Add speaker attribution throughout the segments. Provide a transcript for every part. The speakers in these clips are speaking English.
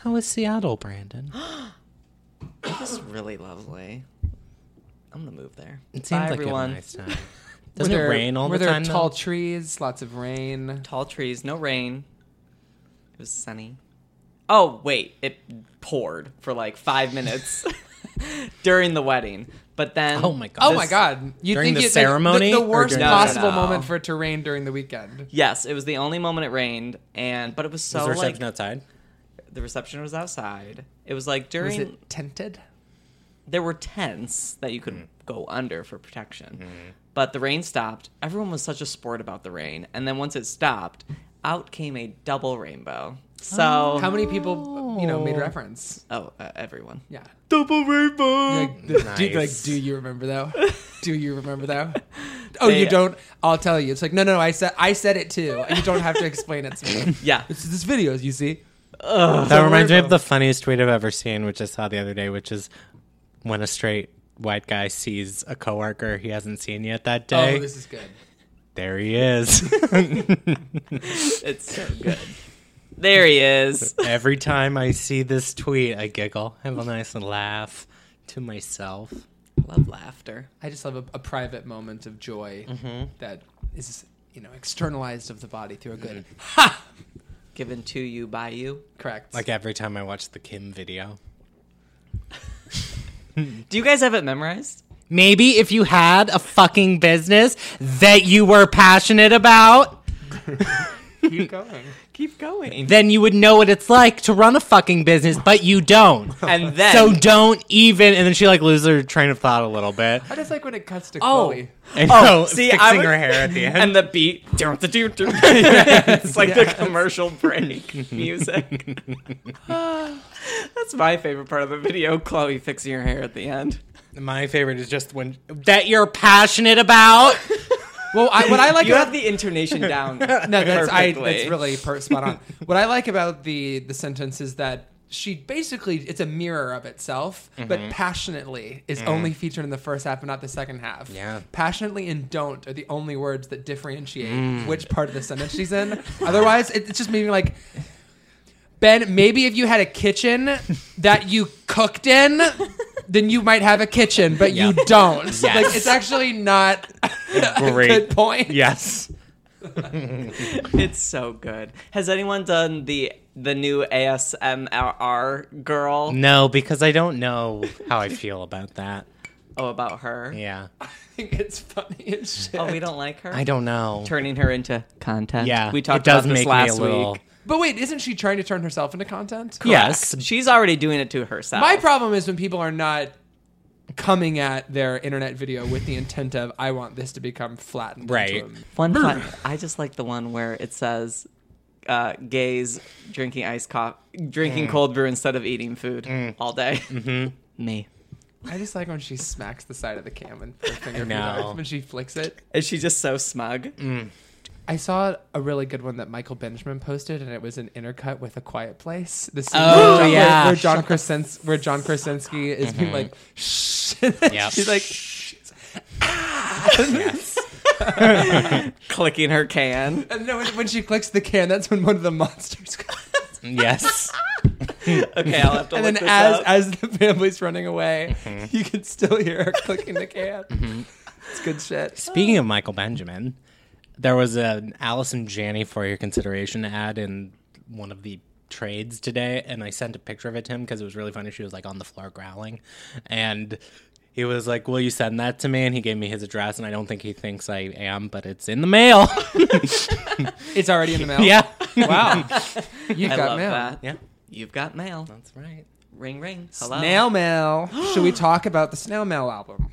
Speaker 1: How is Seattle, Brandon?
Speaker 2: This is really lovely. I'm gonna move there.
Speaker 1: It seems
Speaker 3: Bye,
Speaker 1: like you have
Speaker 3: everyone.
Speaker 1: a nice time. Doesn't
Speaker 3: Were
Speaker 1: it
Speaker 3: there-
Speaker 1: rain all
Speaker 3: were
Speaker 1: the
Speaker 3: there
Speaker 1: time?
Speaker 3: tall
Speaker 1: though?
Speaker 3: trees, lots of rain.
Speaker 2: Tall trees, no rain. It was sunny. Oh wait, it poured for like five minutes during the wedding, but then
Speaker 1: Oh my God.
Speaker 3: Oh
Speaker 1: This-
Speaker 3: my God! You
Speaker 1: during
Speaker 3: think
Speaker 1: the
Speaker 3: it- like,
Speaker 1: ceremony
Speaker 3: The,
Speaker 1: or
Speaker 3: worst
Speaker 1: during
Speaker 2: the-
Speaker 3: possible
Speaker 2: No, no, no.
Speaker 3: moment for it to rain during the weekend.
Speaker 2: Yes, it was the only moment it rained, and but it was so
Speaker 1: Was the
Speaker 2: like
Speaker 1: reception outside?
Speaker 2: the reception was outside. It was like during
Speaker 3: Was it tented?
Speaker 2: there were tents that you could go under for protection. But the rain stopped. Everyone was such a sport about the rain. And then once it stopped, out came a double rainbow. So,
Speaker 3: Oh. How many people, you know, made reference?
Speaker 2: oh, uh, everyone.
Speaker 3: Yeah.
Speaker 2: Double rainbow.
Speaker 3: Like, the- do, like,
Speaker 1: Nice.
Speaker 3: do you remember though? Do you remember though? Oh,
Speaker 2: They-
Speaker 3: you don't. I'll tell you. It's like, no, no, no. I said, I said it too. You don't have to explain it to me.
Speaker 2: Yeah.
Speaker 3: It's this video, you see.
Speaker 1: That reminds me
Speaker 3: rainbow.
Speaker 1: of the funniest tweet I've ever seen, which I saw the other day, which is when a straight white guy sees a coworker he hasn't seen yet that day.
Speaker 3: Oh, this is good.
Speaker 1: there he is.
Speaker 2: It's so good. There he is.
Speaker 1: Every time I see this tweet, I giggle, have a nice laugh to myself.
Speaker 2: Love laughter.
Speaker 3: I just love a, a private moment of joy that is, you know, externalized of the body through a good. Ha!
Speaker 2: Given to you by you.
Speaker 3: Correct.
Speaker 1: Like every time I watch the Kim video.
Speaker 2: Do you guys have it memorized?
Speaker 1: Maybe if you had a fucking business that you were passionate about,
Speaker 3: keep going.
Speaker 2: Keep going.
Speaker 1: then you would know what it's like to run a fucking business, but you don't.
Speaker 2: And then
Speaker 1: so don't even. And then she like loses her train of thought a little bit.
Speaker 3: I just like when it cuts to
Speaker 2: Oh.
Speaker 3: Chloe.
Speaker 1: And
Speaker 2: Oh,
Speaker 1: oh,
Speaker 2: see,
Speaker 1: fixing
Speaker 2: I would-
Speaker 1: her hair at the end.
Speaker 2: and the beat. it's like the commercial break music. That's my favorite part of the video. Chloe fixing her hair at the end.
Speaker 1: My favorite is just when that you're passionate about.
Speaker 3: Well, I, what I like
Speaker 2: You
Speaker 3: about
Speaker 2: have the intonation down.
Speaker 3: no, that's I, that's
Speaker 2: perfectly.
Speaker 3: really per, spot on. what I like about the the sentence is that she basically it's a mirror of itself,
Speaker 1: Mm-hmm.
Speaker 3: but passionately is only featured in the first half and not the second half.
Speaker 1: Yeah.
Speaker 3: passionately and don't are the only words that differentiate
Speaker 1: Mm.
Speaker 3: which part of the sentence she's in. Otherwise, it, it's just maybe like. Ben, maybe if you had a kitchen that you cooked in, then you might have a kitchen, but you
Speaker 1: Yeah.
Speaker 3: don't. Like
Speaker 1: Yes.
Speaker 3: it's actually not a
Speaker 1: Great.
Speaker 3: good point.
Speaker 1: Yes.
Speaker 2: It's so good. Has anyone done the the new ASMR girl?
Speaker 1: No, because I don't know how I feel about that.
Speaker 2: Oh, about her.
Speaker 1: Yeah.
Speaker 3: think it's funny as shit.
Speaker 2: Oh, we don't like her.
Speaker 1: I don't know.
Speaker 2: Turning her into content.
Speaker 1: Yeah.
Speaker 2: we talked
Speaker 1: it does
Speaker 2: about this
Speaker 1: make me
Speaker 2: last
Speaker 1: a little.
Speaker 2: week.
Speaker 3: But wait, isn't she trying to turn herself into content?
Speaker 1: Yes.
Speaker 2: She's already doing it to herself.
Speaker 3: My problem is when people are not coming at their internet video with the intent of I want this to become flattened. into
Speaker 1: Right.
Speaker 3: a-"
Speaker 2: One time, I just like the one where it says, uh, "Gays drinking ice coffee, drinking cold brew instead of eating food all day." Me.
Speaker 3: I just like when she smacks the side of the cam and her finger
Speaker 1: know.
Speaker 3: no. when she flicks it.
Speaker 2: Is she just so smug?
Speaker 3: I saw a really good one that Michael Benjamin posted, and it was an intercut with A Quiet Place. The scene
Speaker 1: Oh,
Speaker 3: where John,
Speaker 1: yeah. Mm-hmm.
Speaker 3: where, where John Krasens, where John Krasinski is being like, shh,
Speaker 1: Yep.
Speaker 3: she's like, shh.
Speaker 2: Clicking her can.
Speaker 3: and then when, when she clicks the can, that's when one of the monsters. comes.
Speaker 1: Yes.
Speaker 2: Okay, I'll have to
Speaker 3: and
Speaker 2: look
Speaker 3: then
Speaker 2: this
Speaker 3: as
Speaker 2: up.
Speaker 3: as the family's running away,
Speaker 1: Mm-hmm.
Speaker 3: you can still hear her clicking the can. It's good shit.
Speaker 1: Speaking of Michael Benjamin, there was an Allison Janney for your consideration ad in one of the trades today, and I sent a picture of it to him because it was really funny. She was like on the floor growling, and he was like, "Will you send that to me?" And he gave me his address, and I don't think he thinks I am, but it's in the mail.
Speaker 3: It's already in the mail.
Speaker 1: yeah,
Speaker 3: Wow. You've
Speaker 2: I
Speaker 3: got
Speaker 2: love
Speaker 3: mail.
Speaker 2: that.
Speaker 1: yeah,
Speaker 2: You've got mail.
Speaker 1: that's right.
Speaker 2: Ring, ring. Hello.
Speaker 3: Snail mail. Should we talk about the snail mail album?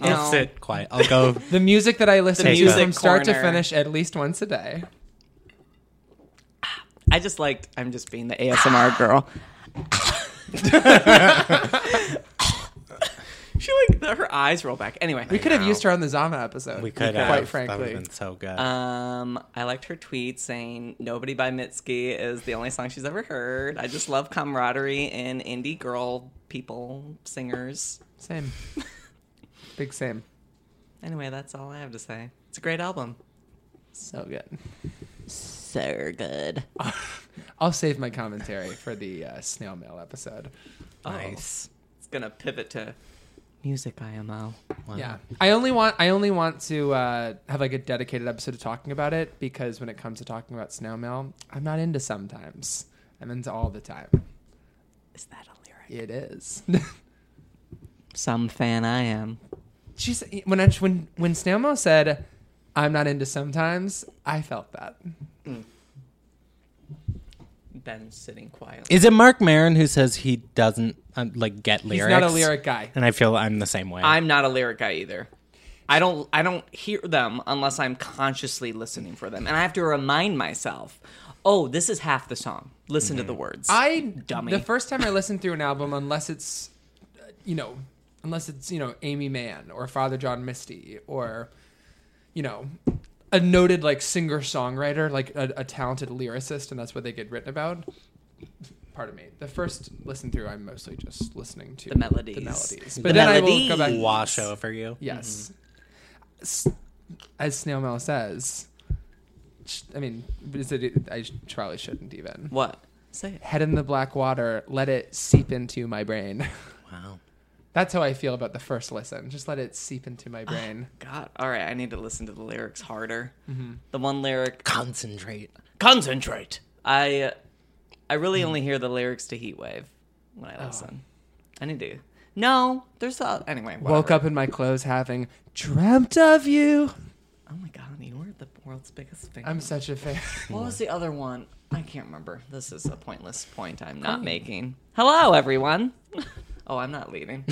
Speaker 1: I'll
Speaker 2: No.
Speaker 1: sit quiet. I'll go.
Speaker 3: The music that I listen
Speaker 1: The
Speaker 3: to
Speaker 1: music
Speaker 3: from start to
Speaker 2: corner.
Speaker 3: finish at least once a day.
Speaker 2: I just liked. I'm just being the ASMR girl. she like the, her eyes roll back. Anyway,
Speaker 3: We could have used her on the Zama episode.
Speaker 1: We could have.
Speaker 3: quite
Speaker 1: that would
Speaker 3: frankly. Uh,
Speaker 1: have been so good.
Speaker 2: Um, I liked her tweet saying "Nobody" by Mitski is the only song she's ever heard. I just love camaraderie in indie girl people singers.
Speaker 3: Same. Big same.
Speaker 2: Anyway, that's all I have to say. It's a great album.
Speaker 3: So good.
Speaker 2: Oh. So good.
Speaker 3: I'll save my commentary for the uh, snail mail episode.
Speaker 1: Nice.
Speaker 2: It's gonna pivot to music IMO.
Speaker 1: Wow.
Speaker 3: Yeah, I only want I only want to uh, have like a dedicated episode to talking about it because when it comes to talking about snail mail, I'm not into sometimes. I'm into all the time.
Speaker 2: Is that a lyric?
Speaker 3: It is.
Speaker 2: Some fan I am.
Speaker 3: she said, when I, when when snail mail said, "I'm not into sometimes," I felt that.
Speaker 2: Ben sitting quietly.
Speaker 1: Is it Mark Maron who says he doesn't um, like get lyrics?
Speaker 3: He's not a lyric guy.
Speaker 1: and I feel I'm the same way.
Speaker 2: I'm not a lyric guy either. I don't I don't hear them unless I'm consciously listening for them. And I have to remind myself, oh, this is half the song. Listen to the words.
Speaker 3: Mm-hmm. I
Speaker 2: Dummy.
Speaker 3: The first time I listen through an album, unless it's, uh, you know, unless it's you know Amy Mann or Father John Misty or, you know, a noted like singer songwriter, like a, a talented lyricist, and that's what they get written about. Pardon me. The first listen through, I'm mostly just listening to
Speaker 2: The melodies.
Speaker 3: The melodies.
Speaker 2: The
Speaker 3: But then I will go
Speaker 2: melodies. Mm-hmm.
Speaker 3: back.
Speaker 1: wash over you.
Speaker 3: Yes. S- As Snail Mail says, sh- I mean, is it, I sh- probably shouldn't even
Speaker 2: what? Say it.
Speaker 3: head in the black water, let it seep into my brain.
Speaker 1: Wow.
Speaker 3: That's how I feel about the first listen. Just let it seep into my brain.
Speaker 2: God. All right, I need to listen to the lyrics harder.
Speaker 3: Mm-hmm.
Speaker 2: The one lyric
Speaker 1: Concentrate.
Speaker 2: concentrate. I I really
Speaker 3: Mm-hmm.
Speaker 2: only hear the lyrics to Heat Wave when
Speaker 3: Oh.
Speaker 2: I listen. I need to. No, there's a anyway.
Speaker 3: Woke up in my clothes having dreamt of you.
Speaker 2: Oh my god, you were the world's biggest fan.
Speaker 3: I'm such a fan.
Speaker 2: What was the other one? I can't remember. This is a pointless point I'm not making. Hello, everyone. oh, I'm not leading.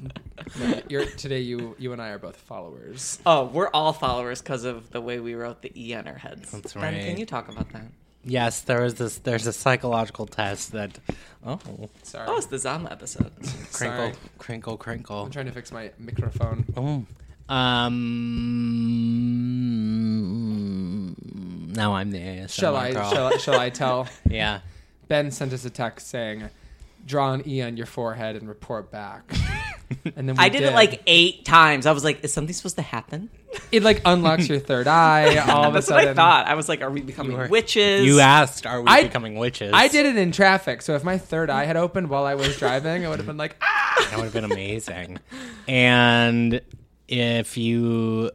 Speaker 3: You're, today, you you and I are both followers.
Speaker 2: oh, we're all followers because of the way we wrote the E on our heads.
Speaker 1: That's
Speaker 2: Ben, can
Speaker 1: right.
Speaker 2: you talk about that?
Speaker 1: Yes, there is this. There's a psychological test that. Oh,
Speaker 3: Sorry,
Speaker 2: Oh, it's the Zama episode.
Speaker 1: crinkle,
Speaker 3: Sorry.
Speaker 1: crinkle, crinkle.
Speaker 3: I'm trying to fix my microphone.
Speaker 1: Oh. Um. Now I'm the ASMR
Speaker 3: Shall I,
Speaker 1: girl.
Speaker 3: shall I shall I tell?
Speaker 1: Yeah.
Speaker 3: Ben sent us a text saying, "Draw an E on your forehead and report back." And then we
Speaker 2: I did it like eight times. I was like, is something supposed to happen?
Speaker 3: it like unlocks your third eye. All of a
Speaker 2: That's what I
Speaker 3: sudden,
Speaker 2: thought. I was like, are we becoming
Speaker 1: were-
Speaker 2: witches?
Speaker 1: You asked, "Are we
Speaker 3: I-
Speaker 1: becoming witches?"
Speaker 3: I did it in traffic, so if my third eye had opened while I was driving, I would have been like, ah!
Speaker 1: That would have been amazing. and if you.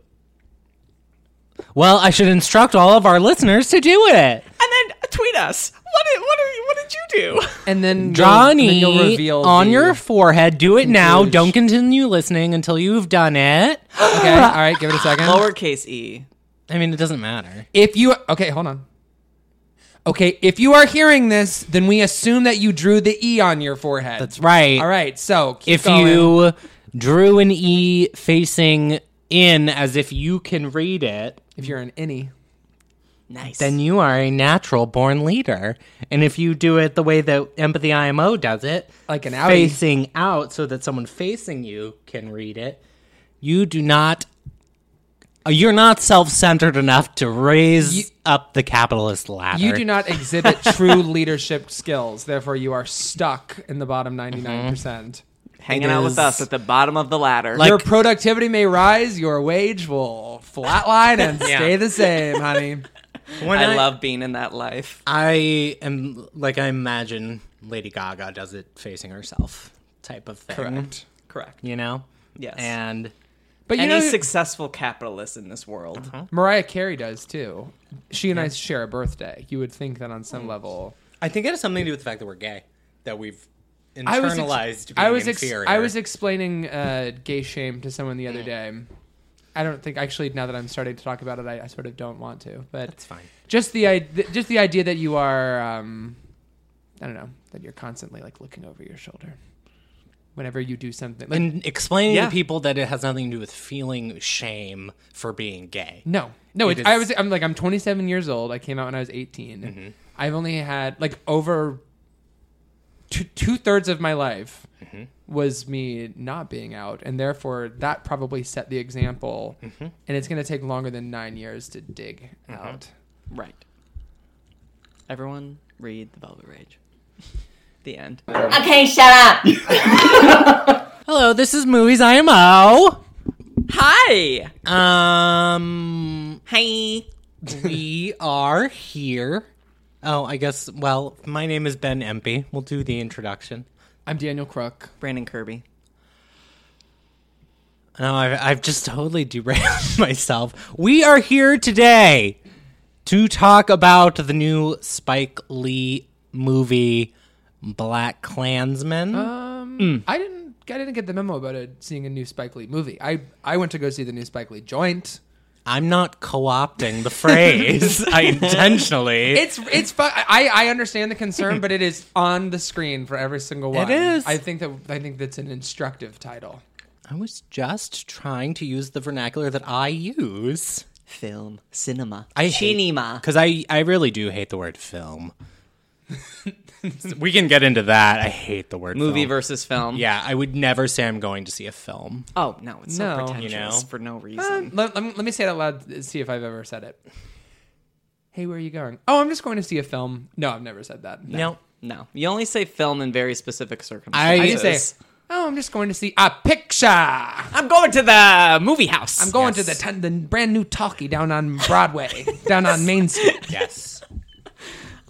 Speaker 1: Well, I should instruct all of our listeners to do it.
Speaker 2: And then uh, tweet us. What did, what, are you, what did you do?
Speaker 3: and then
Speaker 1: Johnny,
Speaker 3: you'll, then you'll reveal
Speaker 1: on
Speaker 3: the-
Speaker 1: your forehead. Do it now.
Speaker 3: conclusion.
Speaker 1: Don't continue listening until you've done it.
Speaker 3: Okay, all right, give it a second.
Speaker 2: Lowercase e.
Speaker 1: I mean, it doesn't matter.
Speaker 3: If you okay, hold on. Okay, if you are hearing this, then we assume that you drew the E on your forehead.
Speaker 1: That's right.
Speaker 3: All right, so keep
Speaker 1: If
Speaker 3: going.
Speaker 1: you drew an E facing in as if you can read it,
Speaker 3: if you're an innie,
Speaker 2: Nice.
Speaker 1: then you are a natural born leader. And if you do it the way that Empathy IMO does it,
Speaker 3: like an outie,
Speaker 1: facing out so that someone facing you can read it, you do not. uh, You're not self-centered enough to raise
Speaker 3: You-
Speaker 1: up the capitalist ladder.
Speaker 3: you do not exhibit true leadership skills. Therefore, you are stuck in the bottom ninety
Speaker 1: Mm-hmm.
Speaker 3: nine percent.
Speaker 2: Hanging out with
Speaker 1: is-
Speaker 2: us at the bottom of the ladder.
Speaker 1: Like-
Speaker 3: your productivity may rise, your wage will flatline and stay the same, honey.
Speaker 1: When
Speaker 2: I love being in that life.
Speaker 1: I am like I imagine Lady Gaga does it facing herself type of thing.
Speaker 2: Correct.
Speaker 1: You know?
Speaker 2: Yes.
Speaker 1: And
Speaker 3: But you
Speaker 2: Any
Speaker 3: know,
Speaker 2: successful capitalist in this world.
Speaker 3: Mariah Carey does too. She and I share a birthday. You would think that on some level,
Speaker 1: I think it has something to do with the fact that we're gay. That we've internalized
Speaker 3: I was ex-
Speaker 1: being
Speaker 3: I was ex-
Speaker 1: inferior.
Speaker 3: I was explaining uh, gay shame to someone the other day. I don't think actually now that I'm starting to talk about it, I, I sort of don't want to. But
Speaker 1: It's fine.
Speaker 3: just the i- th- just the idea that you are um, I don't know that you're constantly like looking over your shoulder whenever you do something. Like,
Speaker 1: And explaining
Speaker 2: Yeah.
Speaker 1: to people that it has nothing to do with feeling shame for being gay.
Speaker 3: No, no.
Speaker 1: It
Speaker 3: It, I
Speaker 1: is-
Speaker 3: was. I'm like. I'm 27 years old. I came out when I was 18.
Speaker 1: Mm-hmm.
Speaker 3: I've only had like over two thirds of my life
Speaker 1: Mm-hmm.
Speaker 3: was me not being out, and therefore that probably set the example.
Speaker 1: Mm-hmm.
Speaker 3: And it's going to take longer than nine years to dig out.
Speaker 2: Right. Everyone read The Velvet Rage. the end.
Speaker 4: Okay, shut up.
Speaker 1: Hello, this is Movies IMO.
Speaker 2: Hi!
Speaker 1: Um
Speaker 2: Hi!
Speaker 1: we are here Oh, I guess. Well, my name is Ben Empey. We'll do the introduction.
Speaker 3: I'm Daniel Crook.
Speaker 2: Brandon Kirby.
Speaker 1: No, I've, I've just totally derailed myself. We are here today to talk about the new Spike Lee movie, Black Klansman.
Speaker 3: Um, I didn't. I didn't get the memo about it, seeing a new Spike Lee movie. I I went to go see the new Spike Lee joint.
Speaker 1: I'm not co opting the phrase. I intentionally.
Speaker 3: It's it's fu- I I understand the concern, but it is on the screen for every single one.
Speaker 1: is.
Speaker 3: I think that I think that's an instructive title.
Speaker 1: I was just trying to use the vernacular that I use.
Speaker 2: Film. Cinema.
Speaker 1: I hate-
Speaker 2: Cinema.
Speaker 1: Because I, I really do hate the word film. we can get into that. I hate the word
Speaker 2: Movie
Speaker 1: film.
Speaker 2: versus film.
Speaker 1: Yeah, I would never say I'm going to see a film.
Speaker 2: Oh, no. Eh. It's
Speaker 3: No.
Speaker 2: so pretentious
Speaker 1: You know?
Speaker 2: for no
Speaker 3: Um,
Speaker 2: reason.
Speaker 3: let, let, me- let me say it out loud. to See if I've ever said it. Hey, where are you going? Oh, I'm just going to see a film. No, I've never said that.
Speaker 1: No.
Speaker 2: no. You only say film in very specific
Speaker 1: I-
Speaker 2: circumstances.
Speaker 3: I didn't say. Oh, I'm just going to see a picture. I'm
Speaker 2: I'm going to the movie house. I'm
Speaker 3: going to the, ten, the brand new talkie down on Broadway, down on Main Street.
Speaker 1: Yes.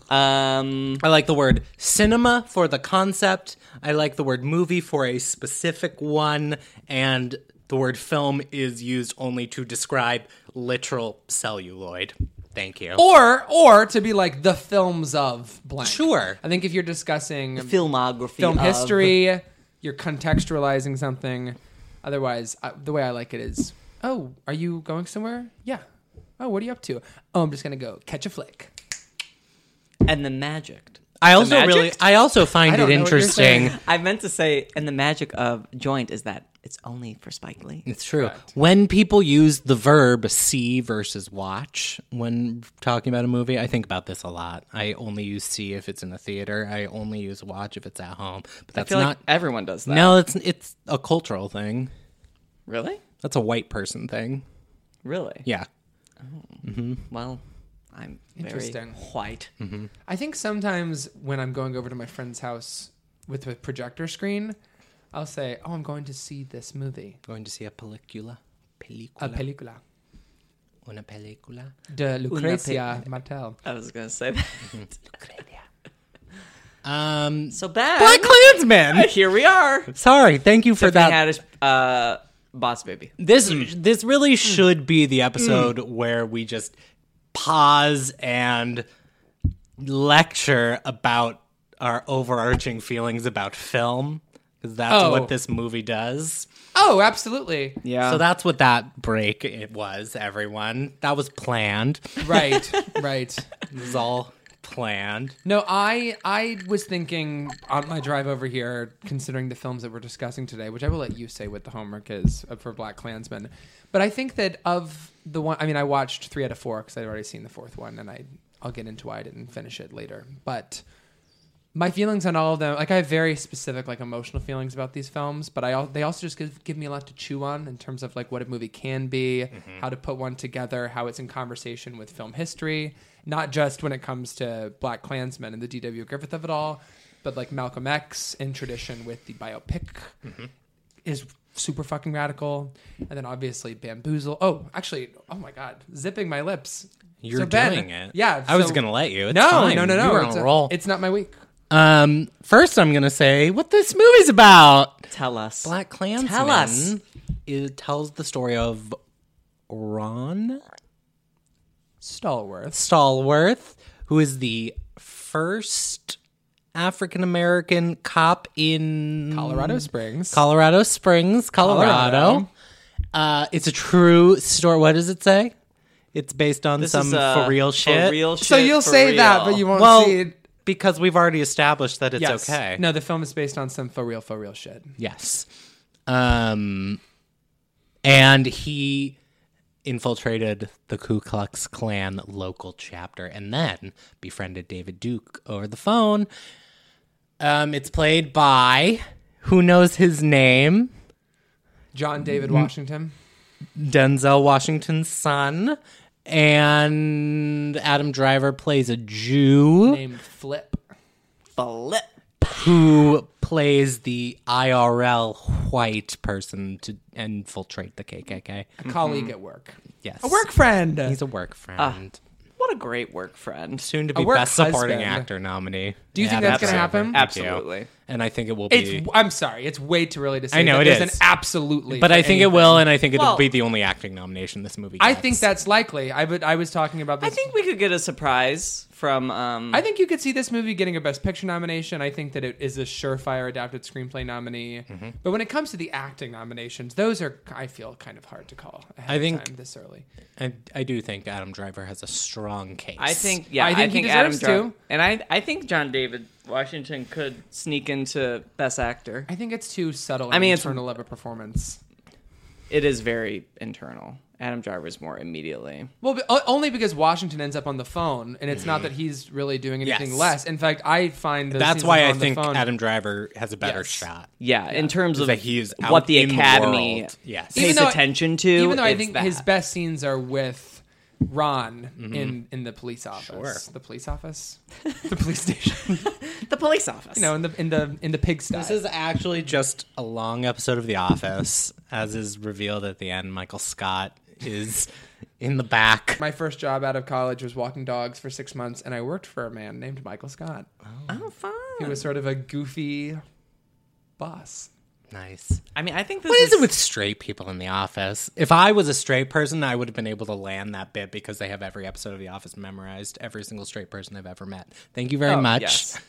Speaker 2: Um,
Speaker 1: I like the word cinema for the concept. I like the word movie for a specific one. And the word film is used only to describe literal celluloid. Thank you.
Speaker 3: or or to be like the films of blank.
Speaker 1: Sure.
Speaker 3: I think if you're discussing
Speaker 2: filmography.
Speaker 3: film
Speaker 2: of-
Speaker 3: history, you're contextualizing something. Otherwise, I, the way I like it is, oh, are you going somewhere? Yeah. Oh, what are you up to? Oh, I'm just gonna go catch a flick.
Speaker 2: And the magic.
Speaker 1: I
Speaker 2: The
Speaker 1: also
Speaker 2: magic?
Speaker 1: really, I also find
Speaker 3: I don't
Speaker 1: it
Speaker 3: know what you're
Speaker 1: interesting.
Speaker 3: saying.
Speaker 2: I meant to say, and the magic of joint is that it's only for Spike Lee.
Speaker 1: It's true. When people use the verb see versus watch when talking about a movie, I think about this a lot. I only use see if it's in the theater. I only use watch if it's at home. But
Speaker 2: I
Speaker 1: that's
Speaker 2: feel
Speaker 1: not.
Speaker 2: like everyone does that.
Speaker 1: no, it's it's a cultural thing.
Speaker 2: Really?
Speaker 1: That's a white person thing.
Speaker 2: Really?
Speaker 1: Yeah.
Speaker 2: Well, I'm very
Speaker 3: Interesting. Hmm.
Speaker 2: white.
Speaker 3: I think sometimes when I'm going over to my friend's house with a projector screen, I'll say, oh, I'm going to see this movie,
Speaker 1: Going to see a película.
Speaker 3: a
Speaker 1: Película.
Speaker 3: película
Speaker 1: Una película.
Speaker 3: de Lucrezia Martel.
Speaker 2: I was going to say that.
Speaker 3: Hmm.
Speaker 1: Um,
Speaker 2: so bad.
Speaker 1: Black Klansman.
Speaker 2: Here we are.
Speaker 1: Sorry. Thank you for
Speaker 2: Tiffany
Speaker 1: that.
Speaker 2: Haddish, uh, Boss Baby.
Speaker 1: This
Speaker 3: Hmm.
Speaker 1: this really should be the episode where we just pause and lecture about our overarching feelings about film because that's
Speaker 3: Oh.
Speaker 1: what this movie does.
Speaker 3: Oh, absolutely.
Speaker 2: Yeah.
Speaker 1: so that's what that break it was. Everyone, that was planned.
Speaker 3: Right, right.
Speaker 1: It was all planned.
Speaker 3: No, I I was thinking on my drive over here, considering the films that we're discussing today, which I will let you say what the homework is for Black Klansman. But I think that of the one, I mean, I watched three out of four because I'd already seen the fourth one, and I I'll get into why I didn't finish it later. But my feelings on all of them, like I have very specific like emotional feelings about these films, but I al- they also just give, give me a lot to chew on in terms of like what a movie can be,
Speaker 1: Mm-hmm.
Speaker 3: how to put one together, how it's in conversation with film history, not just when it comes to Black Klansmen and the D.W. Griffith of it all, but like Malcolm X in tradition with the biopic
Speaker 1: Mm-hmm.
Speaker 3: is super fucking radical, and then obviously Bamboozle. Oh, actually, oh my god, zipping my lips.
Speaker 1: You're
Speaker 3: So, Ben,
Speaker 1: doing it.
Speaker 3: Yeah,
Speaker 1: I was
Speaker 3: so-
Speaker 1: gonna let you. It's
Speaker 3: No,
Speaker 1: fine.
Speaker 3: no, no, no.
Speaker 1: You were on
Speaker 3: it's,
Speaker 1: a
Speaker 3: a-
Speaker 1: roll.
Speaker 3: it's not my week.
Speaker 1: Um, first, I'm gonna say what this movie's about.
Speaker 2: Tell us.
Speaker 1: Black Klansman.
Speaker 2: Tell us.
Speaker 1: It tells the story of Ron
Speaker 3: Stallworth.
Speaker 1: Stallworth, who is the first African American cop in
Speaker 3: Colorado Springs.
Speaker 1: Colorado Springs, Colorado.
Speaker 3: Colorado.
Speaker 1: Uh, it's a true story. What does it say? It's based on
Speaker 2: This
Speaker 1: some
Speaker 2: is, uh,
Speaker 1: for real shit.
Speaker 2: For real shit.
Speaker 3: so you'll
Speaker 2: for
Speaker 3: say that,
Speaker 2: real.
Speaker 3: but you won't
Speaker 1: Well,
Speaker 3: see it.
Speaker 1: because we've already established that it's
Speaker 3: Yes.
Speaker 1: okay.
Speaker 3: No, the film is based on some for real, for real shit.
Speaker 1: Yes. Um, and he infiltrated the Ku Klux Klan local chapter and then befriended David Duke over the phone. Um, it's played by who knows his name? Mm.
Speaker 3: John David
Speaker 1: Mm-hmm.
Speaker 3: Washington.
Speaker 1: Denzel Washington's son. And Adam Driver plays a Jew
Speaker 3: Named Flip.
Speaker 2: Flip.
Speaker 1: who plays the IRL white person to infiltrate the KKK.
Speaker 3: A colleague at work.
Speaker 1: Yes.
Speaker 3: A work friend.
Speaker 1: He's a work friend.
Speaker 2: What What a great work friend.
Speaker 1: Soon to be
Speaker 3: A Ah, work
Speaker 1: best supporting
Speaker 3: husband.
Speaker 1: actor nominee.
Speaker 3: Do you think that's gonna happen?
Speaker 2: Absolutely.
Speaker 1: And I think it will be.
Speaker 3: It's. I'm sorry. It's way too early to say.
Speaker 1: I know
Speaker 3: that
Speaker 1: it
Speaker 3: there's
Speaker 1: is.
Speaker 3: an absolutely.
Speaker 1: but
Speaker 3: for
Speaker 1: I think it
Speaker 3: anything.
Speaker 1: will, and I think it'll
Speaker 2: Well-
Speaker 1: be the only acting nomination this movie.
Speaker 3: I
Speaker 1: gets.
Speaker 3: think that's likely. I would. I was talking about
Speaker 2: I
Speaker 3: this.
Speaker 2: think we could get a surprise from. Um,
Speaker 3: I think you could see this movie getting a Best Picture nomination. I think that it is a surefire adapted screenplay nominee.
Speaker 1: Mm-hmm.
Speaker 3: But when it comes to the acting nominations, those are I feel kind of hard to call. Ahead
Speaker 1: I
Speaker 3: of
Speaker 1: think-
Speaker 3: time this early.
Speaker 1: I, I do think Adam Driver has a strong case.
Speaker 2: I think yeah,
Speaker 3: I
Speaker 2: I
Speaker 3: think
Speaker 2: think,
Speaker 3: he
Speaker 2: Adam
Speaker 3: deserves
Speaker 2: Driver,
Speaker 3: to.
Speaker 2: and I I think John David Washington could sneak into Best Actor.
Speaker 3: I think it's too
Speaker 2: I
Speaker 3: subtle. I
Speaker 2: mean,
Speaker 3: mean,
Speaker 2: it's-
Speaker 3: internal level performance.
Speaker 2: It is very internal. Adam Driver's more immediately.
Speaker 3: Well, but- o- only because Washington ends up on the phone, and it's not that he's really doing anything
Speaker 1: Mm-hmm. Yes.
Speaker 3: less. In fact, I find the
Speaker 1: that's
Speaker 3: scenes
Speaker 1: why
Speaker 3: of
Speaker 1: I
Speaker 3: on the
Speaker 1: think
Speaker 3: phone-
Speaker 1: Adam Driver has a better
Speaker 3: Yes.
Speaker 1: shot.
Speaker 2: Yeah, in terms of
Speaker 1: That he is out
Speaker 2: what the
Speaker 1: in the
Speaker 2: Academy
Speaker 1: world. Yes.
Speaker 2: pays
Speaker 3: Even though I-
Speaker 2: attention to.
Speaker 3: even though I
Speaker 2: it's
Speaker 3: think
Speaker 2: that.
Speaker 3: his best scenes are with Ron in in the police office,
Speaker 1: Mm-hmm. Sure.
Speaker 3: the police office, the police station,
Speaker 2: the police office.
Speaker 3: you know, in the in the in the pigsty.
Speaker 1: This is actually just a long episode of The Office, as is revealed at the end. Michael Scott is in the back.
Speaker 3: My first job out of college was walking dogs for six months, and I worked for a man named Michael Scott.
Speaker 2: oh, fun.
Speaker 3: He was sort of a goofy boss.
Speaker 1: Nice.
Speaker 2: I mean, I think this
Speaker 1: What
Speaker 2: is
Speaker 1: is it with straight people in The Office? If I was a straight person, I would have been able to land that bit because they have every episode of The Office memorized, every single straight person I've ever met. Thank you very
Speaker 2: Oh,
Speaker 1: much.
Speaker 2: yes.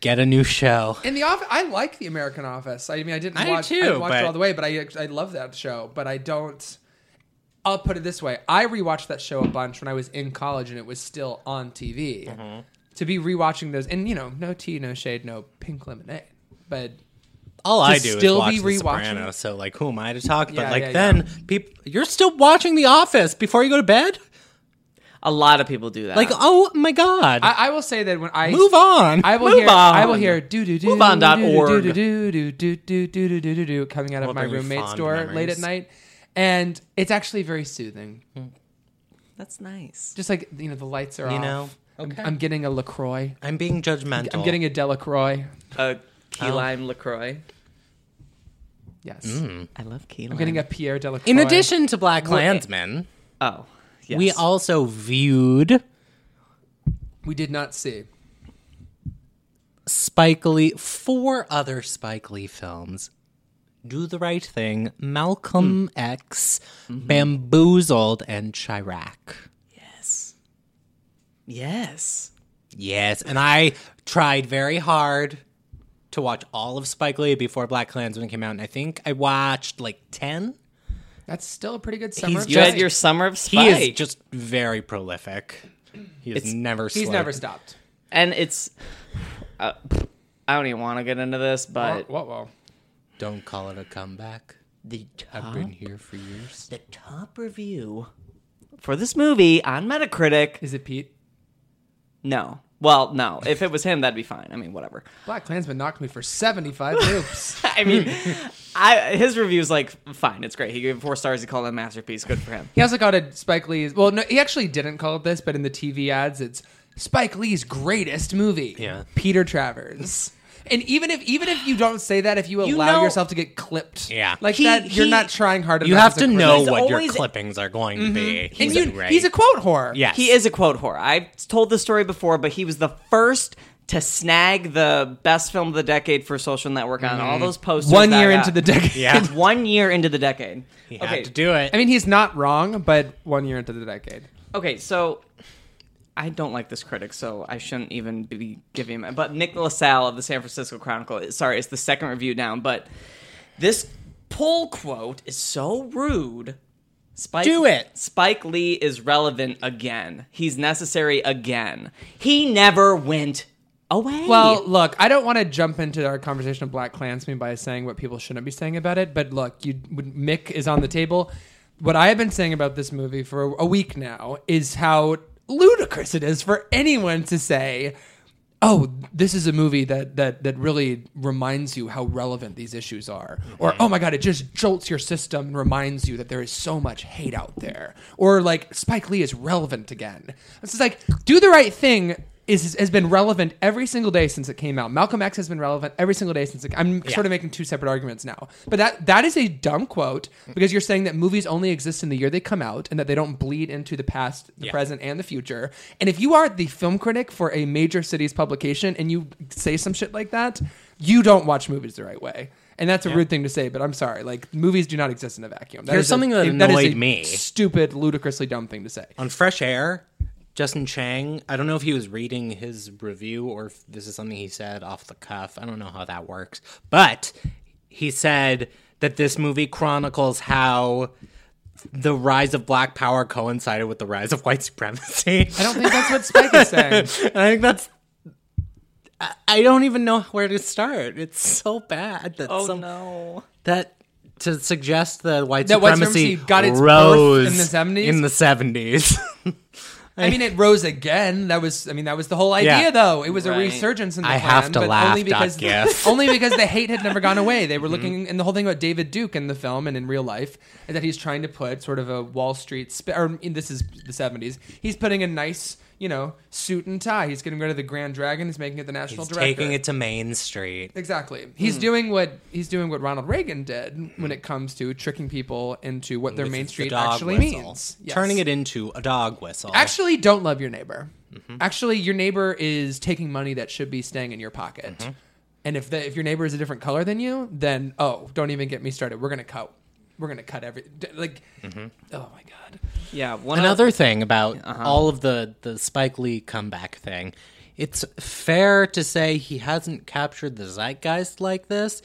Speaker 1: Get a new show.
Speaker 3: In the office, I like the American Office. I mean, I didn't
Speaker 1: I do
Speaker 3: watch, I
Speaker 1: too,
Speaker 3: watched
Speaker 1: but-
Speaker 3: it all the way, but I I love that show. But I don't. I'll put it this way: I rewatched that show a bunch when I was in college, and it was still on TV.
Speaker 1: Mm-hmm.
Speaker 3: To be rewatching those, and you know, no tea, no shade, no pink lemonade, but
Speaker 1: All I do
Speaker 3: still
Speaker 1: is watch
Speaker 3: be
Speaker 1: The
Speaker 3: rewatching
Speaker 1: Sopranos, so like, who am I to talk? But
Speaker 3: Yeah,
Speaker 1: like,
Speaker 3: yeah,
Speaker 1: then people, you're still watching The Office before you go to bed.
Speaker 2: a lot of people do that.
Speaker 1: Like, oh my god,
Speaker 3: I, I will say that when I
Speaker 1: move on.
Speaker 3: I will
Speaker 1: move
Speaker 3: hear.
Speaker 1: On.
Speaker 3: I will hear. Do do do.
Speaker 2: MoveOn.org.
Speaker 3: Do do do do do do do do do do coming out of
Speaker 1: Will
Speaker 3: my
Speaker 1: bring you
Speaker 3: roommate's
Speaker 1: fond
Speaker 3: door late
Speaker 1: memories.
Speaker 3: at night, and it's actually very soothing.
Speaker 2: that's nice.
Speaker 3: Just like you know, the lights are
Speaker 1: You
Speaker 3: off.
Speaker 1: know,
Speaker 3: I'm-
Speaker 1: okay.
Speaker 3: I'm getting a Lacroix.
Speaker 1: I'm being judgmental.
Speaker 3: I'm getting a Delacroix.
Speaker 2: A Uh, key
Speaker 1: Oh.
Speaker 2: lime Lacroix.
Speaker 3: Yes.
Speaker 1: Mm,
Speaker 2: I love key lime.
Speaker 3: I'm getting a Pierre Delacroix.
Speaker 1: In addition to Black Klansman,
Speaker 2: oh, yes.
Speaker 1: we also viewed
Speaker 3: we did not see.
Speaker 1: Spike Lee four other Spike Lee films. Do the Right Thing, Malcolm X, Bamboozled, and Chirac.
Speaker 2: yes, yes.
Speaker 1: Yes, and I tried very hard to watch all of Spike Lee before Black Klansman came out, and I think I watched like ten.
Speaker 3: That's still a pretty good summer.
Speaker 1: He's
Speaker 2: You
Speaker 1: Just-
Speaker 2: had your summer of
Speaker 1: He
Speaker 2: spike,
Speaker 1: is just very prolific. He has never.
Speaker 3: He's
Speaker 1: slowed-
Speaker 3: never stopped.
Speaker 2: and it's. Uh, I don't even want to get into this,
Speaker 3: Whoa,
Speaker 1: Uh,
Speaker 2: but
Speaker 3: whoa, whoa.
Speaker 1: Don't call it a comeback.
Speaker 2: the top,
Speaker 1: I've been here for years.
Speaker 2: the top review for this movie on Metacritic.
Speaker 3: Is it Pete?
Speaker 2: No, well, no. If it was him, that'd be fine. I mean, whatever.
Speaker 3: Black Klansman knocked me for 75 loops.
Speaker 2: I mean, I his review's like fine. It's great. He gave it four stars. He called it a masterpiece. Good for him.
Speaker 3: He also called it Spike Lee's. Well, no, he actually didn't call it this, but in the TV ads, it's Spike Lee's greatest movie.
Speaker 1: Yeah.
Speaker 3: Peter Travers. And even if even if you don't say that, if you,
Speaker 2: You
Speaker 3: allow
Speaker 2: know-
Speaker 3: yourself to get clipped,
Speaker 1: Yeah.
Speaker 3: like
Speaker 2: He-
Speaker 3: that, you're
Speaker 2: he-
Speaker 3: not trying hard enough.
Speaker 1: You have
Speaker 3: as a
Speaker 1: to
Speaker 3: critic.
Speaker 1: know
Speaker 2: He's
Speaker 1: what your
Speaker 2: always-
Speaker 1: clippings are going to be.
Speaker 3: And
Speaker 1: Mm-hmm. He's
Speaker 3: you-
Speaker 1: great.
Speaker 3: he's a quote whore.
Speaker 1: yes.
Speaker 2: He is a quote whore. I've told this story before, but he was the first to snag the best film of the decade for Social Network on all those posters.
Speaker 3: Mm-hmm. One
Speaker 2: that
Speaker 3: year
Speaker 2: I
Speaker 3: into
Speaker 2: got.
Speaker 3: the decade.
Speaker 1: Yeah,
Speaker 2: One year into the decade.
Speaker 1: he had
Speaker 2: okay.
Speaker 1: to do it.
Speaker 3: I mean, he's not wrong, but one year into the decade.
Speaker 2: okay, so I don't like this critic, so I shouldn't even be giving him. But Nick LaSalle of the San Francisco Chronicle. Sorry, it's the second review down, but this pull quote is so rude. Spike,
Speaker 1: Do it.
Speaker 2: Spike Lee is relevant again. He's necessary again. He never went away.
Speaker 3: Well, look, I don't want to jump into our conversation of Black Klansman by saying what people shouldn't be saying about it, but look, you, when Mick is on the table. What I have been saying about this movie for a week now is how ludicrous it is for anyone to say, "Oh, this is a movie that that that really reminds you how relevant these issues are," or "Oh my God, it just jolts your system and reminds you that there is so much hate out there," or like Spike Lee is relevant again. This is like do the right thing is has been relevant every single day since it came out. Malcolm X has been relevant every single day since it. I'm sort of making two separate arguments now, but that that is a dumb quote because you're saying that movies only exist in the year they come out and that they don't bleed into the past, the
Speaker 1: Yeah.
Speaker 3: present, and the future. And if you are the film critic for a major city's publication and you say some shit like that, you don't watch movies the right way. And that's a rude thing to say, but I'm sorry. Like movies do not exist in a vacuum. That
Speaker 1: Here's
Speaker 3: is a-
Speaker 1: something that
Speaker 3: is a
Speaker 1: annoyed me.
Speaker 3: Stupid, ludicrously dumb thing to say.
Speaker 1: on Fresh Air, Justin Chang, I don't know if he was reading his review or if this is something he said off the cuff. I don't know how that works. But he said that this movie chronicles how the rise of black power coincided with the rise of white supremacy.
Speaker 3: I don't think that's what Spike is saying.
Speaker 1: and I think that's. I- I don't even know where to start. It's so bad that
Speaker 2: Oh
Speaker 1: some-
Speaker 2: no.
Speaker 1: that to suggest that white
Speaker 3: That white
Speaker 1: supremacy,
Speaker 3: supremacy got its birth
Speaker 1: rose
Speaker 3: in the 70s?
Speaker 1: In the 70s.
Speaker 3: I mean, it rose again. That was, I mean, that was the whole idea,
Speaker 1: Yeah.
Speaker 3: though. It was a
Speaker 2: Right.
Speaker 3: resurgence in the
Speaker 1: I
Speaker 3: plan,
Speaker 1: have to
Speaker 3: but
Speaker 1: laugh, Mm-hmm.
Speaker 3: only because
Speaker 1: dot gif.
Speaker 3: only because the hate had never gone away. They were looking, and the whole thing about David Duke in the film and in real life is that he's trying to put sort of a Wall Street, sp- or in- this is the seventies. He's putting a nice, you know, suit and tie. He's getting rid of the Grand Dragon. He's making it the national
Speaker 1: He's
Speaker 3: director.
Speaker 1: taking it Hmm. to Main Street.
Speaker 3: Exactly. He's doing what he's doing what Ronald Reagan did
Speaker 1: Hmm.
Speaker 3: when it comes to tricking people into what their
Speaker 1: With
Speaker 3: main
Speaker 1: the
Speaker 3: street
Speaker 1: dog
Speaker 3: actually
Speaker 1: whistle.
Speaker 3: means. Yes.
Speaker 1: Turning it into a dog whistle.
Speaker 3: Actually, don't love your neighbor.
Speaker 1: Mm-hmm.
Speaker 3: Actually, your neighbor is taking money that should be staying in your pocket.
Speaker 1: Mm-hmm.
Speaker 3: And if the, if your neighbor is a different color than you, then oh, don't even get me started. We're gonna cut. We're gonna cut every d- like.
Speaker 1: Mm-hmm.
Speaker 3: Oh my god.
Speaker 2: Yeah.
Speaker 3: uh,
Speaker 2: One
Speaker 1: Another thing about
Speaker 3: Uh-huh.
Speaker 1: all of the, the Spike Lee comeback thing. It's fair to say he hasn't captured the zeitgeist like this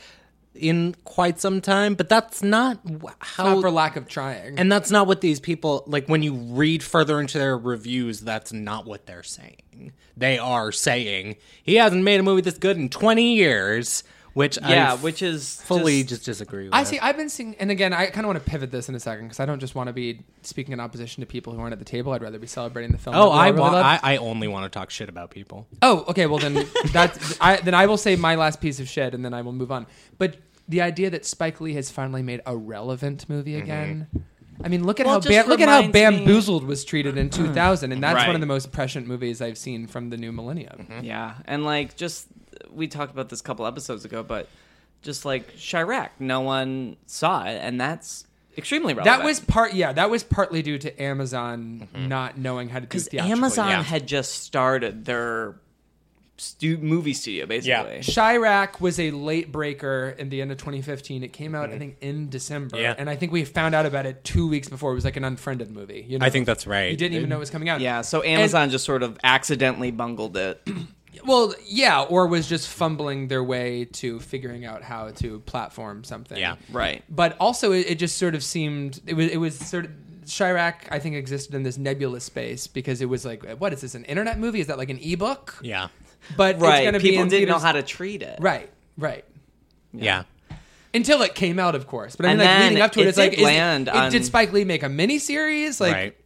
Speaker 1: in quite some time, but that's not wh- how
Speaker 3: Not for lack of trying.
Speaker 1: And that's not what these people like when you read further into their reviews, that's not what they're saying. They are saying he hasn't made a movie this good in 20 years, which
Speaker 2: Yeah,
Speaker 1: I
Speaker 2: which is
Speaker 1: fully
Speaker 2: just-
Speaker 1: just, disagree with.
Speaker 3: I see. I've been seeing, and again, I kind of want to pivot this in a second because I don't just want to be speaking in opposition to people who aren't at the table. I'd rather be celebrating the film.
Speaker 1: Oh,
Speaker 3: that we all
Speaker 1: I,
Speaker 3: really
Speaker 1: wa-
Speaker 3: love.
Speaker 1: I I only want to talk shit about people.
Speaker 3: Oh, okay. Well, then that's I, then I will say my last piece of shit, and then I will move on. But the idea that Spike Lee has finally made a relevant movie
Speaker 1: Mm-hmm.
Speaker 3: again. I mean, look at
Speaker 2: Well,
Speaker 3: how
Speaker 2: it
Speaker 3: ba-
Speaker 2: just
Speaker 3: look at how
Speaker 2: reminds me-
Speaker 3: Bamboozled was treated in 2000, and that's one
Speaker 2: Right.
Speaker 3: of the most prescient movies I've seen from the new millennium.
Speaker 1: Mm-hmm.
Speaker 2: Yeah, and like just we talked about this a couple episodes ago, but just like Chirac, no one saw it, and that's extremely relevant.
Speaker 3: That was part, yeah, that was partly due to Amazon
Speaker 1: Mm-hmm.
Speaker 3: not knowing how to do
Speaker 2: because
Speaker 3: theatrical.
Speaker 2: Amazon
Speaker 1: yeah.
Speaker 2: had just started their stu- movie studio, basically.
Speaker 3: Chirac was a late breaker in the end of 2015. It came out, I think, in December,
Speaker 1: Mm-hmm. Yeah.
Speaker 3: and I think we found out about it two weeks before. It was like an unfriended movie. You know?
Speaker 1: I think that's right.
Speaker 3: You didn't even know it was coming out.
Speaker 2: Yeah, so Amazon just sort of accidentally bungled it.
Speaker 3: Well, yeah, or was just fumbling their way to figuring out how to platform something.
Speaker 1: Yeah.
Speaker 2: right.
Speaker 3: But also, it, it just sort of seemed it was it was sort of Chirac. I think existed in this nebulous space because it was like, what is this? An internet movie? Is that like an ebook?
Speaker 1: Yeah.
Speaker 3: But it's
Speaker 2: Right.
Speaker 3: gonna
Speaker 2: People
Speaker 3: be in
Speaker 2: didn't know
Speaker 3: theaters-
Speaker 2: how to treat it.
Speaker 3: Right. Right.
Speaker 1: Yeah.
Speaker 3: Until it came out, of course. But I
Speaker 2: And
Speaker 3: mean, like
Speaker 2: then
Speaker 3: leading up to it,
Speaker 2: it
Speaker 3: it's like,
Speaker 2: did
Speaker 3: is-
Speaker 2: land
Speaker 3: it,
Speaker 2: on-
Speaker 3: did Spike Lee make a miniseries? Like,
Speaker 1: right.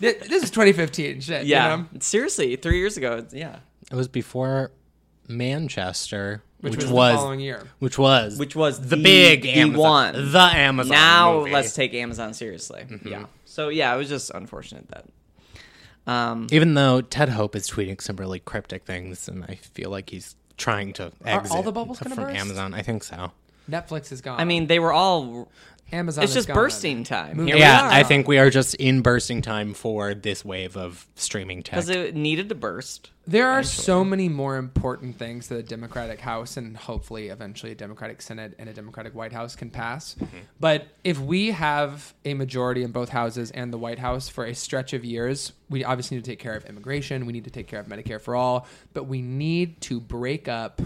Speaker 3: thi- this is 2015 shit. you
Speaker 2: Yeah.
Speaker 3: know?
Speaker 2: Seriously, three years ago. it's- Yeah.
Speaker 1: It was before Manchester,
Speaker 3: Which,
Speaker 1: which,
Speaker 3: was, the
Speaker 1: was,
Speaker 3: following year.
Speaker 1: which was
Speaker 2: Which was
Speaker 1: the,
Speaker 2: the-
Speaker 1: big
Speaker 2: the
Speaker 1: Amazon,
Speaker 2: one.
Speaker 1: the Amazon.
Speaker 2: now
Speaker 1: movie.
Speaker 2: let's take Amazon seriously.
Speaker 3: Mm-hmm.
Speaker 2: Yeah. So yeah, it was just unfortunate that. Um,
Speaker 1: Even though Ted Hope is tweeting some really cryptic things, and I feel like he's trying to exit
Speaker 3: all the bubbles
Speaker 1: from
Speaker 3: gonna burst?
Speaker 1: Amazon. I think so.
Speaker 3: Netflix is gone.
Speaker 2: I mean, they were all.
Speaker 3: Amazon.
Speaker 2: It's
Speaker 3: is
Speaker 2: just
Speaker 3: gone.
Speaker 2: bursting time.
Speaker 3: Here
Speaker 2: we
Speaker 1: yeah,
Speaker 2: are.
Speaker 1: I think we are just in bursting time for this wave of streaming tech.
Speaker 2: because it needed to burst.
Speaker 3: There are so many more important things that a Democratic House and hopefully eventually a Democratic Senate and a Democratic White House can pass. But if we have a majority in both houses and the White House for a stretch of years, we obviously need to take care of immigration. We need to take care of Medicare for all. But we need to break up.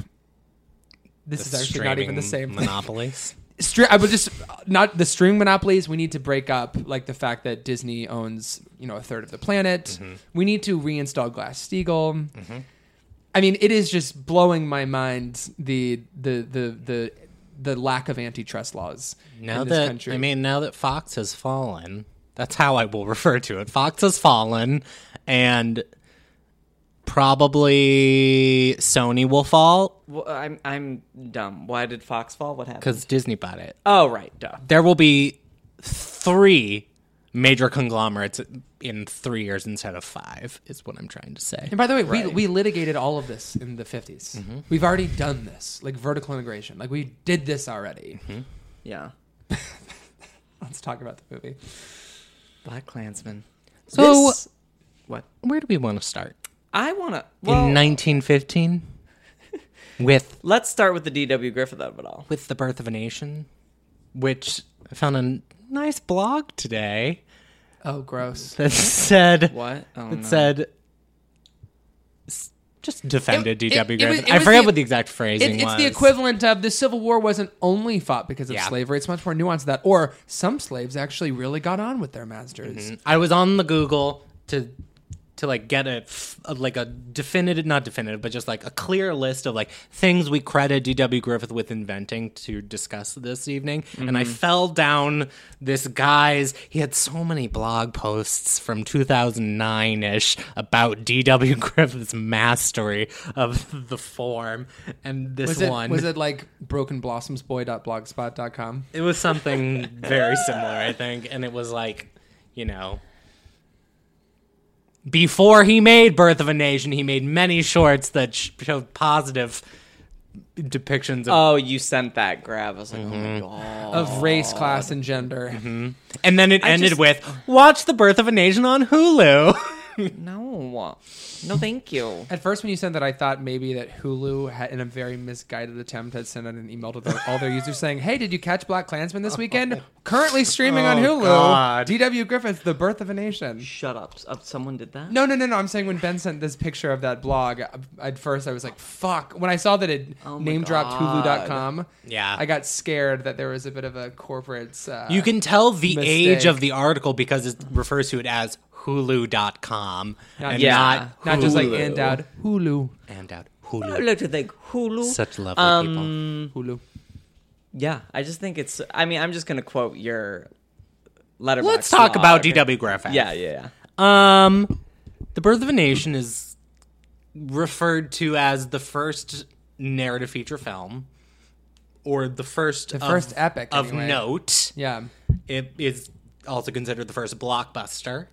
Speaker 3: This is actually not even the
Speaker 1: streaming
Speaker 3: same thing
Speaker 1: monopolies.
Speaker 3: stri- I would just not the string monopolies. We need to break up like the fact that Disney owns you know a third of the planet.
Speaker 1: Mm-hmm.
Speaker 3: We need to reinstall Glass Steagall. I mean, it is just blowing my mind the the the the the lack of antitrust laws
Speaker 1: Now
Speaker 3: in this
Speaker 1: that
Speaker 3: country.
Speaker 1: I mean, now that Fox has fallen, that's how I will refer to it. Fox has fallen, and probably Sony will fall
Speaker 2: Well, I'm I'm dumb. Why did Fox fall? What happened?
Speaker 1: because Disney bought it.
Speaker 2: Oh right, duh.
Speaker 1: There will be three major conglomerates in three years instead of five, is what I'm trying to say.
Speaker 3: And by the way, we, we litigated all of this in the 50s.
Speaker 1: Mm-hmm.
Speaker 3: We've already done this, like vertical integration. Like we did this already.
Speaker 1: Mm-hmm.
Speaker 2: Yeah.
Speaker 3: Let's talk about the movie.
Speaker 2: Black Klansman.
Speaker 1: So-
Speaker 2: This- what?
Speaker 1: Where do we want to start?
Speaker 2: I want to. Well,
Speaker 1: in 1915? with
Speaker 2: let's start with the D.W. Griffith of it all.
Speaker 1: with the birth of a nation, which I found a nice blog today
Speaker 3: Oh, gross.
Speaker 1: that said
Speaker 2: What? Oh,
Speaker 1: that
Speaker 2: no.
Speaker 1: said s- just defended
Speaker 3: It- it-
Speaker 1: D.W.
Speaker 3: it was-
Speaker 1: Griffith.
Speaker 3: it
Speaker 1: I
Speaker 3: was
Speaker 1: forget
Speaker 3: the-
Speaker 1: what the exact phrasing
Speaker 3: It, it's
Speaker 1: was.
Speaker 3: the equivalent of the Civil War wasn't only fought because of
Speaker 1: Yeah.
Speaker 3: slavery. It's much more nuanced than that. Or some slaves actually really got on with their masters.
Speaker 1: I was on the Google to to like get a, f- a- like a definitive not definitive but just like a clear list of like things we credit DW Griffith with inventing to discuss this evening and
Speaker 3: Mm-hmm.
Speaker 1: I fell down this guy's he had so many blog posts from 2009ish about DW Griffith's mastery of the form and this
Speaker 3: Was it,
Speaker 1: one
Speaker 3: was it like brokenblossomsboy.blogspot.com?
Speaker 1: it was something very similar, I think, and it was like, you know, before he made Birth of a Nation, he made many shorts that sh- showed positive depictions of,
Speaker 2: Oh, you sent that grab. I was like, oh my god.
Speaker 3: Of race, class, and gender.
Speaker 1: Mm-hmm. and then it ended
Speaker 2: just-
Speaker 1: with "Watch the Birth of a Nation on Hulu."
Speaker 2: No. No, thank you.
Speaker 3: At first, when you sent that, I thought maybe that Hulu, had, in a very misguided attempt, had sent out an email to their, all their users saying, "Hey, did you catch Black Klansman this weekend? Currently streaming on
Speaker 1: Oh,
Speaker 3: Hulu.
Speaker 1: God.
Speaker 3: D.W. Griffith, The Birth of a Nation."
Speaker 2: Shut up. Uh, Someone did that?
Speaker 3: No, no, no, no. I'm saying when Ben sent this picture of that blog, I- at first I was like, "Fuck!" When I saw that it
Speaker 2: Oh my
Speaker 3: name dropped
Speaker 2: God.
Speaker 3: Hulu.com,
Speaker 1: Yeah.
Speaker 3: I got scared that there was a bit of a corporate. Uh,
Speaker 1: you can tell the age
Speaker 3: Mistake.
Speaker 1: of the article because it refers to it as Hulu.com and
Speaker 2: Yeah.
Speaker 1: not
Speaker 3: not just like
Speaker 2: Hulu.
Speaker 3: hand out Hulu,
Speaker 1: and out
Speaker 2: I
Speaker 1: Hulu.
Speaker 2: like to think Hulu. Um,
Speaker 1: Such lovely people.
Speaker 3: Hulu.
Speaker 2: Yeah, I just think it's. I mean, I'm just gonna quote your letterbox.
Speaker 1: Let's talk about
Speaker 2: blog.
Speaker 1: D.W. Griffith.
Speaker 2: Yeah, yeah, yeah.
Speaker 1: Um, the Birth of a Nation is referred to as the first narrative feature film, or the first the
Speaker 3: first epic,
Speaker 1: of
Speaker 3: anyway.
Speaker 1: note.
Speaker 3: Yeah,
Speaker 1: It is also considered the first blockbuster,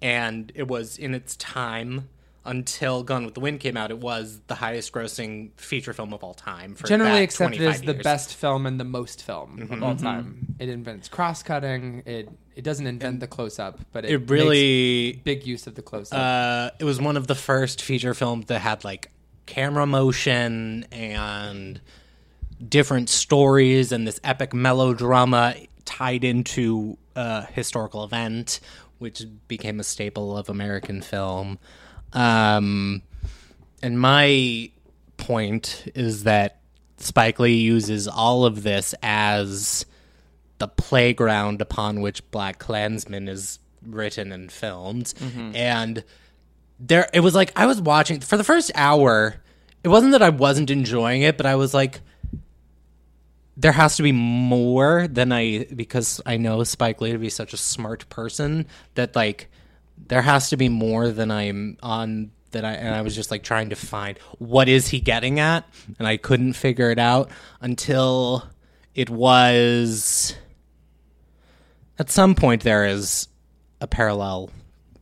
Speaker 1: and it was in its time until Gone with the Wind came out. It was the highest-grossing feature film of all time. For
Speaker 3: generally
Speaker 1: that
Speaker 3: accepted
Speaker 1: 25
Speaker 3: as the
Speaker 1: years. Mm-hmm.
Speaker 3: best film and the most film of all time. It invents cross cutting. It it doesn't invent the close up, but it,
Speaker 1: It
Speaker 3: makes
Speaker 1: really
Speaker 3: big use of the close up.
Speaker 1: uh, it was one of the first feature films that had like camera motion and different stories and this epic melodrama tied into a historical event, which became a staple of American film. Um, and my point is that Spike Lee uses all of this as the playground upon which Black Klansman is written and filmed. And there it was like I was watching for the first hour, it wasn't that I wasn't enjoying it, but I was like there has to be more than I because I know Spike Lee to be such a smart person that like there has to be more than I'm on that I and I was just like trying to find what is he getting at and I couldn't figure it out until it was at some point there is a parallel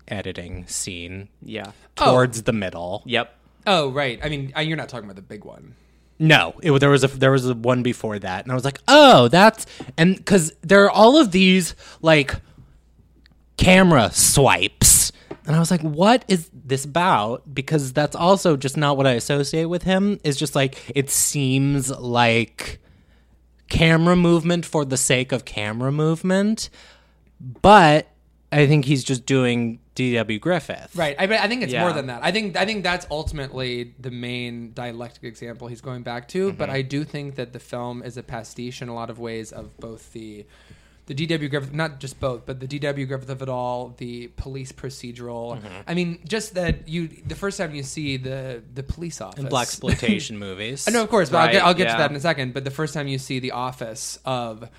Speaker 1: editing scene
Speaker 2: Yeah.
Speaker 1: towards the middle.
Speaker 2: Yep.
Speaker 3: oh right, I mean I, you're not talking about the big one.
Speaker 1: No, it, there was a there was a one before that, and I was like, oh, that's and because there are all of these like camera swipes, and I was like, what is this about? Because that's also just not what I associate with him. Is just like it seems like camera movement for the sake of camera movement, but I think he's just doing D.W. Griffith.
Speaker 3: Right. I, but I think it's more
Speaker 2: Yeah.
Speaker 3: than that. I think I think that's ultimately the main dialectic example he's going back to. But
Speaker 2: Mm-hmm.
Speaker 3: I do think that the film is a pastiche in a lot of ways of both the the D.W. Griffith, not just both, but the D.W. Griffith of it all, the police procedural.
Speaker 2: Mm-hmm.
Speaker 3: I mean, just that you the first time you see the the police office Uh,
Speaker 1: Black exploitation movies.
Speaker 3: no, of course, but I'll get,
Speaker 2: Right,
Speaker 3: I'll get to
Speaker 2: yeah.
Speaker 3: that in a second. But the first time you see the office of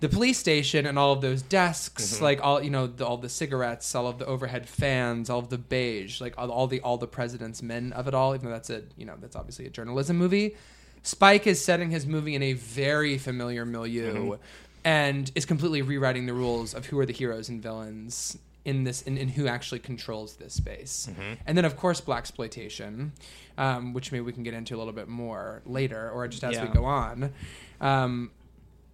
Speaker 3: the police station and all of those desks, like all you know, the, all the cigarettes, all of the overhead fans, all of the beige, like all, all the all the president's men of it all. Even though that's a you know that's obviously a journalism movie, Spike is setting his movie in a very familiar milieu. and is completely rewriting the rules of who are the heroes and villains in this and, and who actually controls this space. And then of course black exploitation, um, which maybe we can get into a little bit more later or just as we
Speaker 1: Yeah.
Speaker 3: go on. Um,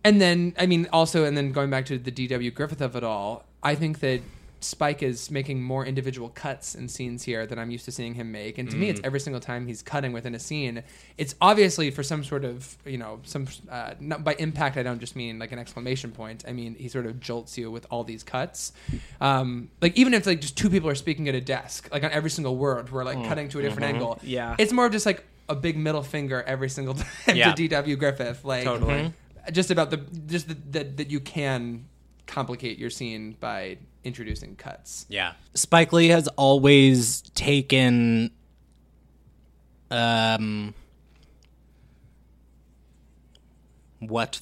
Speaker 3: and then I mean also and then going back to the DW Griffith of it all, I think that Spike is making more individual cuts and scenes here than I'm used to seeing him make. And to me, it's
Speaker 1: Mm.
Speaker 3: every single time he's cutting within a scene. It's obviously for some sort of, you know, some, uh, not by impact, I don't just mean like an exclamation point. I mean, he sort of jolts you with all these cuts. Um, like, even if like just two people are speaking at a desk, like on every single word, we're
Speaker 1: Mm.
Speaker 3: like cutting to a different
Speaker 1: Mm-hmm.
Speaker 3: angle.
Speaker 2: Yeah.
Speaker 3: It's more of just like a big middle finger every single time
Speaker 1: Yeah.
Speaker 3: to DW Griffith. Like,
Speaker 2: Totally. Mhm.
Speaker 3: just about the just the, the, that you can complicate your scene by introducing cuts.
Speaker 1: Yeah. Spike Lee has always taken um what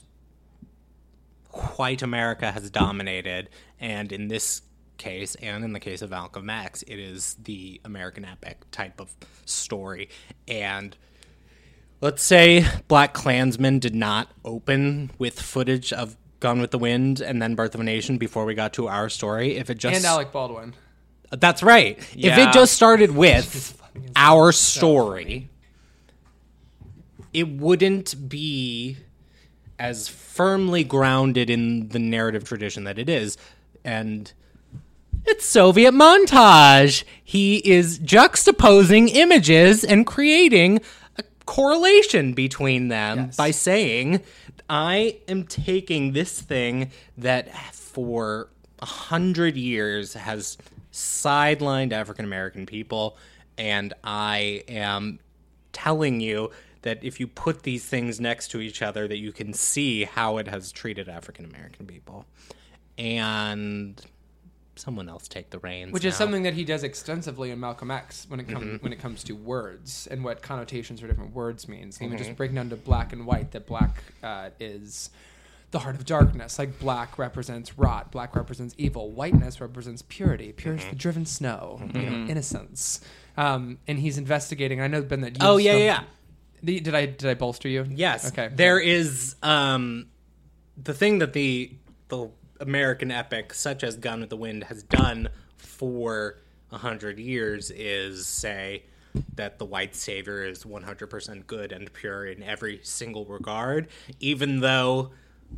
Speaker 1: white America has dominated and in this case and in the case of Malcolm X it is the American epic type of story and Let's say Black Klansman did not open with footage of Gone with the Wind and then Birth of a Nation before we got to our story. If it just
Speaker 3: And oh, Alec Baldwin.
Speaker 1: that's right. If
Speaker 2: Yeah.
Speaker 1: it just started with our story, it wouldn't be as firmly grounded in the narrative tradition that it is. And it's Soviet montage. He is juxtaposing images and creating a correlation between them by saying, I am taking this thing that for a hundred years has sidelined African American people, and I am telling you that if you put these things next to each other that you can see how it has treated African American people. And someone else take the reins.
Speaker 3: which is
Speaker 1: now. Mm-hmm.
Speaker 3: something that he does extensively in Malcolm X when it comes when it comes to words and what connotations for different words means. He would
Speaker 1: Mm-hmm.
Speaker 3: just break down to black and white that black uh, is the heart of darkness, like black represents rot, black represents evil, whiteness represents purity, pure
Speaker 1: Mm-hmm.
Speaker 3: is the driven snow, you know, innocence. Um, and he's investigating. I know Ben that.
Speaker 1: Oh
Speaker 3: you've
Speaker 1: yeah, yeah,
Speaker 3: spoken-
Speaker 1: yeah.
Speaker 3: The, did I did I bolster you?
Speaker 1: Yes.
Speaker 3: Okay.
Speaker 1: There is um the thing that the the American epic such as Gun with the Wind has done for a hundred years is say that the white savior is 100% good and pure in every single regard even though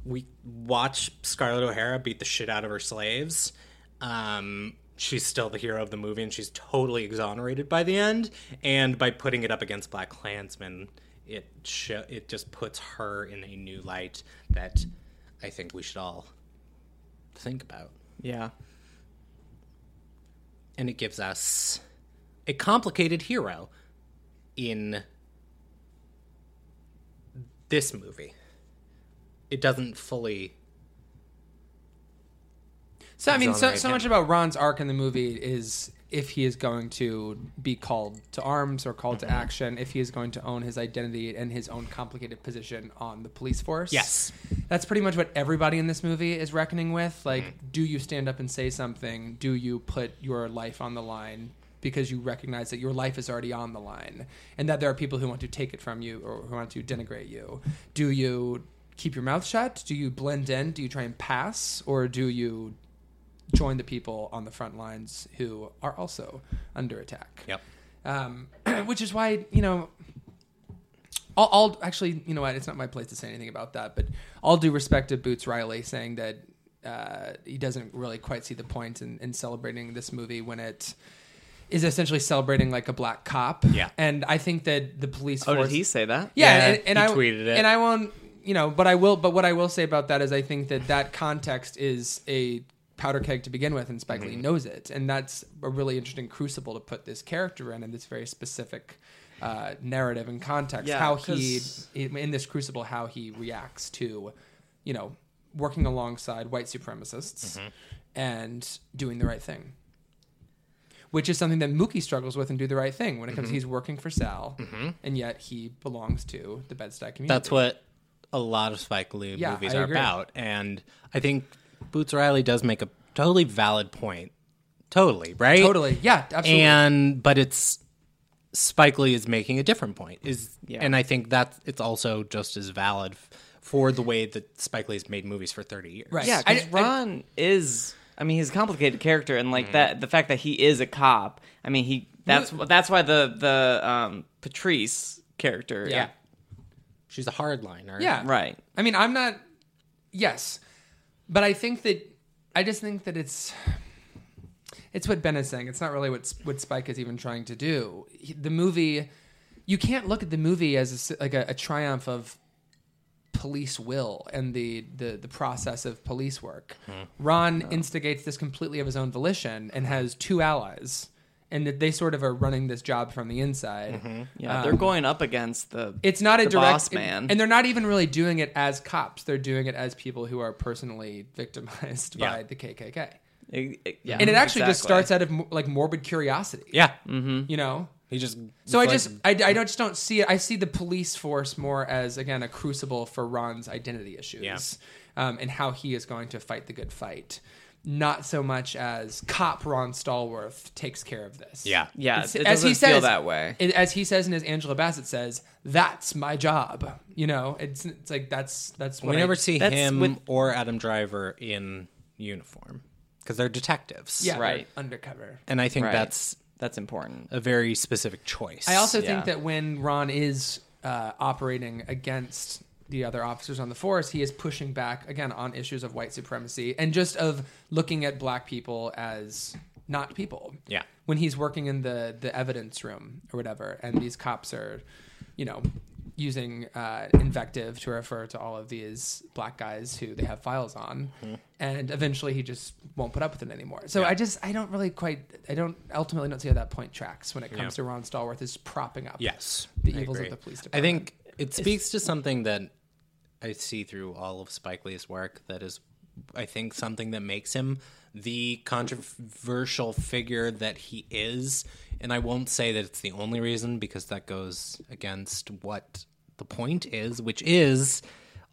Speaker 1: we watch scarlett o'hara beat the shit out of her slaves um, she's still the hero of the movie and she's totally exonerated by the end and by putting it up against black klansman it sho- it just puts her in a new light that i think we should all think about
Speaker 2: Yeah.
Speaker 1: and it gives us a complicated hero in this movie it doesn't fully
Speaker 3: So I mean, so,
Speaker 1: exonerate
Speaker 3: so
Speaker 1: him.
Speaker 3: much about Ron's arc in the movie is if he is going to be called to arms or called to action, if he is going to own his identity and his own complicated position on the police force.
Speaker 1: Yes.
Speaker 3: that's pretty much what everybody in this movie is reckoning with. Like, do you stand up and say something? Do you put your life on the line? Because you recognize that your life is already on the line, and that there are people who want to take it from you or who want to denigrate you. Do you keep your mouth shut? Do you blend in? Do you try and pass, or do you join the people on the front lines who are also under attack.
Speaker 1: yep
Speaker 3: Um, which is why, you know, I'll, I'll actually, you know what, it's not my place to say anything about that, but all due respect to Boots Riley saying that uh, he doesn't really quite see the point in, in celebrating this movie when it is essentially celebrating like a black cop.
Speaker 1: Yeah.
Speaker 3: And I think that the police
Speaker 2: Oh,
Speaker 3: force.
Speaker 2: did he say that?
Speaker 3: Yeah,
Speaker 1: Yeah,
Speaker 3: and, and
Speaker 1: he
Speaker 3: I
Speaker 1: tweeted it.
Speaker 3: and I won't, you know, but I will. But what I will say about that is, I think that that context is a powder keg to begin with, and Spike Lee knows it, and that's a really interesting crucible to put this character in, and this very specific uh, narrative and context.
Speaker 2: Yeah,
Speaker 3: how he
Speaker 2: 'cause-
Speaker 3: in this crucible, how he reacts to, you know, working alongside white supremacists and doing the right thing which is something that Mookie struggles with and do the right thing when it
Speaker 1: Mm-hmm.
Speaker 3: comes. He's working for Sal, and yet he belongs to the Bed-Stuy community.
Speaker 1: That's what a lot of Spike Lee
Speaker 3: Yeah,
Speaker 1: movies
Speaker 3: I
Speaker 1: are
Speaker 3: agree.
Speaker 1: about. And I think Boots Riley does make a totally valid point. Totally, right?
Speaker 3: totally, yeah, absolutely.
Speaker 1: And but it's Spike Lee is making a different point. Is
Speaker 2: Yeah.
Speaker 1: and I think that it's also just as valid f- for the way that Spike Lee's made movies for 30 years.
Speaker 3: Right.
Speaker 2: Yeah,
Speaker 3: I-
Speaker 2: because
Speaker 3: I-
Speaker 2: Ron is. I mean, he's a complicated character, and
Speaker 3: Mm.
Speaker 2: like that, the fact that he is a cop. I mean, he. That's that's why the the um Patrice character.
Speaker 3: Yeah.
Speaker 1: She's a hardliner.
Speaker 3: Yeah.
Speaker 2: Right.
Speaker 3: I mean, I'm not. Yes, but I think that I just think that it's it's what Ben is saying. It's not really what S- what Spike is even trying to do. He- The movie, you can't look at the movie as a s like a, a triumph of police will and the the, the process of police work. Ron instigates this completely of his own volition and has two allies. And that they sort of are running this job from the inside.
Speaker 2: Yeah, they're going up against the.
Speaker 3: Um, It's not a
Speaker 2: the
Speaker 3: direct
Speaker 2: boss man.
Speaker 3: and they're not even really doing it as cops. They're doing it as people who are personally victimized by
Speaker 1: Yeah.
Speaker 3: the KKK.
Speaker 2: It- it- yeah,
Speaker 3: And it actually just
Speaker 2: exactly.
Speaker 3: starts out of mo- like morbid curiosity.
Speaker 1: Yeah.
Speaker 3: you know.
Speaker 1: He just.
Speaker 3: Mm-hmm. So I
Speaker 1: it's like-
Speaker 3: just I, I don't just don't see it. I see the police force more as again a crucible for Ron's identity issues
Speaker 1: Yeah.
Speaker 3: um, and how he is going to fight the good fight. Not so much as cop Ron Stallworth takes care of this.
Speaker 1: Yeah.
Speaker 2: Yeah,
Speaker 3: It's-
Speaker 2: it
Speaker 3: as
Speaker 2: doesn't
Speaker 3: he
Speaker 2: feel
Speaker 3: says
Speaker 2: that way.
Speaker 3: it- as he says and as Angela Bassett says, "That's my job." You know, it's it's like that's that's what
Speaker 1: We
Speaker 3: I-
Speaker 1: never see
Speaker 2: That's
Speaker 1: him
Speaker 2: with-
Speaker 1: or Adam Driver in uniform because they're detectives.
Speaker 3: yeah,
Speaker 2: right.
Speaker 3: undercover.
Speaker 1: And I think
Speaker 2: Right.
Speaker 1: that's
Speaker 2: That's important.
Speaker 1: a very specific choice.
Speaker 3: I also
Speaker 2: Yeah.
Speaker 3: think that when Ron is uh, operating against the other officers on the force, he is pushing back again on issues of white supremacy and just of looking at black people as not people.
Speaker 1: Yeah.
Speaker 3: When he's working in the the evidence room or whatever, and these cops are, you know, using uh, invective to refer to all of these black guys who they have files on, and eventually he just won't put up with it anymore. So I just I don't really quite I don't ultimately don't see how that point tracks when it comes
Speaker 1: Yeah.
Speaker 3: to Ron Stallworth is propping up
Speaker 1: Yes.
Speaker 3: the
Speaker 1: I
Speaker 3: evils
Speaker 1: agree.
Speaker 3: of the police
Speaker 1: I
Speaker 3: department.
Speaker 1: think it speaks to something that I see through all of Spike Lee's work that is, I think, something that makes him the controversial figure that he is. And I won't say that it's the only reason because that goes against what the point is, which is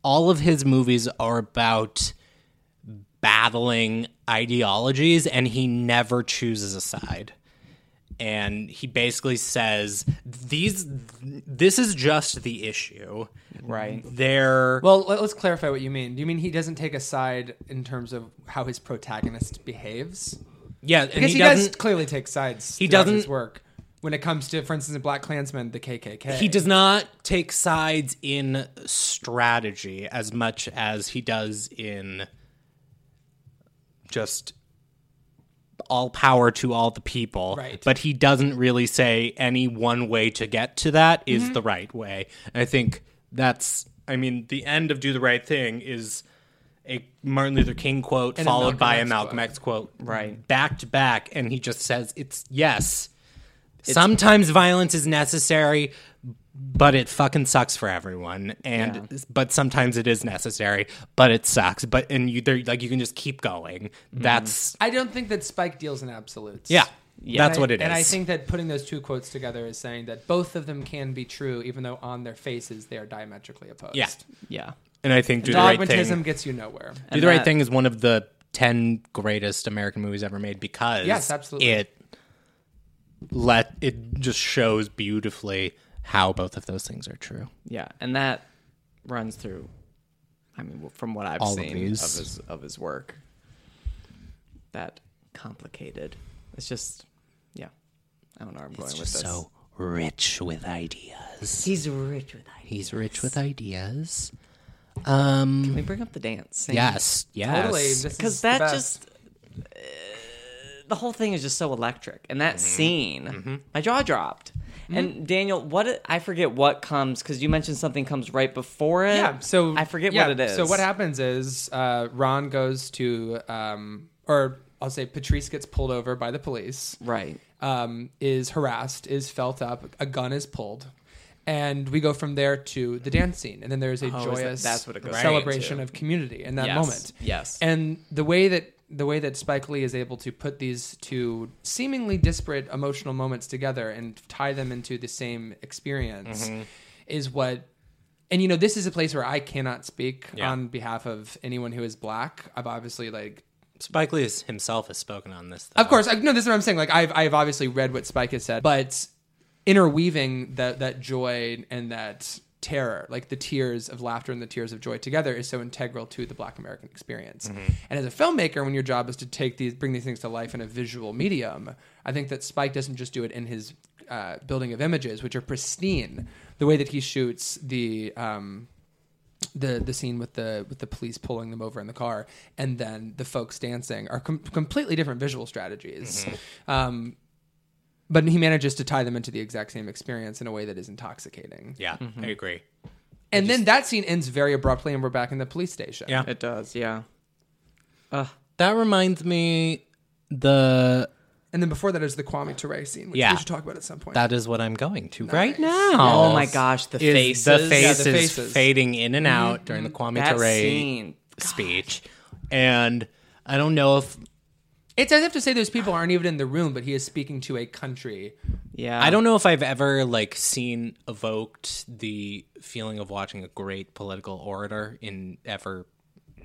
Speaker 1: all of his movies are about battling ideologies and he never chooses a side and he basically says these this is just the issue
Speaker 2: Right.
Speaker 1: they're
Speaker 3: Well, let, us clarify what you mean. Do you mean he doesn't take a side in terms of how his protagonist behaves?
Speaker 1: yeah and
Speaker 3: Because
Speaker 1: he,
Speaker 3: he, does
Speaker 1: doesn't
Speaker 3: clearly take sides.
Speaker 1: He
Speaker 3: throughout
Speaker 1: doesn't-
Speaker 3: his work when it comes to, for instance, in Black Klansman, the KKK.
Speaker 1: he does not take sides in strategy as much as he does in just all power to all the people
Speaker 3: Right.
Speaker 1: but he doesn't really say any one way to get to that is the right way and i think that's i mean the end of do the right thing is a martin luther king quote
Speaker 3: a
Speaker 1: followed by a
Speaker 3: Malcolm X
Speaker 1: malcolm
Speaker 3: quote.
Speaker 1: x quote
Speaker 2: Right.
Speaker 1: back to back and he just says it's yes sometimes violence is necessary but it fucking sucks for everyone and but sometimes it is necessary but it sucks but and you there like you can just keep going
Speaker 3: Mm-hmm.
Speaker 1: that's
Speaker 3: I don't think that Spike deals in absolutes.
Speaker 1: yeah,
Speaker 2: Yeah.
Speaker 1: that's
Speaker 3: And I-
Speaker 1: what it is
Speaker 3: And I think that putting those two quotes together is saying that both of them can be true, even though on their faces they are diametrically opposed.
Speaker 1: yeah
Speaker 2: Yeah.
Speaker 1: and i think do the right
Speaker 3: Dogmatism
Speaker 1: thing
Speaker 3: gets you nowhere.
Speaker 1: do
Speaker 2: And
Speaker 1: the right
Speaker 2: that-
Speaker 1: thing is one of the 10 greatest american movies ever made because
Speaker 3: Yes, absolutely.
Speaker 1: it let it just shows beautifully how both of those things are true
Speaker 2: Yeah, and that runs through. I mean, from what I've
Speaker 1: All of
Speaker 2: seen of,
Speaker 1: these.
Speaker 2: his of his work, that complicated. It's just, yeah. I don't know. Where I'm going with this.
Speaker 1: so rich with ideas
Speaker 2: He's rich with ideas.
Speaker 1: He's rich with ideas. Um.
Speaker 2: Can we bring up the dance?
Speaker 1: Yes. Yes.
Speaker 3: Totally. This is
Speaker 2: because
Speaker 3: the
Speaker 2: that
Speaker 3: best.
Speaker 2: just uh, the whole thing is just so electric and
Speaker 3: Mm-hmm.
Speaker 2: that scene my jaw dropped and daniel what it- i forget what comes because you mentioned something comes right before it
Speaker 3: Yeah. So
Speaker 2: i forget
Speaker 3: yeah,
Speaker 2: what it is
Speaker 3: So what happens is uh, Ron goes to, um, or I'll say Patrice gets pulled over by the police.
Speaker 2: right
Speaker 3: Um, is harassed, is felt up, a gun is pulled, and we go from there to the dance scene, and then there's
Speaker 2: Oh,
Speaker 3: a
Speaker 2: is that-
Speaker 3: joyous
Speaker 2: that's what it goes
Speaker 3: celebration
Speaker 2: into.
Speaker 3: of community in that
Speaker 2: Yes,
Speaker 3: moment.
Speaker 2: yes.
Speaker 3: And the way that the way that Spike Lee is able to put these two seemingly disparate emotional moments together and tie them into the same experience
Speaker 2: Mm-hmm.
Speaker 3: is what and you know this is a place where I cannot speak
Speaker 1: Yeah.
Speaker 3: on behalf of anyone who is black. I've obviously like
Speaker 1: Spike Lee is- himself has spoken on this.
Speaker 3: of course, I, no, this is what I'm saying. Like I've I've obviously read what Spike has said, but interweaving that that joy and that terror, like the tears of laughter and the tears of joy together, is so integral to the Black American experience. And as a filmmaker, when your job is to take these, bring these things to life in a visual medium, I think that Spike doesn't just do it in his uh, building of images, which are pristine. The way that he shoots the um, the the scene with the with the police pulling them over in the car and then the folks dancing are com- completely different visual strategies
Speaker 1: Mm-hmm.
Speaker 3: um but he manages to tie them into the exact same experience in a way that is intoxicating
Speaker 1: Yeah, I agree.
Speaker 3: and then that scene ends very abruptly and we're back in the police station
Speaker 1: Yeah.
Speaker 2: It does, yeah. Ugh.
Speaker 1: That reminds me the
Speaker 3: and then before that is the kwame Ture scene which
Speaker 1: Yeah.
Speaker 3: we should talk about at some point
Speaker 1: that is what I'm going to right now.
Speaker 2: Oh my gosh, the
Speaker 1: Is
Speaker 2: faces. Mm-hmm.
Speaker 1: The face
Speaker 3: Yeah,
Speaker 1: is
Speaker 3: the faces.
Speaker 1: fading in and out during the Kwame
Speaker 2: That
Speaker 1: Ture
Speaker 2: scene.
Speaker 1: speech. And I don't know if
Speaker 3: it's as if to say those people aren't even in the room but he is speaking to a country
Speaker 2: Yeah.
Speaker 1: I don't know if I've ever like seen evoked the feeling of watching a great political orator in ever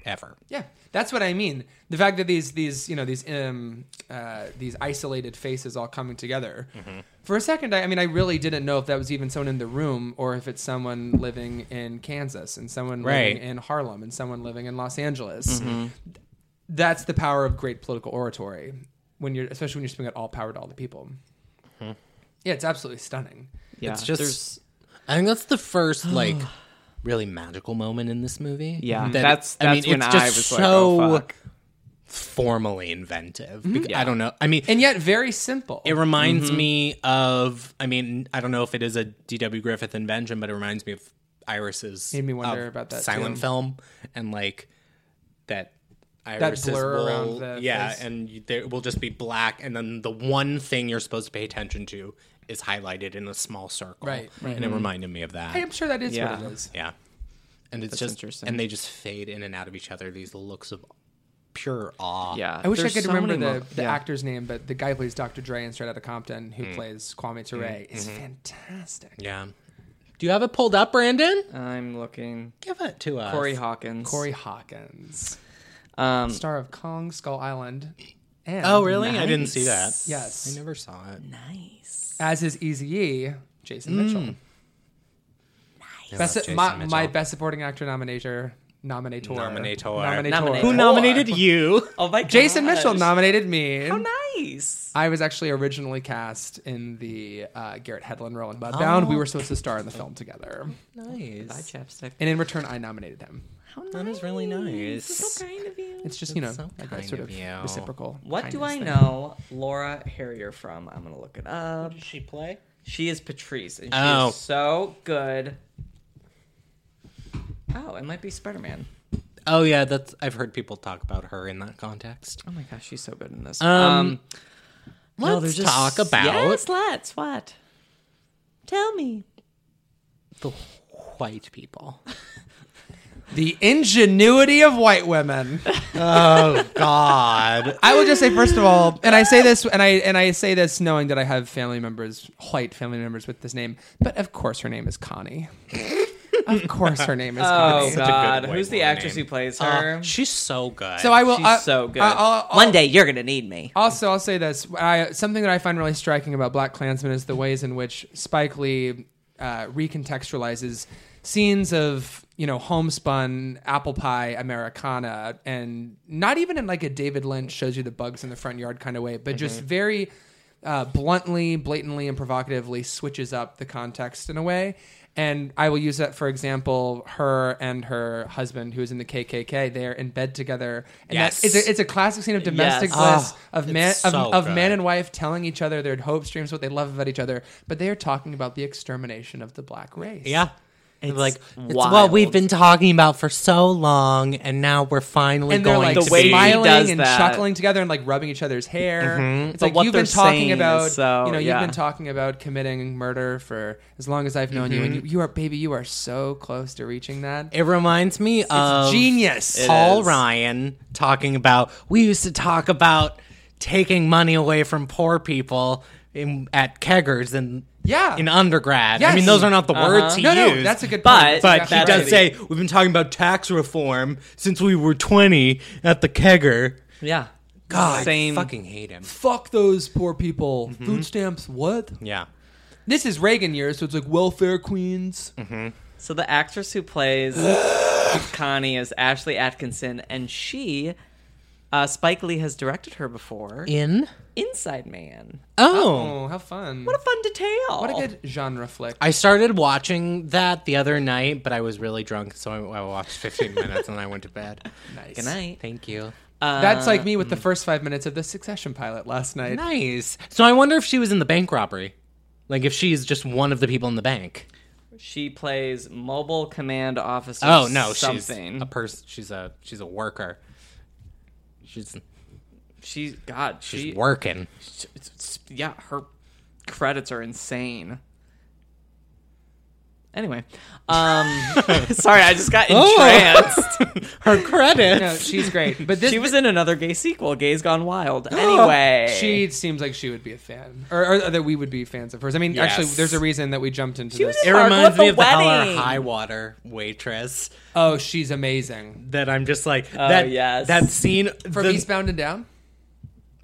Speaker 1: ever.
Speaker 3: Yeah, that's what I mean. The fact that these these you know these um uh, these isolated faces all coming together.
Speaker 1: Mm-hmm.
Speaker 3: For a second, I, I mean, I really didn't know if that was even someone in the room or if it's someone living in Kansas and someone
Speaker 1: Right. Mm-hmm.
Speaker 3: living in Harlem and someone living in Los Angeles. That's the power of great political oratory when you're, especially when you're speaking out all power to all the people.
Speaker 1: Mm-hmm.
Speaker 3: Yeah, it's absolutely stunning.
Speaker 2: Yeah,
Speaker 1: It's just
Speaker 2: there's-
Speaker 1: I think that's the first like really magical moment in this movie.
Speaker 2: Yeah,
Speaker 1: That-
Speaker 2: that's that's
Speaker 1: I mean,
Speaker 2: when
Speaker 1: it's
Speaker 2: I
Speaker 1: just
Speaker 2: was like,
Speaker 1: so
Speaker 2: oh fuck. Mm-hmm.
Speaker 1: formally inventive. Because, I don't know. I mean,
Speaker 3: And yet, very simple.
Speaker 1: It reminds
Speaker 3: Mm-hmm.
Speaker 1: me of, I mean, I don't know if it is a D.W. Griffith invention, but it reminds me of Iris's
Speaker 3: Made me wonder
Speaker 1: of
Speaker 3: about that,
Speaker 1: silent
Speaker 3: too.
Speaker 1: film and like that. Iris's
Speaker 3: blur
Speaker 1: will-
Speaker 3: around the
Speaker 1: yeah,
Speaker 3: face.
Speaker 1: and you, there will just be black, and then the one thing you're supposed to pay attention to is highlighted in a small circle,
Speaker 3: Right, Mm-hmm.
Speaker 1: And it reminded me of that,
Speaker 3: I'm sure that is what
Speaker 2: Yeah.
Speaker 3: it is.
Speaker 1: yeah. And it's just,
Speaker 2: interesting.
Speaker 1: and they just fade in and out of each other. These looks of pure awe.
Speaker 2: Yeah.
Speaker 3: I wish I
Speaker 2: there's
Speaker 3: could
Speaker 2: so
Speaker 3: remember
Speaker 2: many
Speaker 3: the,
Speaker 2: mo-
Speaker 3: the
Speaker 2: yeah. Mm-hmm.
Speaker 3: actor's name, but the guy who plays Dr. Dre in Straight Outta Compton, who plays Kwame Ture, is fantastic.
Speaker 1: yeah. Do you have it pulled up, Brandon?
Speaker 2: I'm looking.
Speaker 1: Give it to us,
Speaker 2: Corey Hawkins.
Speaker 3: Corey Hawkins,
Speaker 2: Um,
Speaker 3: star of Kong Skull Island, and
Speaker 1: Oh, really? I didn't see that.
Speaker 2: Nice.
Speaker 1: I
Speaker 3: Yes,
Speaker 1: never saw it.
Speaker 2: nice.
Speaker 3: as is Easy E, Jason
Speaker 2: Mm.
Speaker 3: Mitchell.
Speaker 1: I
Speaker 3: Best,
Speaker 1: love Jason
Speaker 3: my, my
Speaker 1: Mitchell.
Speaker 3: best supporting actor nominator, nominator,
Speaker 1: Nominator.
Speaker 3: nominator.
Speaker 2: Nominator.
Speaker 1: Who nominated you?
Speaker 2: Oh my
Speaker 3: Jason
Speaker 2: gosh.
Speaker 3: Mitchell nominated me.
Speaker 2: How nice.
Speaker 3: I was actually originally cast in the uh, Garrett Hedlund role in Mudbound.
Speaker 2: Oh.
Speaker 3: We were supposed to star in the film together,
Speaker 2: Bye,
Speaker 1: Nice.
Speaker 2: chapstick.
Speaker 3: and in return, I nominated him.
Speaker 2: How nice.
Speaker 1: That is really nice.
Speaker 2: So kind of you.
Speaker 3: It's just you know
Speaker 1: so
Speaker 3: like a
Speaker 1: kind
Speaker 3: sort
Speaker 1: of
Speaker 3: of,
Speaker 1: you.
Speaker 3: reciprocal.
Speaker 2: What do
Speaker 3: kindness
Speaker 2: I
Speaker 3: thing.
Speaker 2: know Laura Harrier from? I'm gonna look it up.
Speaker 1: Did she play?
Speaker 2: She is Patrice, and she
Speaker 1: Oh.
Speaker 2: is so good. Oh, it might be Spider Man.
Speaker 1: Oh yeah, that's. I've heard people talk about her in that context.
Speaker 2: Oh my gosh, she's so good in this.
Speaker 1: Um, Let's
Speaker 2: they're just-
Speaker 1: talk about
Speaker 2: Yes, let's. What? Tell me.
Speaker 1: the white people.
Speaker 3: The ingenuity of white women.
Speaker 1: Oh God.
Speaker 3: I will just say first of all, and I say this, and I and I say this knowing that I have family members, white family members with this name, but of course her name is Connie. of course her name is
Speaker 2: Oh
Speaker 3: Connie.
Speaker 1: a good
Speaker 2: God,
Speaker 1: white
Speaker 2: who's the
Speaker 1: woman
Speaker 2: actress
Speaker 1: name.
Speaker 2: who plays
Speaker 1: Uh,
Speaker 2: her?
Speaker 1: she's so good.
Speaker 3: So I will.
Speaker 2: she's
Speaker 3: uh,
Speaker 2: so good.
Speaker 3: I- I'll- I'll-
Speaker 2: One day you're gonna need me.
Speaker 3: Also, I'll say this: I, something that I find really striking about Black Klansmen is the ways in which Spike Lee uh, recontextualizes scenes of you know homespun apple pie Americana, and not even in like a David Lynch shows you the bugs in the front yard kind of way, but just very uh, bluntly, blatantly, and provocatively switches up the context in a way. And I will use that for example, her and her husband, who is in the KKK, they're in bed together. And
Speaker 1: Yes.
Speaker 3: that, it's, a, it's a classic scene of domestic
Speaker 2: Yes. Ah,
Speaker 3: bliss, of
Speaker 1: it's
Speaker 3: man
Speaker 1: so
Speaker 3: of, of man
Speaker 1: good.
Speaker 3: and wife telling each other their hopes, dreams, what they love about each other, but they are talking about the extermination of the black race.
Speaker 1: Yeah. It's like it's what
Speaker 2: wild.
Speaker 1: we've been talking about for so long, and now we're finally
Speaker 3: And they're
Speaker 1: going
Speaker 3: like
Speaker 1: to
Speaker 2: The way he
Speaker 1: be.
Speaker 3: smiling
Speaker 2: does
Speaker 3: and
Speaker 2: that. Mm-hmm.
Speaker 3: chuckling together and like rubbing each other's hair. It's
Speaker 2: But
Speaker 3: like
Speaker 2: what
Speaker 3: you've
Speaker 2: they're
Speaker 3: been talking
Speaker 2: saying is
Speaker 3: about,
Speaker 2: so-
Speaker 3: you know, you've
Speaker 2: yeah.
Speaker 3: been talking about committing murder for as long as I've known you, and
Speaker 2: Mm-hmm.
Speaker 3: you, you are, baby, you are so close to reaching that.
Speaker 1: It reminds me of
Speaker 3: Genius.
Speaker 1: Paul
Speaker 2: is.
Speaker 1: Ryan talking about we used to talk about taking money away from poor people in, at keggers and
Speaker 3: Yeah.
Speaker 1: in undergrad. I
Speaker 3: Yes. Uh-huh.
Speaker 1: mean, those are not the words he
Speaker 3: no,
Speaker 1: used.
Speaker 3: no, that's a good point.
Speaker 2: But-
Speaker 3: That's
Speaker 1: but
Speaker 3: exactly
Speaker 1: he
Speaker 3: right.
Speaker 1: does say we've been talking about tax reform since we were twenty at the kegger.
Speaker 2: Yeah.
Speaker 1: God,
Speaker 2: Same.
Speaker 1: I fucking hate him.
Speaker 3: Fuck those poor people.
Speaker 2: Mm-hmm.
Speaker 3: Food stamps, what?
Speaker 1: Yeah,
Speaker 2: Mm-hmm.
Speaker 3: This is Reagan years, so it's like welfare queens.
Speaker 2: So the actress who plays Connie is Ashley Atkinson, and she, uh, Spike Lee has directed her before.
Speaker 1: In?
Speaker 2: Inside Man.
Speaker 1: Oh.
Speaker 3: Oh, how fun!
Speaker 2: What a fun detail.
Speaker 3: What a good genre flick.
Speaker 1: I started watching that the other night, but I was really drunk, so I, I watched 15 minutes and I went to bed.
Speaker 3: nice.
Speaker 2: Good night.
Speaker 1: Thank you.
Speaker 3: That's like me with
Speaker 2: um,
Speaker 3: the first five minutes of the Succession pilot last night.
Speaker 1: Nice. So I wonder if she was in the bank robbery. Like if she's just one of the people in the bank.
Speaker 2: She plays mobile command officer.
Speaker 1: Oh no,
Speaker 2: something.
Speaker 1: she's a person. She's a she's a worker. She's
Speaker 2: She's God.
Speaker 1: she's
Speaker 2: She.
Speaker 1: working.
Speaker 2: she- it's- it's- yeah, her credits are insane. Anyway, um, sorry, I just got
Speaker 1: Oh.
Speaker 2: entranced.
Speaker 1: Her credits.
Speaker 3: No, she's great. But this
Speaker 2: she was in another gay sequel, Gays Gone Wild. Anyway,
Speaker 3: She seems like she would be a fan, or, or that we would be fans of hers. I mean, actually,
Speaker 1: Yes.
Speaker 3: there's a reason that we jumped into
Speaker 2: was
Speaker 3: this.
Speaker 1: it
Speaker 2: Mark,
Speaker 1: reminds
Speaker 2: what
Speaker 1: me
Speaker 2: the
Speaker 1: of the Hell
Speaker 2: wedding?
Speaker 1: or High Water waitress
Speaker 3: oh, she's amazing.
Speaker 1: that I'm just like that.
Speaker 2: Oh, yes.
Speaker 1: that scene.
Speaker 3: From
Speaker 1: the-
Speaker 3: Eastbound and Down,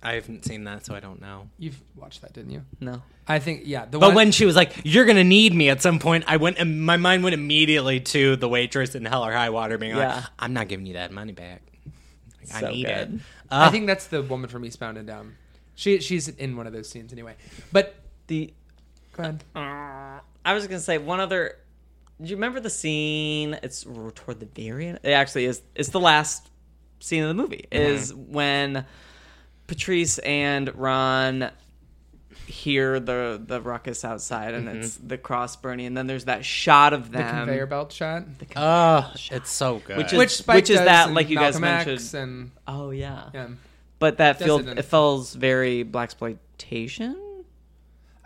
Speaker 1: I haven't seen that, so I don't know.
Speaker 3: you've watched that, didn't you?
Speaker 2: no.
Speaker 3: I think yeah. The
Speaker 1: But
Speaker 3: one,
Speaker 1: when she was like, "You're gonna need me at some point," I went. And my mind went immediately to the waitress in Hell or High Water, being
Speaker 2: Yeah.
Speaker 1: like, "I'm not giving you that money back. Like,
Speaker 2: So
Speaker 1: I need
Speaker 2: good.
Speaker 1: it." Uh,
Speaker 2: uh.
Speaker 3: I think that's the woman from Eastbound and Down. She she's in one of those scenes anyway. But
Speaker 2: The
Speaker 3: go ahead.
Speaker 2: I was gonna say one other. Do you remember the scene? It's r- toward the very end. It actually is. It's the last scene of the movie.
Speaker 3: Mm-hmm.
Speaker 2: Is when Patrice and Ron hear the the ruckus outside, and it's the cross burning, and then there's that shot of
Speaker 3: Mm-hmm. The
Speaker 2: them.
Speaker 3: conveyor belt shot,
Speaker 1: Oh, it's so good.
Speaker 2: um, Which
Speaker 3: which Spike
Speaker 2: which is
Speaker 3: does
Speaker 2: that,
Speaker 3: in
Speaker 2: like you guys
Speaker 3: Malcolm X
Speaker 2: mentioned-
Speaker 3: and
Speaker 2: Oh yeah.
Speaker 3: yeah.
Speaker 2: But that
Speaker 3: Does
Speaker 2: feels
Speaker 3: it in-
Speaker 2: it feels very black exploitation.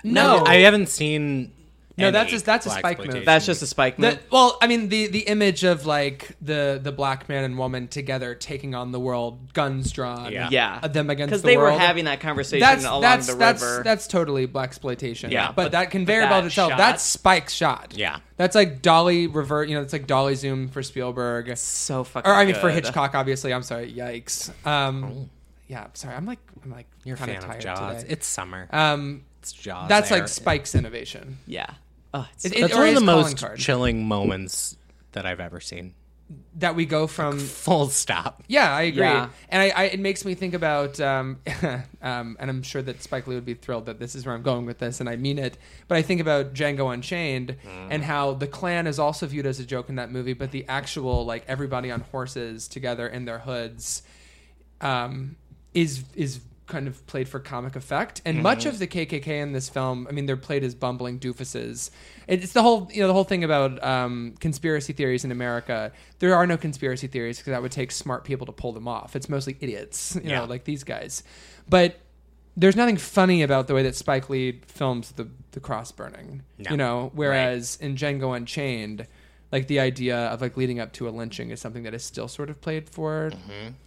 Speaker 1: no,
Speaker 3: No,
Speaker 1: I haven't seen.
Speaker 3: No,
Speaker 1: any
Speaker 3: that's just- that's a Spike
Speaker 1: blaxploitation
Speaker 3: move.
Speaker 2: That's just a Spike
Speaker 3: The-
Speaker 2: movie.
Speaker 3: well, I mean the the image of like the the black man and woman together taking on the world, guns drawn,
Speaker 1: Yeah.
Speaker 2: yeah,
Speaker 3: uh, them against
Speaker 2: because
Speaker 3: the
Speaker 2: they
Speaker 3: world.
Speaker 2: were having that conversation
Speaker 3: that's
Speaker 2: along
Speaker 3: that's
Speaker 2: the
Speaker 3: that's
Speaker 2: river.
Speaker 3: that's totally black exploitation.
Speaker 1: Yeah,
Speaker 3: but,
Speaker 1: but-
Speaker 3: that conveyor
Speaker 2: but
Speaker 3: belt
Speaker 2: that
Speaker 3: itself,
Speaker 2: shot-
Speaker 3: that's Spike's shot.
Speaker 1: Yeah.
Speaker 3: that's like dolly revert. You know, it's like dolly zoom for Spielberg,
Speaker 2: so fucking.
Speaker 3: or I mean for
Speaker 2: good. Oh.
Speaker 3: Hitchcock, obviously. I'm sorry, yikes. Um, yeah, sorry, I'm like I'm like
Speaker 1: You're a
Speaker 3: kinda
Speaker 1: fan of
Speaker 3: tired
Speaker 1: Jaws.
Speaker 3: today.
Speaker 1: It's summer.
Speaker 3: um,
Speaker 1: it's Jaws.
Speaker 3: that's
Speaker 1: air.
Speaker 3: like Spike's innovation.
Speaker 2: Yeah. Oh, it's
Speaker 3: It-
Speaker 1: That's
Speaker 3: or
Speaker 1: one of
Speaker 3: his
Speaker 1: the
Speaker 3: calling
Speaker 1: most
Speaker 3: card.
Speaker 1: chilling moments that I've ever seen.
Speaker 3: That we go from
Speaker 1: Full stop.
Speaker 3: Yeah, I agree.
Speaker 2: Yeah.
Speaker 3: And I, I, it makes me think about, um, um, and I'm sure that Spike Lee would be thrilled that this is where I'm going with this, and I mean it. But I think about Django Unchained and how the Klan is also viewed as a joke in that movie, but the actual like everybody on horses together in their hoods um, is is kind of played for comic effect.
Speaker 1: Mm-hmm.
Speaker 3: And much of the KKK in this film, I mean, they're played as bumbling doofuses. It- It's the whole you know the whole thing about um, conspiracy theories in America. There are no conspiracy theories because that would take smart people to pull them off. It's mostly idiots, you
Speaker 1: Yeah.
Speaker 3: know, like these guys. But there's nothing funny about the way that Spike Lee films the the cross burning.
Speaker 1: No.
Speaker 3: You know, whereas in Django Unchained, like the idea of like leading up to a lynching is something that is still sort of played for,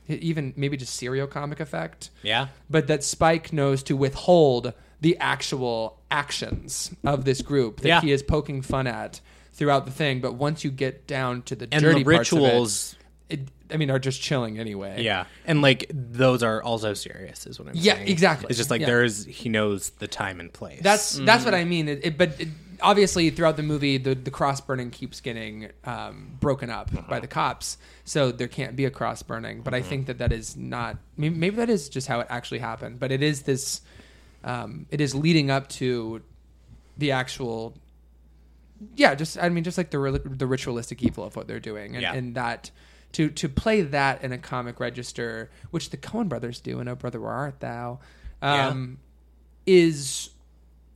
Speaker 3: e- even maybe just serial comic effect.
Speaker 1: Mm-hmm. Yeah.
Speaker 3: But that Spike knows to withhold the actual actions of this group that
Speaker 1: Yeah.
Speaker 3: he is poking fun at throughout the thing. But once you get down to the
Speaker 1: And
Speaker 3: dirty
Speaker 1: the
Speaker 3: parts of it,
Speaker 1: rituals.
Speaker 3: it, I mean, are just chilling anyway.
Speaker 1: Yeah. And like those are also serious is what I'm
Speaker 3: Yeah,
Speaker 1: saying.
Speaker 3: exactly.
Speaker 1: It's just like
Speaker 3: Yeah.
Speaker 1: there is he knows the time and place.
Speaker 3: That's that's what I mean. It, it, but it, obviously, throughout the movie, the, the cross burning keeps getting um, broken up by the cops, so there can't be a cross burning. But I think that that is not. Maybe, maybe that is just how it actually happened. But it is this. Um, it is leading up to the actual. Yeah, just I mean, just like the rel- the ritualistic evil of what they're doing, and,
Speaker 1: Yeah.
Speaker 3: and that. To, to play that in a comic register, which the Coen brothers do in Oh Brother Where Art Thou, um, is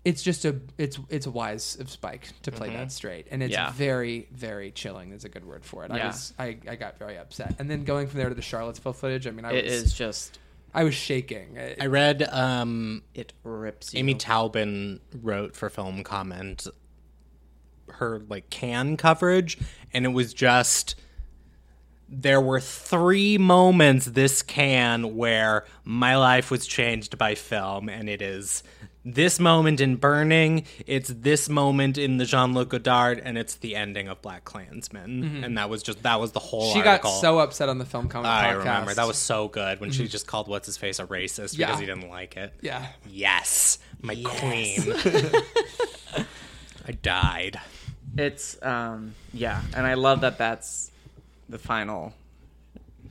Speaker 3: it's just a it's it's wise of Spike to play that straight, and it's
Speaker 2: Yeah.
Speaker 3: very very chilling. Is a good word for it. I
Speaker 2: Yeah.
Speaker 3: was I, I got very upset, and then going from there to the Charlottesville footage. I mean, I
Speaker 2: It
Speaker 3: was
Speaker 2: is just
Speaker 3: I was shaking. I-
Speaker 1: I read um
Speaker 2: it rips you.
Speaker 1: Amy Taubin wrote for Film Comment her like can coverage and it was just there were three moments this can where my life was changed by film and it is this moment in Burning, it's this moment in the Jean-Luc Godard, and it's the ending of Black Klansman. And that was just that was the whole
Speaker 3: Mm-hmm. she
Speaker 1: article.
Speaker 3: got so upset on the film comment
Speaker 1: I
Speaker 3: podcast. Mm-hmm.
Speaker 1: remember that was so good when she just called what's his face a racist
Speaker 3: Yeah.
Speaker 1: because he didn't like it.
Speaker 3: yeah.
Speaker 1: Yes, my queen. I died.
Speaker 2: It's um yeah, and I love that that's the final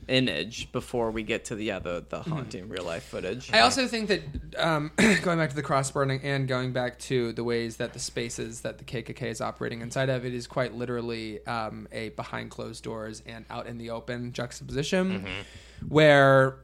Speaker 2: image before we get to the yeah, the, the haunting real life footage.
Speaker 3: I also think that um, going back to the cross burning and going back to the ways that the spaces that the KKK is operating inside of, it is quite literally um, a behind closed doors and out in the open juxtaposition where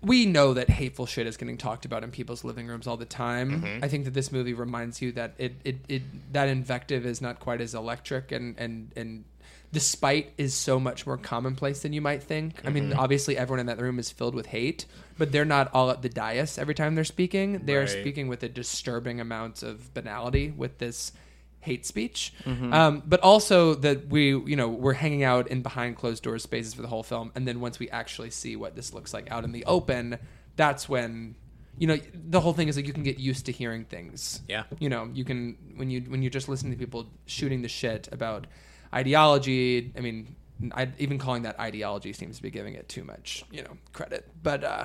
Speaker 3: we know that hateful shit is getting talked about in people's living rooms all the time. I think that this movie reminds you that it, it, it that invective is not quite as electric and and and despite is so much more commonplace than you might think. I mean, obviously everyone in that room is filled with hate, but they're not all at the dais every time they're speaking. They are
Speaker 1: Right.
Speaker 3: speaking with a disturbing amount of banality with this hate speech.
Speaker 1: Mm-hmm.
Speaker 3: Um, but also that we, you know, we're hanging out in behind closed doors spaces for the whole film. And then once we actually see what this looks like out in the open, that's when, you know, the whole thing is like you can get used to hearing things.
Speaker 1: Yeah.
Speaker 3: You know, you can, when you, when you're just listening to people shooting the shit about ideology, I mean, I, even calling that ideology seems to be giving it too much, you know, credit. But, uh,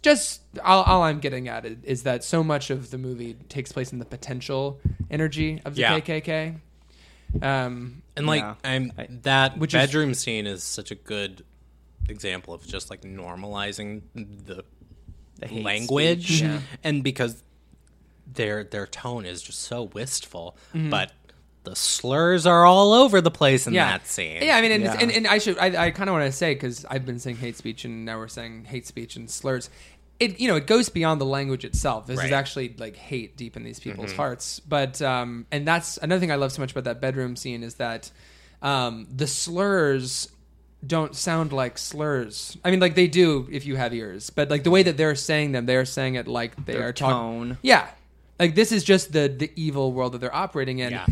Speaker 3: just all, all I'm getting at is, is that so much of the movie takes place in the potential energy of the
Speaker 1: Yeah.
Speaker 3: KKK. Um,
Speaker 1: And like
Speaker 2: Yeah.
Speaker 1: I'm
Speaker 2: I-
Speaker 1: that
Speaker 3: Which is-
Speaker 1: bedroom scene is such a good example of just like normalizing the
Speaker 2: The hate
Speaker 1: language
Speaker 2: speech, yeah.
Speaker 1: and because their their tone is just so wistful but the slurs are all over the place in
Speaker 3: yeah,
Speaker 1: that scene.
Speaker 3: Yeah, I mean, and,
Speaker 2: Yeah.
Speaker 3: and, and I should, I, I kind of want to say because I've been saying hate speech, and now we're saying hate speech and slurs. It you know it goes beyond the language itself. This is
Speaker 1: Right. Mm-hmm.
Speaker 3: actually like hate deep in these people's hearts. But um, and that's another thing I love so much about that bedroom scene is that um, the slurs don't sound like slurs. I mean, like they do if you have ears, but like the way that they're saying them, they're saying it like they
Speaker 2: Their
Speaker 3: are talking.
Speaker 2: tone.
Speaker 3: Yeah. Like this is just the the evil world that they're operating in.
Speaker 1: Yeah.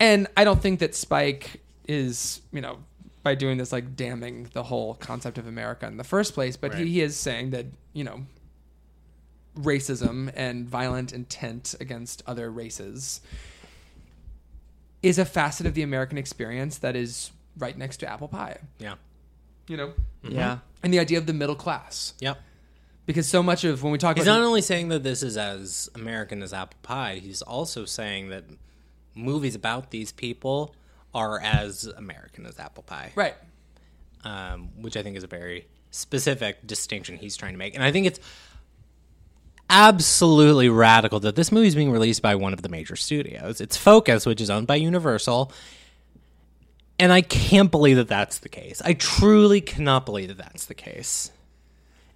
Speaker 3: And I don't think that Spike is, you know, by doing this like damning the whole concept of America in the first place, but
Speaker 1: Right.
Speaker 3: he, he is saying that, you know, racism and violent intent against other races is a facet of the American experience that is right next to apple pie,
Speaker 1: Yeah.
Speaker 3: you know.
Speaker 1: Mm.
Speaker 2: Yeah.
Speaker 3: And the idea of the middle class
Speaker 1: Yep.
Speaker 3: because so much of when we talk
Speaker 1: He's
Speaker 3: about
Speaker 1: not only saying that this is as American as apple pie, he's also saying that movies about these people are as American as apple pie.
Speaker 3: right.
Speaker 1: um, which I think is a very specific distinction he's trying to make. And I think it's absolutely radical that this movie is being released by one of the major studios. It's Focus, which is owned by Universal. And I can't believe that that's the case. I truly cannot believe that that's the case.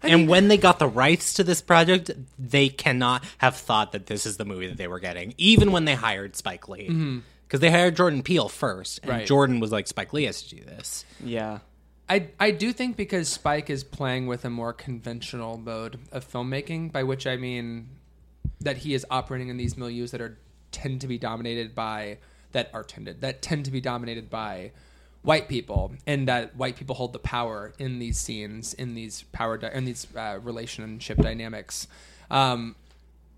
Speaker 1: and when they got the rights to this project, they cannot have thought that this is the movie that they were getting, even when they hired Spike Lee. Because they hired Jordan Peele first, and
Speaker 3: Right.
Speaker 1: Jordan was like, Spike Lee has to do this.
Speaker 2: Yeah.
Speaker 3: I, I do think because Spike is playing with a more conventional mode of filmmaking, by which I mean that he is operating in these milieux that are tend to be dominated by that are tended that tend to be dominated by white people, and that white people hold the power in these scenes, in these power di- in these uh, relationship dynamics. Um,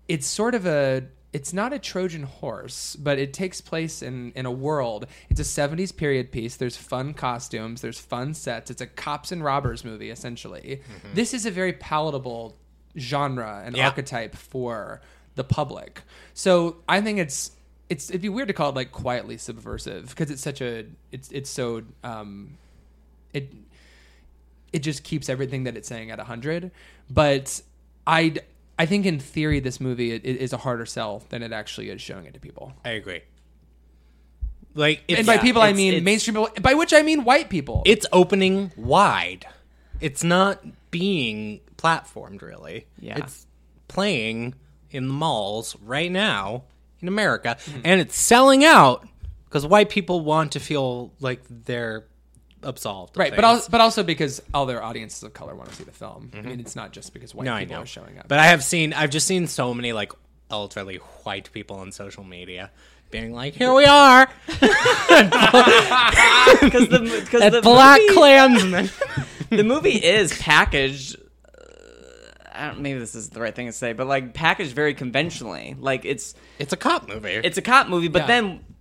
Speaker 3: it's sort of a it's not a Trojan horse, but it takes place in in a world. It's a 70s period piece. There's fun costumes, there's fun sets. It's a cops and robbers movie essentially. This is a very palatable genre and
Speaker 1: Yeah.
Speaker 3: archetype for the public. So, I think it's it's it'd be weird to call it like quietly subversive because it's such a it's it's so um it it just keeps everything that it's saying at 100 but i i think in theory this movie it, it is a harder sell than it actually is showing it to people
Speaker 1: I agree. Like, it's,
Speaker 3: and by
Speaker 2: Yeah,
Speaker 3: people i
Speaker 2: it's-
Speaker 3: mean
Speaker 2: it's-
Speaker 3: mainstream people by which i mean white people
Speaker 1: it's opening wide. It's not being platformed really.
Speaker 2: Yeah.
Speaker 1: It's playing in the malls right now in America, and it's selling out because white people want to feel like they're absolved. of
Speaker 3: right
Speaker 1: things.
Speaker 3: but
Speaker 1: Mm-hmm.
Speaker 3: also, but also because all their audiences of color want to see the film i mean it's not just because white
Speaker 1: no, I
Speaker 3: people
Speaker 1: know.
Speaker 3: are showing up
Speaker 1: But I have seen, I've just seen so many like elderly white people on social media being like, "Here we are
Speaker 2: Because the because
Speaker 1: at
Speaker 2: the
Speaker 1: Black
Speaker 2: movie-
Speaker 1: Klansmen."
Speaker 2: the movie is packaged. uh, I don't, maybe this is the right thing to say, but like packaged very conventionally. Like it's
Speaker 1: it's a cop movie.
Speaker 2: it's a cop movie, but
Speaker 3: Yeah.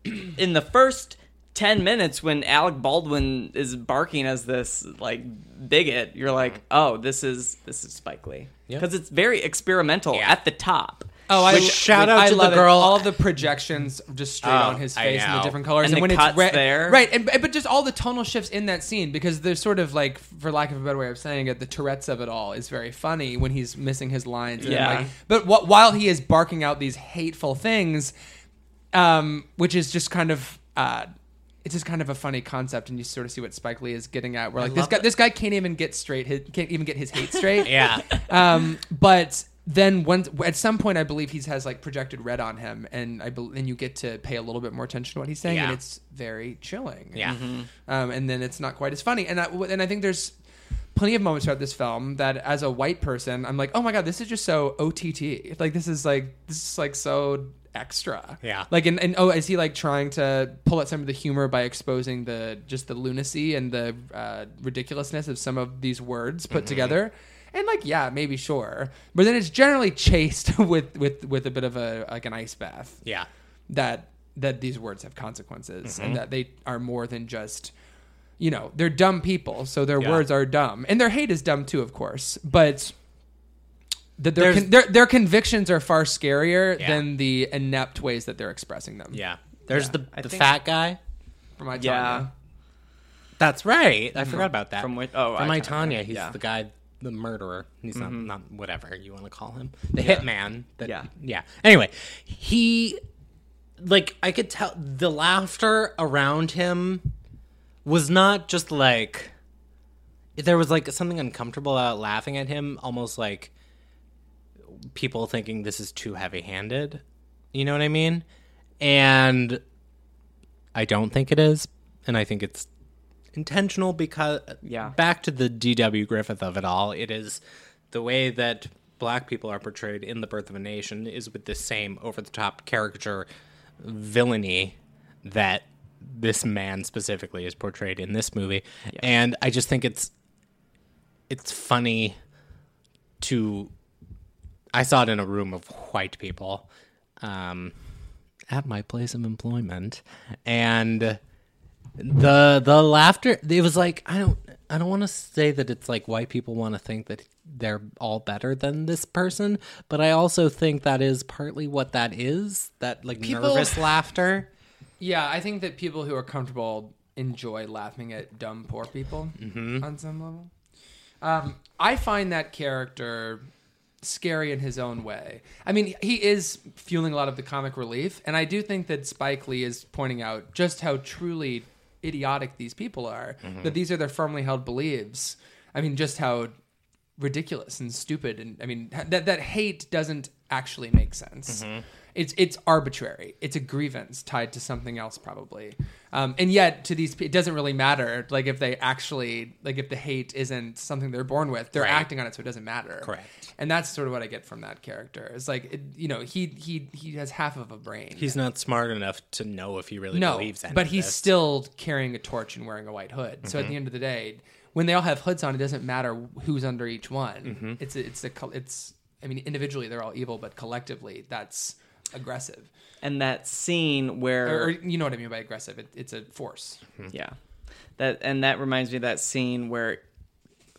Speaker 2: then in the first ten minutes, when Alec Baldwin is barking as this like bigot, you're like, oh, this is this is Spike Lee
Speaker 1: Yeah.
Speaker 2: because it's very experimental
Speaker 1: Yeah.
Speaker 2: at the top.
Speaker 3: Oh, I
Speaker 1: Which shout out
Speaker 3: I
Speaker 1: to the
Speaker 3: love it.
Speaker 1: girl-
Speaker 3: All the projections just straight
Speaker 1: Oh,
Speaker 3: on his
Speaker 1: I
Speaker 3: face and the
Speaker 1: know.
Speaker 3: different colors,
Speaker 2: And the cuts
Speaker 3: red,
Speaker 2: there.
Speaker 3: right? And but just all the tonal shifts in that scene because there's sort of like, for lack of a better way of saying it, the Tourette's of it all is very funny when he's missing his lines. And
Speaker 2: Yeah.
Speaker 3: like, but wh- while he is barking out these hateful things, um, which is just kind of. Uh, it's just kind of a funny concept, and you sort of see what Spike Lee is getting at. Where like this
Speaker 2: love
Speaker 3: guy,
Speaker 2: it.
Speaker 3: this guy can't even get straight, his, can't even get his hate straight.
Speaker 1: Yeah.
Speaker 3: Um, but then once at some point, I believe he has like projected red on him, and I bel and you get to pay a little bit more attention to what he's saying, and
Speaker 1: Yeah.
Speaker 3: it's very chilling.
Speaker 1: Yeah.
Speaker 3: Um, and then it's not quite as funny, and I, and I think there's plenty of moments throughout this film that as a white person, I'm like, oh my god, this is just so OTT. Like this is like this is like so extra.
Speaker 1: Yeah.
Speaker 3: Like and, and oh, is he like trying to pull at some of the humor by exposing the just the lunacy and the uh, ridiculousness of some of these words put together? And like, yeah, maybe sure, but then it's generally chased with with with a bit of a like an ice bath
Speaker 1: Yeah.
Speaker 3: that that these words have consequences and that they are more than just you know they're dumb people so their
Speaker 1: Yeah.
Speaker 3: words are dumb and their hate is dumb too of course but that their,
Speaker 1: There's-
Speaker 3: con- their their convictions are far scarier
Speaker 1: Yeah.
Speaker 3: than the inept ways that they're expressing them
Speaker 1: Yeah. There's
Speaker 3: Yeah,
Speaker 1: the,
Speaker 2: I
Speaker 1: the
Speaker 2: think-
Speaker 1: fat guy.
Speaker 3: from my
Speaker 2: Yeah.
Speaker 3: Tanya.
Speaker 1: That's right. I forgot about that.
Speaker 2: From which- oh,
Speaker 1: from
Speaker 2: I
Speaker 1: I,
Speaker 2: kinda
Speaker 1: Tanya.
Speaker 2: remember,
Speaker 1: He's
Speaker 2: yeah.
Speaker 1: the guy, the murderer. He's not not whatever you want to call him, the hitman. That,
Speaker 2: Yeah.
Speaker 1: yeah. Anyway, he like I could tell the laughter around him was not just like there was like something uncomfortable about laughing at him, almost like people thinking this is too heavy-handed. You know what I mean? And I don't think it is, and I think it's intentional because
Speaker 2: Yeah.
Speaker 1: back to the DW Griffith of it all, it is the way that black people are portrayed in The Birth of a Nation is with the same over the top caricature villainy that this man specifically is portrayed in this movie. And I just think it's it's funny to I saw it in a room of white people um, at my place of employment, and the the laughter. It was like I don't I don't want to say that it's like white people want to think that they're all better than this person, but I also think that is partly what that is that like
Speaker 3: People-
Speaker 1: nervous laughter.
Speaker 3: yeah i think that people who are comfortable enjoy laughing at dumb poor people on some level um, i find that character scary in his own way. I mean, he is fueling a lot of the comic relief, and I do think that Spike Lee is pointing out just how truly idiotic these people are.
Speaker 1: Mm-hmm.
Speaker 3: That these are their firmly held beliefs. I mean, just how ridiculous and stupid and I mean that that hate doesn't actually make sense.
Speaker 1: Mm-hmm.
Speaker 3: It's it's arbitrary. It's a grievance tied to something else probably. Um, and yet to these pe- it doesn't really matter like if they actually like if the hate isn't something they're born with, they're
Speaker 1: Right.
Speaker 3: acting on it so it doesn't matter.
Speaker 1: Correct.
Speaker 3: And that's sort of what I get from that character. It's like it, you know he he he has half of a brain.
Speaker 1: He's not smart enough to know if he really
Speaker 3: no,
Speaker 1: believes any
Speaker 3: but
Speaker 1: of
Speaker 3: he's
Speaker 1: this. Mm-hmm.
Speaker 3: still carrying a torch and wearing a white hood. So at the end of the day, when they all have hoods on, it doesn't matter who's under each one.
Speaker 1: Mm-hmm.
Speaker 3: It's a, it's a col- it's I mean individually they're all evil, but collectively that's aggressive.
Speaker 2: And that scene where
Speaker 3: Or, or you know what I mean by aggressive? It, it's a force.
Speaker 2: Yeah. That and that reminds me of that scene where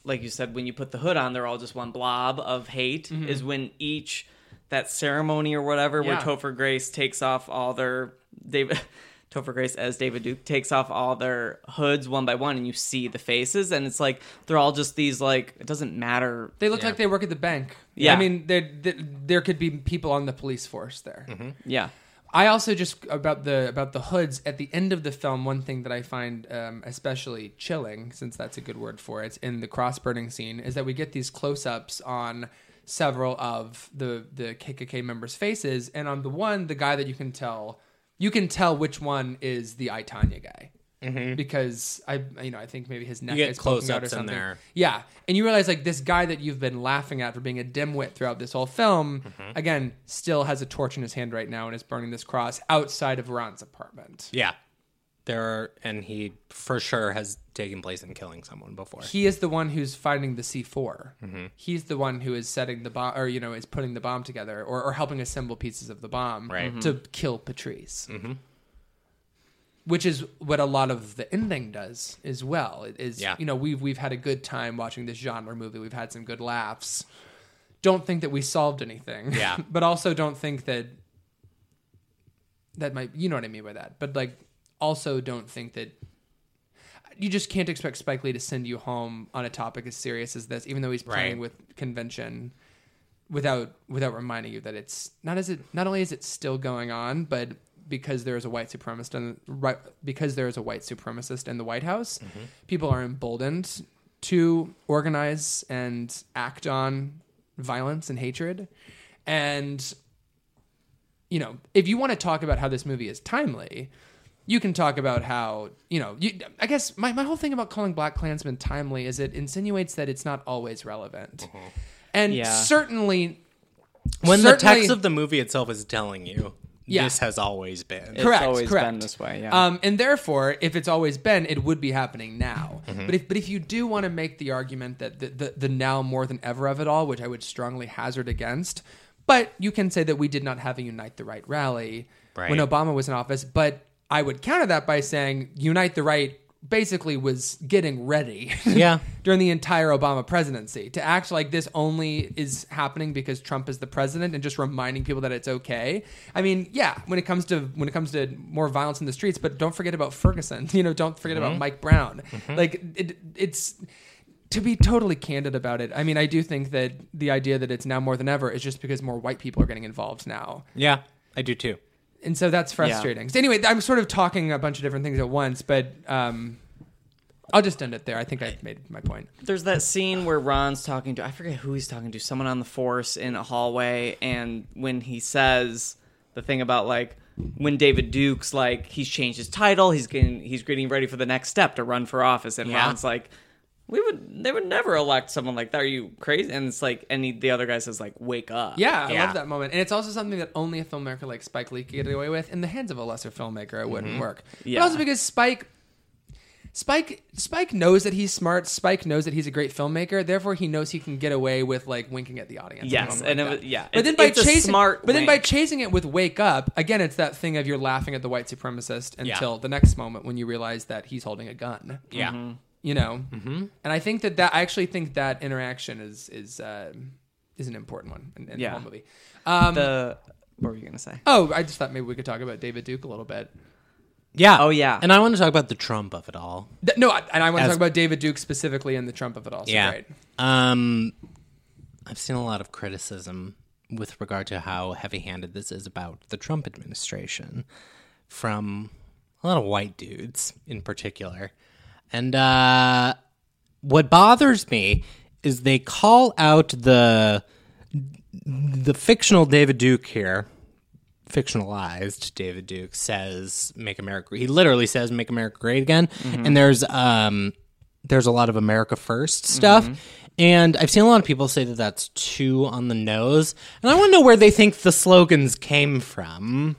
Speaker 2: like you said when you put the hood on they're all just one blob of hate is when each that ceremony or whatever where
Speaker 3: Yeah.
Speaker 2: Topher Grace takes off all their David Topher Grace as David Duke takes off all their hoods one by one and you see the faces and it's like they're all just these like it doesn't matter
Speaker 3: They look like they work at the bank.
Speaker 2: Yeah.
Speaker 3: I mean there there- there could be people on the police force there.
Speaker 1: Mm-hmm.
Speaker 2: yeah
Speaker 3: I also just about the about the hoods at the end of the film. One thing that I find um, especially chilling, since that's a good word for it, in the cross burning scene, is that we get these close ups on several of the the KKK members' faces, and on the one, the guy that you can tell, you can tell which one is the I Tanya guy. Because I, you know, I think maybe his neck
Speaker 1: Mm-hmm. get
Speaker 3: is poking out or
Speaker 1: close-ups in
Speaker 3: something.
Speaker 1: there.
Speaker 3: Yeah, and you realize like this guy that you've been laughing at for being a dimwit throughout this whole film, again, still has a torch in his hand right now and is burning this cross outside of Ron's apartment.
Speaker 1: yeah. There are, and he for sure has taken place in killing someone before.
Speaker 3: He is the one who's finding the C4.
Speaker 1: Mm-hmm.
Speaker 3: He's the one who is setting the bomb, or you know, is putting the bomb together, or, or helping assemble pieces of the bomb
Speaker 1: Right. Mm-hmm.
Speaker 3: to kill Patrice. Which is what a lot of the ending does as well. It is
Speaker 1: Yeah.
Speaker 3: you know we've we've had a good time watching this genre movie. We've had some good laughs. don't think that we solved anything.
Speaker 1: Yeah.
Speaker 3: but also don't think that that might you know what I mean by that. But like also don't think that you just can't expect Spike Lee to send you home on a topic as serious as this, even though he's playing
Speaker 1: Right.
Speaker 3: with convention without without reminding you that it's not as it not only is it still going on, but because there is a white supremacist and right because there is a white supremacist in the White House, people are emboldened to organize and act on violence and hatred. And you know, if you want to talk about how this movie is timely, you can talk about how, you know, you, I guess my, my whole thing about calling Black Klansman timely is it insinuates that it's not always relevant. And
Speaker 2: Yeah.
Speaker 3: certainly,
Speaker 1: When the
Speaker 3: certainly-
Speaker 1: text of the movie itself is telling you,
Speaker 3: Yeah.
Speaker 1: this has always been.
Speaker 2: It's
Speaker 3: Correct,
Speaker 2: always
Speaker 3: correct.
Speaker 2: been this way. Yeah.
Speaker 3: Um, and therefore, if it's always been, it would be happening now. But if but if you do want to make the argument that the, the the now more than ever of it all, which I would strongly hazard against, but you can say that we did not have a unite the right rally when
Speaker 1: Right.
Speaker 3: Obama was in office. But I would counter that by saying unite the right basically was getting ready.
Speaker 1: yeah.
Speaker 3: during the entire Obama presidency. To act like this only is happening because Trump is the president and just reminding people that it's okay. I mean, yeah, when it comes to when it comes to more violence in the streets, but don't forget about Ferguson. You know, don't forget about Mike Brown. Like it, it's to be totally candid about it. I mean, I do think that the idea that it's now more than ever is just because more white people are getting involved now.
Speaker 1: Yeah. I do too.
Speaker 3: And so that's frustrating. So anyway, I'm sort of talking a bunch of different things at once, but um I'll just end it there. I think I've made my point.
Speaker 2: There's that scene where Ron's talking to I forget who he's talking to, someone on the force in a hallway, and when he says the thing about like when David Duke's like he's changed his title, he's getting he's getting ready for the next step to run for office, and
Speaker 1: Yeah.
Speaker 2: Ron's like, we would they would never elect someone like that. Are you crazy? And it's like, and he, the other guy says like, wake up.
Speaker 3: Yeah, I
Speaker 1: Yeah.
Speaker 3: love that moment. And it's also something that only a filmmaker like Spike Lee could get away with. In the hands of a lesser filmmaker, it wouldn't work.
Speaker 2: Mm-hmm. Yeah.
Speaker 3: But also because Spike Spike Spike knows that he's smart. Spike knows that he's a great filmmaker. Therefore, he knows he can get away with like winking at the audience. or
Speaker 2: Yes,
Speaker 3: something
Speaker 2: and
Speaker 3: like
Speaker 2: it
Speaker 3: that.
Speaker 2: was- yeah,
Speaker 3: But
Speaker 2: it's-
Speaker 3: then by
Speaker 2: it's a
Speaker 3: chasing,
Speaker 2: smart
Speaker 3: but then by
Speaker 2: wink.
Speaker 3: chasing it with "wake up" again, it's that thing of you're laughing at the white supremacist until the next moment when you realize that he's holding a gun
Speaker 1: Yeah.
Speaker 3: you know mm-hmm. and i think that that i actually think that interaction is is uh, is an important one in, in
Speaker 2: Yeah.
Speaker 3: the whole movie um
Speaker 2: The what were you gonna say?
Speaker 3: oh i just thought maybe we could talk about david duke a little bit
Speaker 1: Yeah.
Speaker 2: Oh, yeah.
Speaker 1: And I want to talk about the Trump of it all.
Speaker 3: Th- no I, and i want to
Speaker 1: As-
Speaker 3: talk about david duke specifically and the trump of it all so right
Speaker 1: Um, I've seen a lot of criticism with regard to how heavy-handed this is about the Trump administration from a lot of white dudes in particular. And uh, what bothers me is they call out the the fictional David Duke here, fictionalized David Duke says "Make America." He literally says "Make America Great Again,"
Speaker 3: Mm-hmm.
Speaker 1: and there's um there's a lot of America First stuff.
Speaker 3: Mm-hmm.
Speaker 1: And I've seen a lot of people say that that's too on the nose, and I want to know where they think the slogans came from.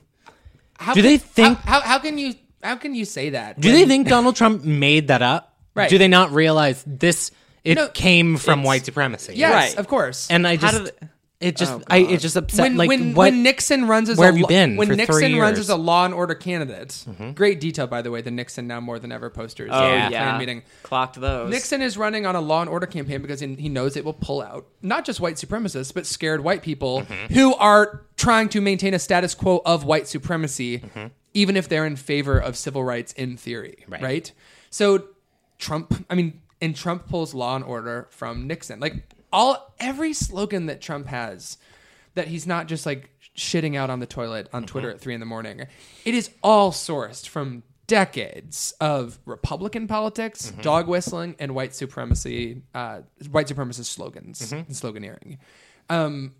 Speaker 3: how,
Speaker 1: Do they think-
Speaker 3: how, how, how can you how can you say that
Speaker 1: Do they think Donald Trump made that up?
Speaker 3: Right.
Speaker 1: Do they not realize this? It
Speaker 3: No,
Speaker 1: came from white supremacy.
Speaker 3: yes
Speaker 2: Right.
Speaker 3: of course
Speaker 1: and I
Speaker 2: How
Speaker 1: just
Speaker 2: do
Speaker 1: it just I it just upset
Speaker 3: oh, when,
Speaker 1: like
Speaker 3: when,
Speaker 1: what
Speaker 3: when Nixon runs as
Speaker 1: where
Speaker 3: a
Speaker 1: have you
Speaker 3: lo-
Speaker 1: been
Speaker 3: when
Speaker 1: for
Speaker 3: Nixon
Speaker 1: three
Speaker 3: runs
Speaker 1: years? Mm-hmm.
Speaker 3: as a law and order candidate. Great detail, by the way. The Nixon now more than ever posters. Oh
Speaker 2: yeah.
Speaker 3: meeting.
Speaker 2: Clocked those.
Speaker 3: Nixon is running on a law and order campaign because he he knows it will pull out not just white supremacists, but scared white people who are trying to maintain a status quo of white supremacy, even if they're in favor of civil rights in theory. Mm-hmm. Right. So, Trump, I mean, and Trump pulls law and order from Nixon. Like, all, every slogan that Trump has that he's not just like shitting out on the toilet on Twitter at three in the morning. It is all sourced from decades of Republican politics, dog whistling, and white supremacy, uh, white supremacist slogans and sloganeering. Um,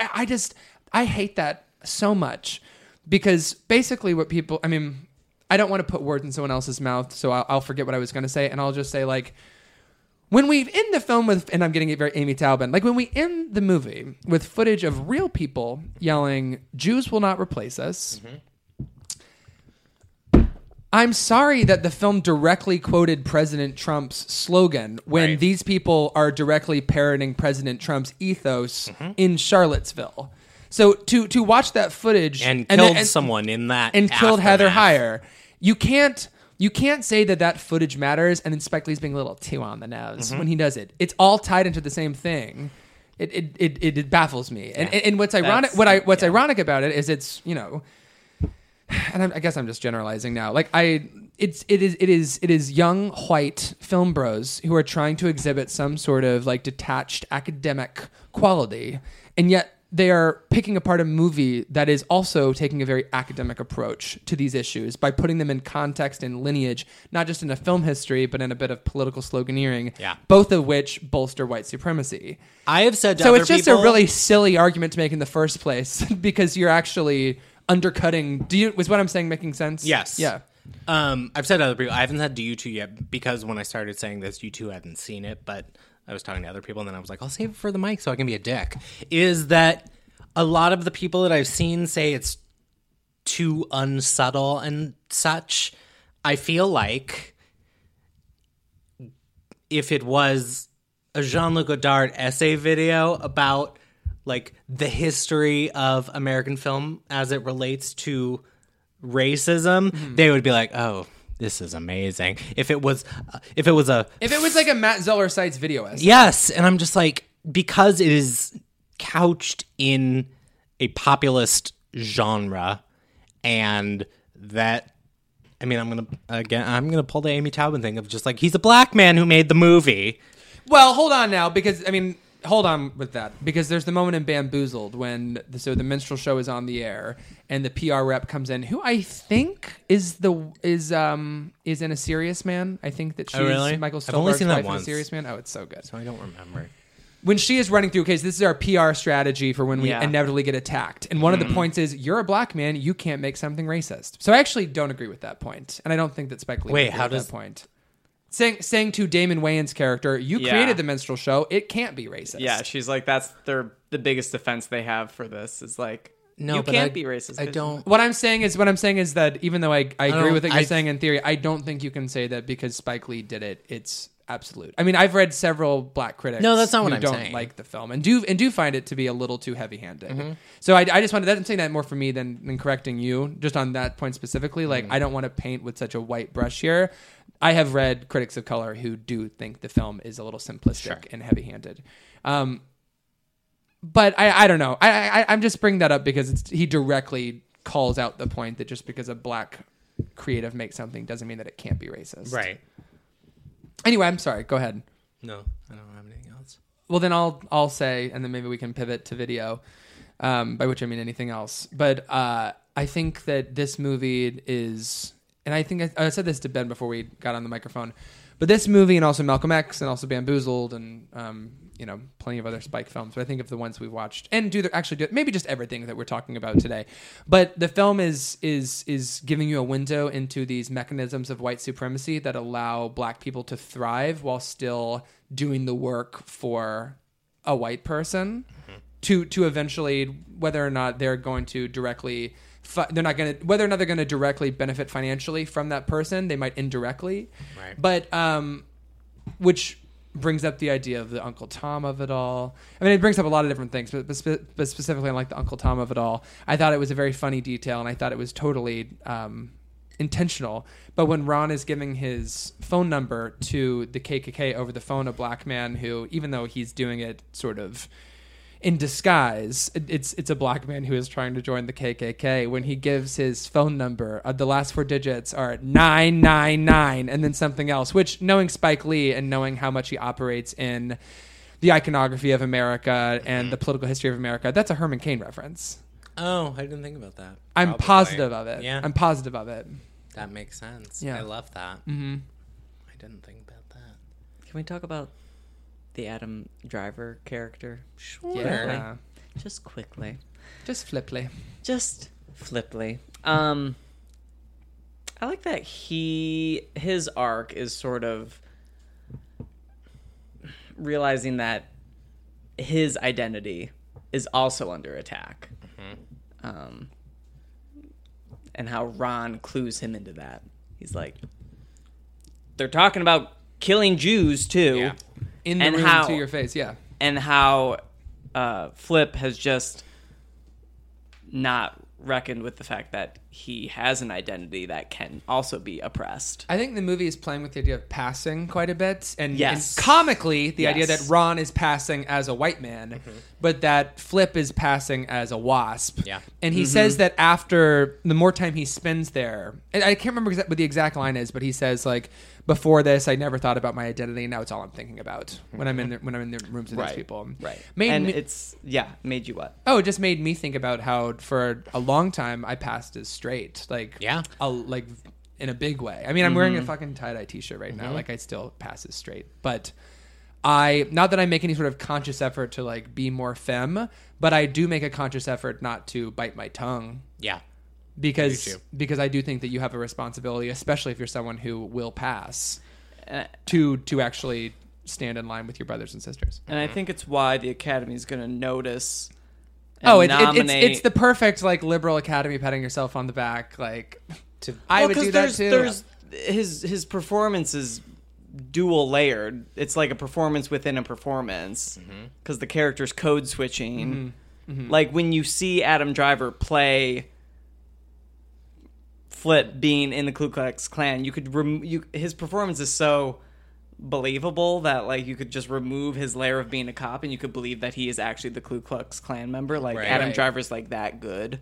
Speaker 3: I, I just I hate that so much because basically what people I mean I don't want to put words in someone else's mouth, so I'll, I'll forget what I was going to say, and I'll just say like when we end the film with, and I'm getting it very Amy Taubman, like when we end the movie with footage of real people yelling, Jews will not replace us.
Speaker 1: Mm-hmm.
Speaker 3: I'm sorry that the film directly quoted President Trump's slogan when
Speaker 1: Right.
Speaker 3: these people are directly parroting President Trump's ethos
Speaker 1: Mm-hmm.
Speaker 3: in Charlottesville. So to to watch that footage
Speaker 1: and
Speaker 3: then-
Speaker 1: killed someone in that
Speaker 3: and killed Heather
Speaker 1: aftermath.
Speaker 3: Heyer. You can't you can't say that that footage
Speaker 2: Mm-hmm.
Speaker 3: matters and then Spike Lee's being a little too on the nose when he does it. It's all tied into the same thing. it it, it, it, it baffles me. And,
Speaker 2: Yeah.
Speaker 3: and what's ironic
Speaker 2: That's-
Speaker 3: what I what's
Speaker 2: yeah.
Speaker 3: ironic about it is it's you know, and I'm, I guess I'm just generalizing now. Like I. It's it is it is it is young white film bros who are trying to exhibit some sort of like detached academic quality, and yet they are picking apart a movie that is also taking a very academic approach to these issues by putting them in context and lineage, not just in a film history but in a bit of political sloganeering.
Speaker 1: Yeah.
Speaker 3: both of which bolster white supremacy
Speaker 1: I have said to
Speaker 3: so
Speaker 1: other
Speaker 3: it's just
Speaker 1: people,
Speaker 3: a really silly argument to make in the first place because you're actually undercutting do you was what i'm saying making sense
Speaker 1: Yes.
Speaker 3: yeah
Speaker 1: Um, I've said to other people. I haven't said to you two yet because when I started saying this, you two hadn't seen it. But I was talking to other people, and then I was like, I'll save it for the mic so I can be a dick. Is that a lot of the people that I've seen say it's too unsubtle and such? I feel like if it was a Jean-Luc Godard essay video about like the history of American film as it relates to racism, they would be like, "Oh, this is amazing." If it was if it was a
Speaker 3: if it was like a matt zeller sites video essay
Speaker 1: yes, and I'm just like because it is couched in a populist genre and that I mean, I'm going to again I'm going to pull the Amy Taubman thing of just like he's a black man who made the movie.
Speaker 3: well hold on now because i mean hold on with that because there's the moment in bamboozled when the, so the minstrel show is on the air and the pr rep comes in who i think is the is um is in a serious man i think that she's
Speaker 1: Oh, really?
Speaker 3: michael
Speaker 1: I've only
Speaker 3: Stolberg's
Speaker 1: seen that
Speaker 3: wife in a
Speaker 1: once.
Speaker 3: serious man oh it's so good
Speaker 1: I don't remember.
Speaker 3: when she is running through, okay, so this is our PR strategy for when we
Speaker 2: Yeah.
Speaker 3: inevitably get attacked. And one of the points is, you're a black man, you can't make something racist. So I actually don't agree with that point, and I don't think that Spike Lee.
Speaker 1: Wait,
Speaker 3: would agree
Speaker 1: how
Speaker 3: with
Speaker 1: does-
Speaker 3: that point? Saying, saying to Damon Wayans' character, you
Speaker 2: Yeah.
Speaker 3: created the minstrel show, it can't be racist.
Speaker 2: Yeah, she's like that's their the biggest defense they have for this is like
Speaker 1: No,
Speaker 2: you
Speaker 1: but
Speaker 2: can't
Speaker 1: I-
Speaker 2: be racist.
Speaker 1: I
Speaker 2: 'cause-
Speaker 1: don't
Speaker 3: What I'm saying is, what I'm saying is that even though I, I agree
Speaker 1: don't-
Speaker 3: with what you're
Speaker 1: I-
Speaker 3: saying in theory, I don't think you can say that because Spike Lee did it. It's absolute. I mean, I've read several black critics.
Speaker 1: No, that's not what
Speaker 3: who
Speaker 1: I'm
Speaker 3: don't
Speaker 1: saying. Mm-hmm.
Speaker 3: Like the film and do and do find it to be a little too heavy-handed. So I, I just wanted. That, I'm saying that more for me than than correcting you. Just on that point specifically, like
Speaker 1: Mm-hmm.
Speaker 3: I don't want to paint with such a white brush here. I have read critics of color who do think the film is a little simplistic and heavy-handed. Um, but I, I don't know. I, I I'm just bringing that up because it's, he directly calls out the point that just because a black creative makes something doesn't mean that it can't be racist.
Speaker 1: Right.
Speaker 3: Anyway, I'm sorry. Go ahead.
Speaker 1: No, I don't have anything else.
Speaker 3: Well, then I'll I'll say, and then maybe we can pivot to video, um, by which I mean anything else. But uh, I think that this movie is, and I think I, I said this to Ben before we got on the microphone, but this movie and also Malcolm X and also Bamboozled and um, you know plenty of other Spike films. But I think of the ones we've watched and do the, actually do maybe just everything that we're talking about today. But the film is is is giving you a window into these mechanisms of white supremacy that allow black people to thrive while still doing the work for a white person to to eventually whether or not they're going to directly fi- they're not going to whether or not they're going to directly benefit financially from that person they might indirectly
Speaker 1: Right.
Speaker 3: but um which brings up the idea of the Uncle Tom of it all. I mean, it brings up a lot of different things, but, but, spe- but specifically, like the Uncle Tom of it all, I thought it was a very funny detail, and I thought it was totally um, intentional. But when Ron is giving his phone number to the KKK over the phone, a black man who, even though he's doing it sort of in disguise. It- It's it's a black man who is trying to join the KKK. When he gives his phone number, uh, the last four digits are nine nine nine, and then something else. Which, knowing Spike Lee and knowing how much he operates in the iconography of America and the
Speaker 1: Mm-hmm.
Speaker 3: political history of America, that's a Herman Cain reference.
Speaker 1: Oh, I didn't think about that.
Speaker 3: I'm
Speaker 1: Probably.
Speaker 3: positive of it.
Speaker 1: Yeah.
Speaker 3: I'm positive of it.
Speaker 1: That makes sense.
Speaker 3: Yeah.
Speaker 1: I love that. Mm-hmm. I didn't think about that.
Speaker 2: Can we talk about the Adam Driver character? Sure.
Speaker 3: Yeah.
Speaker 2: Just quickly.
Speaker 3: Just flipply.
Speaker 2: Just flipply. Um I like that he his arc is sort of realizing that his identity is also under attack. Um and how Ron clues him into that. He's like they're talking about killing Jews too
Speaker 1: Yeah.
Speaker 3: In the
Speaker 2: And
Speaker 3: room
Speaker 2: how-
Speaker 3: to your face, yeah.
Speaker 2: and how uh, Flip has just not reckoned with the fact that he has an identity that can also be oppressed.
Speaker 3: I think the movie is playing with the idea of passing quite a bit, and,
Speaker 2: Yes.
Speaker 3: and comically, the idea
Speaker 2: Yes. Mm-hmm.
Speaker 3: that Ron is passing as a white man, but that Flip is passing as a wasp.
Speaker 1: Yeah.
Speaker 3: and
Speaker 2: Mm-hmm.
Speaker 3: he says that after the more time he spends there, and I can't remember exa- what the exact line is, but he says like, "Before this, I never thought about my identity. Now it's all I'm thinking about when I'm in the, when I'm in the rooms with
Speaker 2: Right.
Speaker 3: these people."
Speaker 2: Right.
Speaker 3: Made
Speaker 2: and
Speaker 3: me-
Speaker 2: it's yeah, made you what?
Speaker 3: Oh, it just made me think about how for a long time I passed as straight, like
Speaker 1: Yeah. Mm-hmm.
Speaker 3: a, like in a big way. I mean, I'm wearing a fucking tie dye T-shirt right now, like I still pass as straight, but I not that I make any sort of conscious effort to like be more femme, but I do make a conscious effort not to bite my tongue
Speaker 1: Yeah.
Speaker 3: because
Speaker 1: too.
Speaker 3: because I do think that you have a responsibility, especially if you're someone who will pass,
Speaker 2: Uh,
Speaker 3: to to actually stand in line with your brothers and sisters.
Speaker 2: And I think it's why the Academy is going to notice. and
Speaker 3: Oh, it, it, it's
Speaker 2: nominate-
Speaker 3: it's the perfect like liberal academy patting yoururself on the back. Like,
Speaker 1: To-
Speaker 3: I
Speaker 2: Well,
Speaker 3: would
Speaker 2: 'cause
Speaker 3: do that
Speaker 2: there's,
Speaker 3: too.
Speaker 2: There's his his performance is dual layered. It's like a performance within a performance because the character's code switching.
Speaker 3: Mm-hmm.
Speaker 2: Like when you see Adam Driver play Flip being in the Ku Klux Klan, you could rem- you his performance is so believable that like you could just remove his layer of being a cop and you could believe that he is actually the Ku Klux Klan member. Like
Speaker 1: Right.
Speaker 2: Adam
Speaker 3: Right.
Speaker 2: Driver's like that good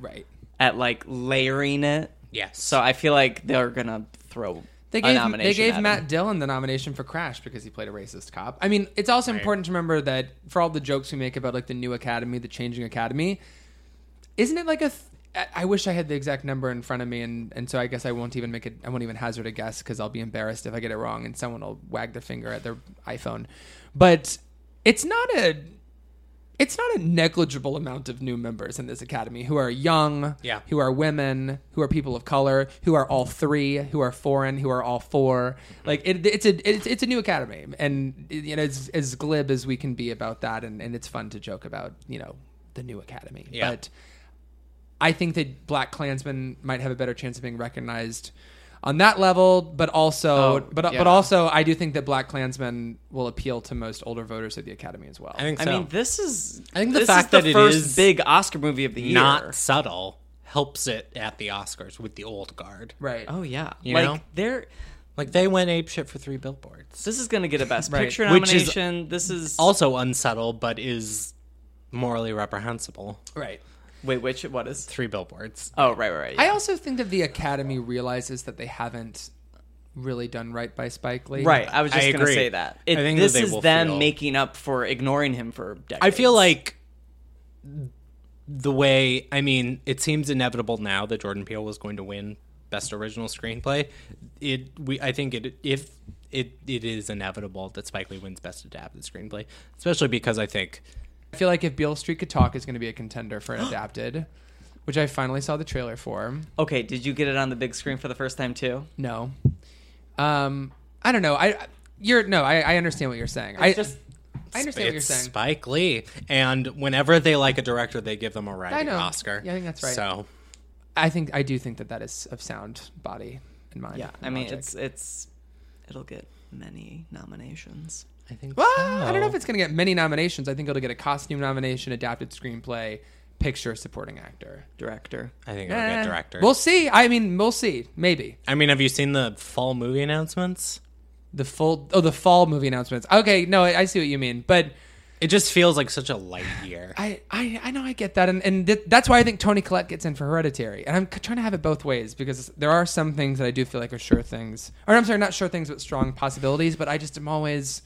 Speaker 3: right.
Speaker 2: at like layering it.
Speaker 1: Yeah.
Speaker 2: So I feel like they're gonna throw
Speaker 3: They
Speaker 2: a
Speaker 3: gave
Speaker 2: nomination.
Speaker 3: they gave
Speaker 2: at
Speaker 3: Matt
Speaker 2: him.
Speaker 3: Dillon the nomination for Crash because he played a racist cop. I mean, it's also important to remember that for all the jokes we make about like the new academy, the changing academy, isn't it like a? Th- I- I wish I had the exact number in front of me, and, and so I guess I won't even make it. I won't even hazard a guess because I'll be embarrassed if I get it wrong, and someone will wag their finger at their iPhone. But it's not a it's not a negligible amount of new members in this academy who are young,
Speaker 1: Yeah.
Speaker 3: who are women, who are people of color, who are all three, who are foreign, who are all 4 Like it, it's a it's, it's a new academy, and you know as as glib as we can be about that, and, and it's fun to joke about you know the new academy.
Speaker 1: Yeah.
Speaker 3: But I think that Black Klansmen might have a better chance of being recognized on that level, but also
Speaker 2: Oh,
Speaker 3: but
Speaker 2: yeah.
Speaker 3: but also I do think that Black Klansmen will appeal to most older voters of the academy as well.
Speaker 1: I think
Speaker 2: I
Speaker 1: so.
Speaker 2: mean, this is.
Speaker 1: I think the
Speaker 2: this is
Speaker 1: fact that it
Speaker 2: first
Speaker 1: is
Speaker 2: big Oscar movie of the year.
Speaker 1: Not subtle helps it at the Oscars with the old guard.
Speaker 3: right.
Speaker 2: Oh yeah.
Speaker 1: You
Speaker 2: like
Speaker 1: know?
Speaker 2: they're.
Speaker 1: Like they went ape shit for three billboards.
Speaker 2: This is gonna get a Best
Speaker 3: Right.
Speaker 2: Picture
Speaker 1: Which is
Speaker 2: nomination. this is.
Speaker 1: Also unsubtle, but is morally reprehensible.
Speaker 3: Right.
Speaker 2: wait, which what is?
Speaker 1: Three billboards.
Speaker 2: Oh right, right, right.
Speaker 3: I also think that the Academy realizes that they haven't really done right by Spike Lee.
Speaker 2: Right, I was just
Speaker 1: I
Speaker 2: gonna
Speaker 1: agree.
Speaker 2: say that. It,
Speaker 1: I think that
Speaker 2: this
Speaker 1: they
Speaker 2: is
Speaker 1: will
Speaker 2: them
Speaker 1: feel-
Speaker 2: making up for ignoring him for decades.
Speaker 1: I feel like the way I mean, it seems inevitable now that Jordan Peele was going to win Best Original Screenplay. It we I think it if it it is inevitable that Spike Lee wins Best Adapted Screenplay, especially because I think
Speaker 3: I feel like if Beale Street Could Talk is going to be a contender for an adapted, which I finally saw the trailer for.
Speaker 2: Okay, did you get it on the big screen for the first time too?
Speaker 3: No. Um, I don't know. I you're no. I, I understand what you're saying. I
Speaker 2: just-
Speaker 3: I understand what you're
Speaker 1: it's
Speaker 3: saying.
Speaker 1: Spike Lee, and whenever they like a director, they give them a
Speaker 3: I
Speaker 1: writing
Speaker 3: know.
Speaker 1: Oscar.
Speaker 3: Yeah, I think that's right.
Speaker 1: So
Speaker 3: I think I do think that that is of sound body and mind.
Speaker 2: Yeah,
Speaker 3: and
Speaker 2: I mean
Speaker 3: logic.
Speaker 2: it's it's it'll get many nominations.
Speaker 1: I think
Speaker 3: Well,
Speaker 1: so.
Speaker 3: I don't know
Speaker 2: Oh.
Speaker 3: if it's going to get many nominations. I think it'll get a costume nomination, adapted screenplay, picture, supporting actor.
Speaker 2: Director.
Speaker 1: I think it'll get
Speaker 3: Eh,
Speaker 1: director.
Speaker 3: We'll see. I mean, we'll see. Maybe.
Speaker 1: I mean, have you seen the fall movie announcements?
Speaker 3: The full oh the fall movie announcements. Okay, no, I, I see what you mean, but
Speaker 1: It just feels like such a light year.
Speaker 3: I I, I know I get that, and and th- that's why I think Tony Collette gets in for Hereditary, and I'm c- trying to have it both ways because there are some things that I do feel like are sure things, or I'm sorry, not sure things, but strong possibilities. But I just am always.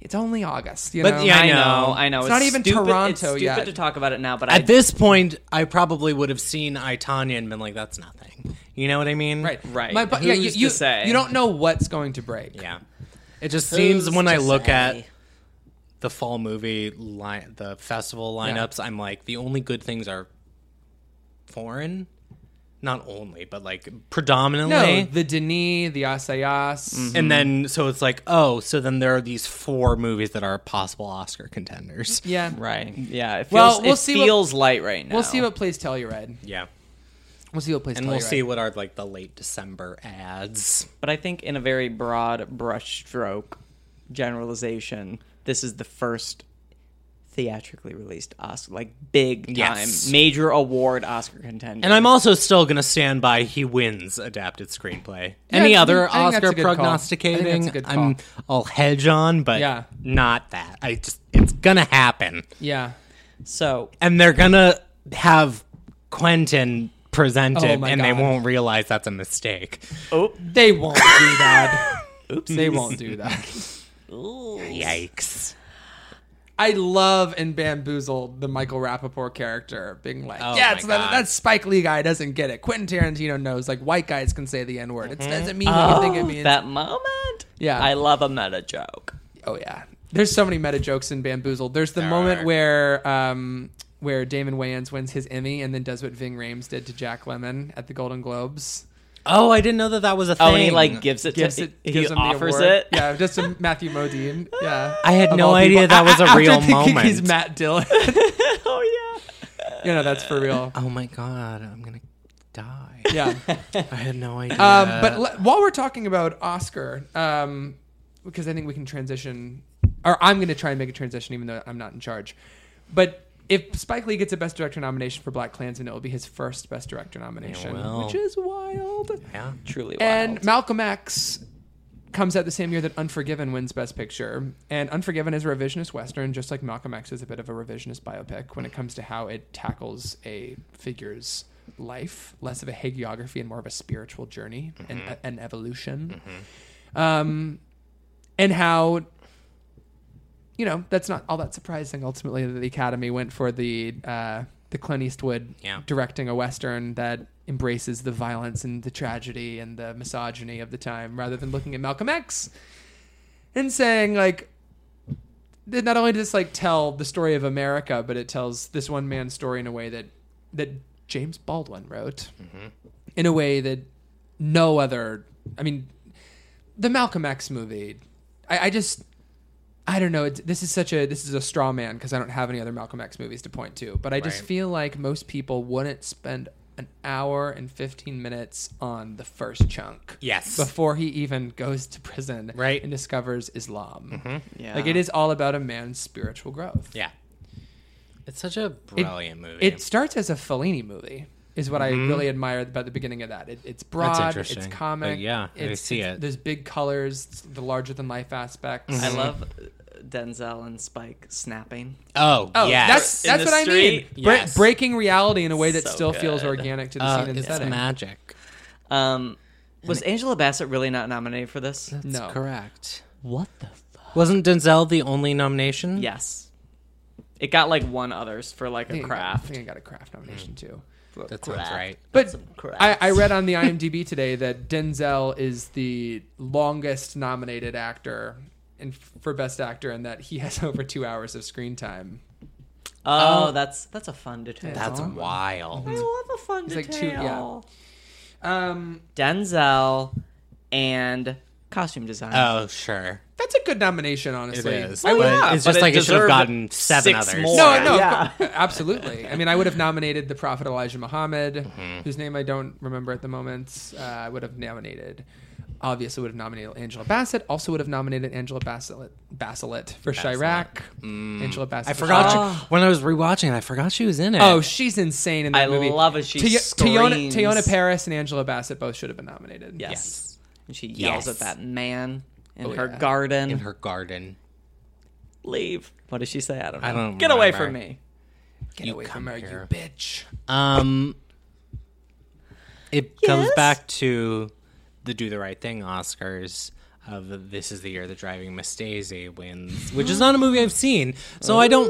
Speaker 3: It's only August, you
Speaker 1: But,
Speaker 3: know.
Speaker 1: yeah,
Speaker 2: I
Speaker 1: I
Speaker 2: know,
Speaker 1: know.
Speaker 2: I know.
Speaker 3: It's not even
Speaker 2: stupid,
Speaker 3: Toronto
Speaker 2: it's stupid
Speaker 3: yet.
Speaker 2: to talk about it now, but I
Speaker 1: At this point, I probably would have seen I Tanya and been like, "That's nothing." You know what I mean?
Speaker 3: right,
Speaker 2: right.
Speaker 3: My, but yeah, you,
Speaker 2: Who's to
Speaker 3: you,
Speaker 2: say?
Speaker 3: you don't know what's going to break.
Speaker 1: Yeah. It just seems
Speaker 2: Who's
Speaker 1: when
Speaker 2: to
Speaker 1: I look
Speaker 2: say?
Speaker 1: at the fall movie line, the festival lineups, I'm like, the only good things are foreign. Not only, but like predominantly.
Speaker 3: No, the Denis, the Asayas.
Speaker 1: and then so it's like, oh, so then there are these four movies that are possible Oscar contenders.
Speaker 3: Yeah,
Speaker 2: right, yeah. It feels,
Speaker 3: Well, we'll
Speaker 2: it
Speaker 3: see what-
Speaker 2: feels light right now.
Speaker 3: We'll see what plays Telluride.
Speaker 1: Yeah.
Speaker 3: We'll see what plays
Speaker 1: And
Speaker 3: Telluride.
Speaker 1: we'll see what are like the late December ads.
Speaker 2: But I think in a very broad brushstroke generalization, this is the first theatrically released Oscar, like big time,
Speaker 1: Yes.
Speaker 2: major award Oscar contender.
Speaker 1: And I'm also still going to stand by he wins adapted screenplay.
Speaker 3: Yeah,
Speaker 1: Any
Speaker 3: I
Speaker 1: other
Speaker 3: think- I think that's
Speaker 1: Oscar
Speaker 3: a good call. I think that's a
Speaker 1: prognosticating,
Speaker 3: good
Speaker 1: I'm I'll hedge on, but
Speaker 3: Yeah.
Speaker 1: not that. I just it's going to happen.
Speaker 3: Yeah.
Speaker 2: so
Speaker 1: And they're going to have Quentin present
Speaker 3: Oh
Speaker 1: it
Speaker 3: my
Speaker 1: and they
Speaker 3: God.
Speaker 1: won't realize that's a mistake.
Speaker 3: They won't do that. Oops. They won't do that.
Speaker 1: Yikes.
Speaker 3: I love and bamboozle the Michael Rappaport character being like,
Speaker 1: Oh
Speaker 3: yeah,
Speaker 1: my
Speaker 3: it's that,
Speaker 1: God.
Speaker 3: that Spike Lee guy doesn't get it. Quentin Tarantino knows like white guys can say the N word. It doesn't mean what you think it means.
Speaker 2: Oh, that moment,
Speaker 3: Yeah.
Speaker 2: I love a meta joke.
Speaker 3: Oh yeah, there's so many meta jokes in Bamboozled. There's the
Speaker 1: There
Speaker 3: moment
Speaker 1: are.
Speaker 3: where um, where Damon Wayans wins his Emmy and then does what Ving Rhames did to Jack Lemmon at the Golden Globes.
Speaker 1: Oh, I didn't know that that was a thing.
Speaker 2: Oh, and he like gives it
Speaker 3: Gives
Speaker 2: to
Speaker 3: it,
Speaker 2: he
Speaker 3: gives him
Speaker 2: offers
Speaker 3: the award.
Speaker 2: it.
Speaker 3: Yeah, just to Matthew Modine. Yeah,
Speaker 1: I had
Speaker 3: Of
Speaker 1: no
Speaker 3: all
Speaker 1: idea
Speaker 3: people.
Speaker 1: that was a
Speaker 3: After
Speaker 1: real
Speaker 3: thinking
Speaker 1: moment.
Speaker 3: He's Matt Dillon.
Speaker 2: oh
Speaker 3: you know that's for real.
Speaker 1: oh my god, I'm going to die.
Speaker 3: Yeah.
Speaker 1: I had no idea.
Speaker 3: Um, but le- while we're talking about Oscar, um, because I think we can transition, or I'm going to try and make a transition, even though I'm not in charge. But if Spike Lee gets a Best Director nomination for Black Klansman, it will be his first Best Director nomination,
Speaker 1: will.
Speaker 3: which is wild.
Speaker 1: yeah.
Speaker 2: yeah, truly wild.
Speaker 3: And Malcolm X comes out the same year that Unforgiven wins Best Picture, and Unforgiven is a revisionist western, just like Malcolm X is a bit of a revisionist biopic when it comes to how it tackles a figure's life, less of a hagiography and more of a spiritual journey and an evolution, um, and how. You know that's not all that surprising. Ultimately, that the Academy went for the uh, the Clint Eastwood
Speaker 1: Yeah.
Speaker 3: directing a western that embraces the violence and the tragedy and the misogyny of the time rather than looking at Malcolm X and saying like that not only does this like tell the story of America but it tells this one man's story in a way that that James Baldwin wrote in a way that no other I mean the Malcolm X movie I, I just I don't know. It's, this is such a this is a straw man because I don't have any other Malcolm X movies to point to. But I just
Speaker 1: Right.
Speaker 3: feel like most people wouldn't spend an hour and fifteen minutes on the first chunk.
Speaker 1: Yes.
Speaker 3: Before he even goes to prison,
Speaker 1: Right. Mm-hmm.
Speaker 3: and discovers Islam.
Speaker 2: yeah.
Speaker 3: Like it is all about a man's spiritual growth.
Speaker 1: yeah. It's such a brilliant movie.
Speaker 3: It starts as a Fellini movie, is what I really admire about the beginning of that. It, it's broad, it's
Speaker 1: interesting.
Speaker 3: comic,
Speaker 1: Uh, yeah, I
Speaker 3: it's,
Speaker 1: see
Speaker 3: it's-
Speaker 1: it.
Speaker 3: There's big colors, the larger than life aspects.
Speaker 2: I love uh, Denzel and Spike snapping.
Speaker 1: Oh,
Speaker 3: Oh,
Speaker 1: yes.
Speaker 3: that's
Speaker 2: In the
Speaker 3: that's what I
Speaker 1: street?
Speaker 3: mean. Bre-
Speaker 1: Yes.
Speaker 3: breaking reality in a way that
Speaker 2: So
Speaker 3: still feels
Speaker 2: good.
Speaker 3: organic to the
Speaker 1: Uh,
Speaker 3: scene and
Speaker 1: it's
Speaker 3: setting.
Speaker 1: magic.
Speaker 2: Um, was Angela Bassett really not nominated for this?
Speaker 1: That's
Speaker 3: No.
Speaker 1: correct.
Speaker 2: What the? Fuck?
Speaker 1: Wasn't Denzel the only nomination?
Speaker 2: Yes, it got like one others for like
Speaker 3: I
Speaker 2: a
Speaker 3: think I got- I
Speaker 2: craft.
Speaker 3: think I got a craft nomination too.
Speaker 1: That sounds right.
Speaker 3: But
Speaker 2: some craft.
Speaker 3: I, I read on the IMDb today that Denzel is the longest nominated actor and for Best Actor, and that he has over two hours of screen time.
Speaker 2: Oh, that's that's a fun detail.
Speaker 1: That's
Speaker 3: Aw.
Speaker 1: wild.
Speaker 2: I love a fun
Speaker 3: It's
Speaker 2: detail.
Speaker 3: like two- yeah. Um,
Speaker 2: Denzel and costume design.
Speaker 1: Oh, sure.
Speaker 3: that's a good nomination,
Speaker 1: It
Speaker 3: honestly.
Speaker 1: is.
Speaker 3: I would-
Speaker 1: but
Speaker 2: yeah,
Speaker 1: it's
Speaker 2: but
Speaker 1: just
Speaker 2: it
Speaker 1: like it should have
Speaker 2: deserved
Speaker 1: gotten seven
Speaker 2: six
Speaker 1: others.
Speaker 2: more.
Speaker 3: No, no,
Speaker 2: Yeah.
Speaker 3: of cour- absolutely. I mean, I would have nominated the Prophet Elijah Muhammad,
Speaker 1: Mm-hmm.
Speaker 3: whose name I don't remember at the moment. Uh, I would have nominated, obviously, would have nominated Angela Bassett. Also, would have nominated Angela Bassett, Bassett for Chirac.
Speaker 1: Mm.
Speaker 3: Angela Bassett.
Speaker 1: I
Speaker 3: for
Speaker 1: forgot
Speaker 3: Chirac.
Speaker 2: Ah.
Speaker 1: she, when I was rewatching it, I forgot she was in it.
Speaker 3: Oh, she's insane in that
Speaker 2: I
Speaker 3: movie.
Speaker 2: love it. She
Speaker 3: Teo- Teona,
Speaker 2: screams.
Speaker 3: Teona Paris and Angela Bassett both should have been nominated.
Speaker 2: Yes.
Speaker 1: Yes.
Speaker 2: And she yells
Speaker 1: Yes.
Speaker 2: at that man in
Speaker 3: Oh,
Speaker 2: her
Speaker 3: yeah.
Speaker 2: garden.
Speaker 1: in her garden.
Speaker 2: Leave. What does she say? I don't know.
Speaker 1: I don't
Speaker 2: Get away
Speaker 1: remember.
Speaker 2: from me.
Speaker 3: Get
Speaker 1: You
Speaker 3: away
Speaker 1: come
Speaker 3: from her,
Speaker 1: here.
Speaker 3: you bitch.
Speaker 1: Um, it comes
Speaker 2: Yes?
Speaker 1: back to the "Do the Right Thing" Oscars. Of this is the year that Driving Miss Daisy wins, which is not a movie I've seen, so I don't.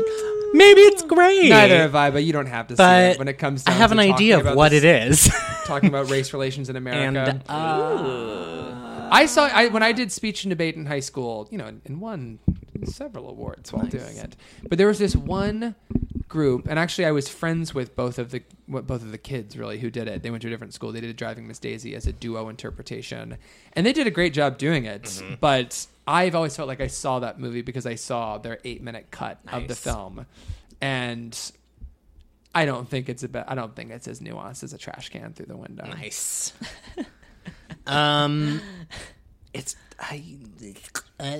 Speaker 1: Maybe it's great.
Speaker 3: Neither have I, but you don't have to see
Speaker 1: but
Speaker 3: it when it comes
Speaker 1: I
Speaker 3: down
Speaker 1: have an
Speaker 3: to
Speaker 1: idea
Speaker 3: talking
Speaker 1: of
Speaker 3: about
Speaker 1: what
Speaker 3: this-
Speaker 1: it is.
Speaker 3: Talking about race relations in
Speaker 1: and
Speaker 3: America.
Speaker 1: uh,
Speaker 3: I saw I when I did speech and debate in high school, you know, and, and won several awards while doing it. But there was this one group, and actually I was friends with both of the what both of the kids really who did it. They went to a different school. They did Driving Miss Daisy as a duo interpretation, and they did a great job doing it. But I've always felt like I saw that movie because I saw their eight minute cut of the
Speaker 1: Nice.
Speaker 3: film, and. I don't think it's about. I don't think it's as nuanced as a trash can through the window.
Speaker 1: nice. um, it's I uh,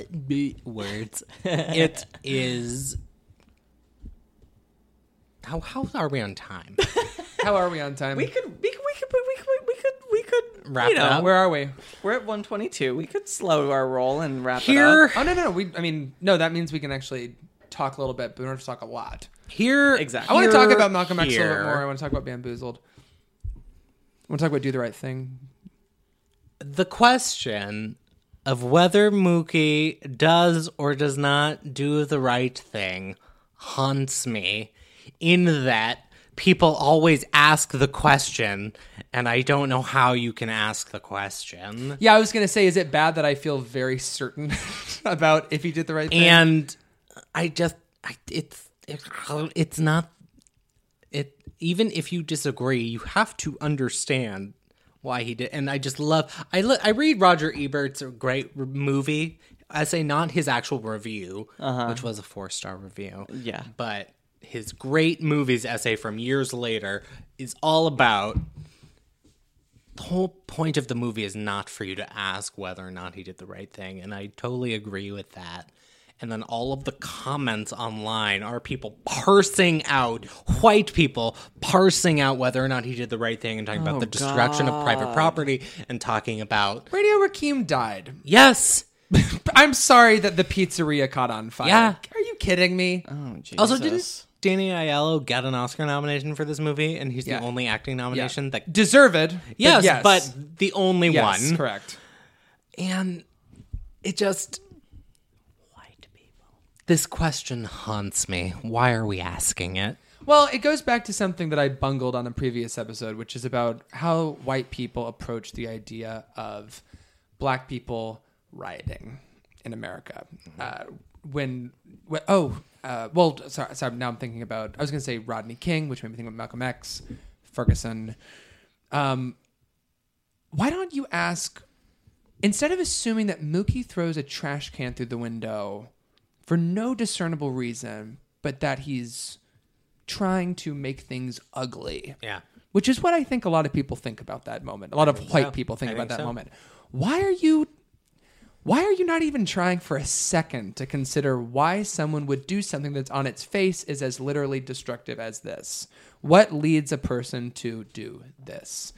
Speaker 1: words. It is How, how are we on time?
Speaker 3: How are we on time? Um,
Speaker 2: We could, we could, we could, we could, we could, we could
Speaker 1: Wrap
Speaker 2: you
Speaker 1: it
Speaker 2: know,
Speaker 1: up.
Speaker 3: Where are we?
Speaker 2: We're at 122. We could slow our roll and wrap
Speaker 1: Here-
Speaker 2: it up.
Speaker 3: Oh no, no, no. We, I mean, no. That means we can actually talk a little bit, but we don't have to talk a lot.
Speaker 1: Here,
Speaker 2: Exactly.
Speaker 3: I want to talk
Speaker 1: here-
Speaker 3: about Malcolm X a little bit
Speaker 1: here.
Speaker 3: more. I want to talk about Bamboozled. I want to talk about Do the Right Thing.
Speaker 1: the question of whether Mookie does or does not do the right thing haunts me in that people always ask the question and I don't know how you can ask the question.
Speaker 3: Yeah, I was gonna say, is it bad that I feel very certain about if he did the right thing?
Speaker 1: And I just I, it's it, it's not it even if you disagree, you have to understand why he did. And I just love I li- I read Roger Ebert's great r- movie essay, not his actual review, which was a four star review.
Speaker 2: Yeah.
Speaker 1: but his great movies essay from years later is all about. The whole point of the movie is not for you to ask whether or not he did the right thing, and I totally agree with that. And then all of the comments online are people parsing out, white people parsing out whether or not he did the right thing and talking
Speaker 3: Oh,
Speaker 1: about the destruction of private property and talking about,
Speaker 3: Radio Rakim died.
Speaker 1: yes.
Speaker 3: I'm sorry that the pizzeria caught on fire.
Speaker 1: Yeah.
Speaker 3: Are you kidding me?
Speaker 2: Oh, Jesus.
Speaker 1: Also, didn't Danny Aiello get an Oscar nomination for this movie? And he's
Speaker 3: Yeah.
Speaker 1: the only acting nomination that.
Speaker 3: Deserved. but
Speaker 1: Yes, but the only
Speaker 3: yes,
Speaker 1: one.
Speaker 3: correct.
Speaker 1: And it just. White people. This question haunts me. Why are we asking it?
Speaker 3: Well, it goes back to something that I bungled on a previous episode, which is about how white people approach the idea of black people rioting in America. Uh, when, wh- oh, uh, well, sorry, sorry, now I'm thinking about, I was going to say Rodney King, which made me think of Malcolm X, Ferguson. Um, why don't you ask, instead of assuming that Mookie throws a trash can through the window for no discernible reason, but that he's trying to make things ugly.
Speaker 1: Yeah.
Speaker 3: Which is what I think a lot of people think about that moment. A lot of white
Speaker 1: so.
Speaker 3: people think
Speaker 1: I
Speaker 3: about
Speaker 1: think
Speaker 3: that
Speaker 1: so.
Speaker 3: moment. Why are you why are you not even trying for a second to consider why someone would do something that's on its face is as literally destructive as this? What leads a person to do this?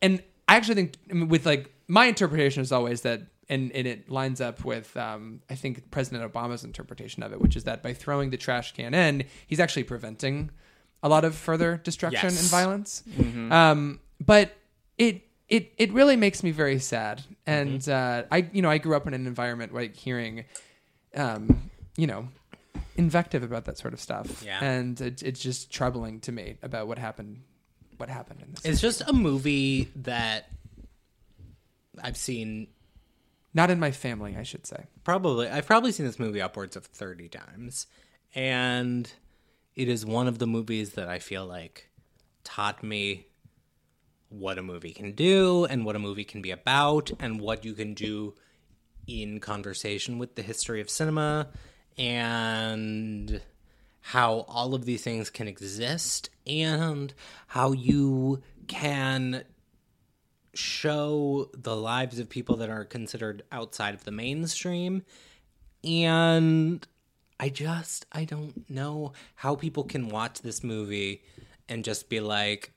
Speaker 3: And I actually think I mean, with like my interpretation is always that and, and it lines up with um, I think President Obama's interpretation of it, which is that by throwing the trash can in, he's actually preventing a lot of further destruction and
Speaker 1: Yes.
Speaker 3: violence. Um, but it it it really makes me very sad. And uh, I you know I grew up in an environment like hearing, um, you know, invective about that sort of stuff.
Speaker 1: Yeah.
Speaker 3: And it, it's just troubling to me about what happened. What happened in this?
Speaker 1: It's just a movie that I've seen
Speaker 3: Not in my family, I should say.
Speaker 1: probably I've probably seen this movie upwards of 30 times and it is one of the movies that I feel like taught me what a movie can do and what a movie can be about and what you can do in conversation with the history of cinema and how all of these things can exist and how you can show the lives of people that are considered outside of the mainstream and i just i don't know how people can watch this movie and just be like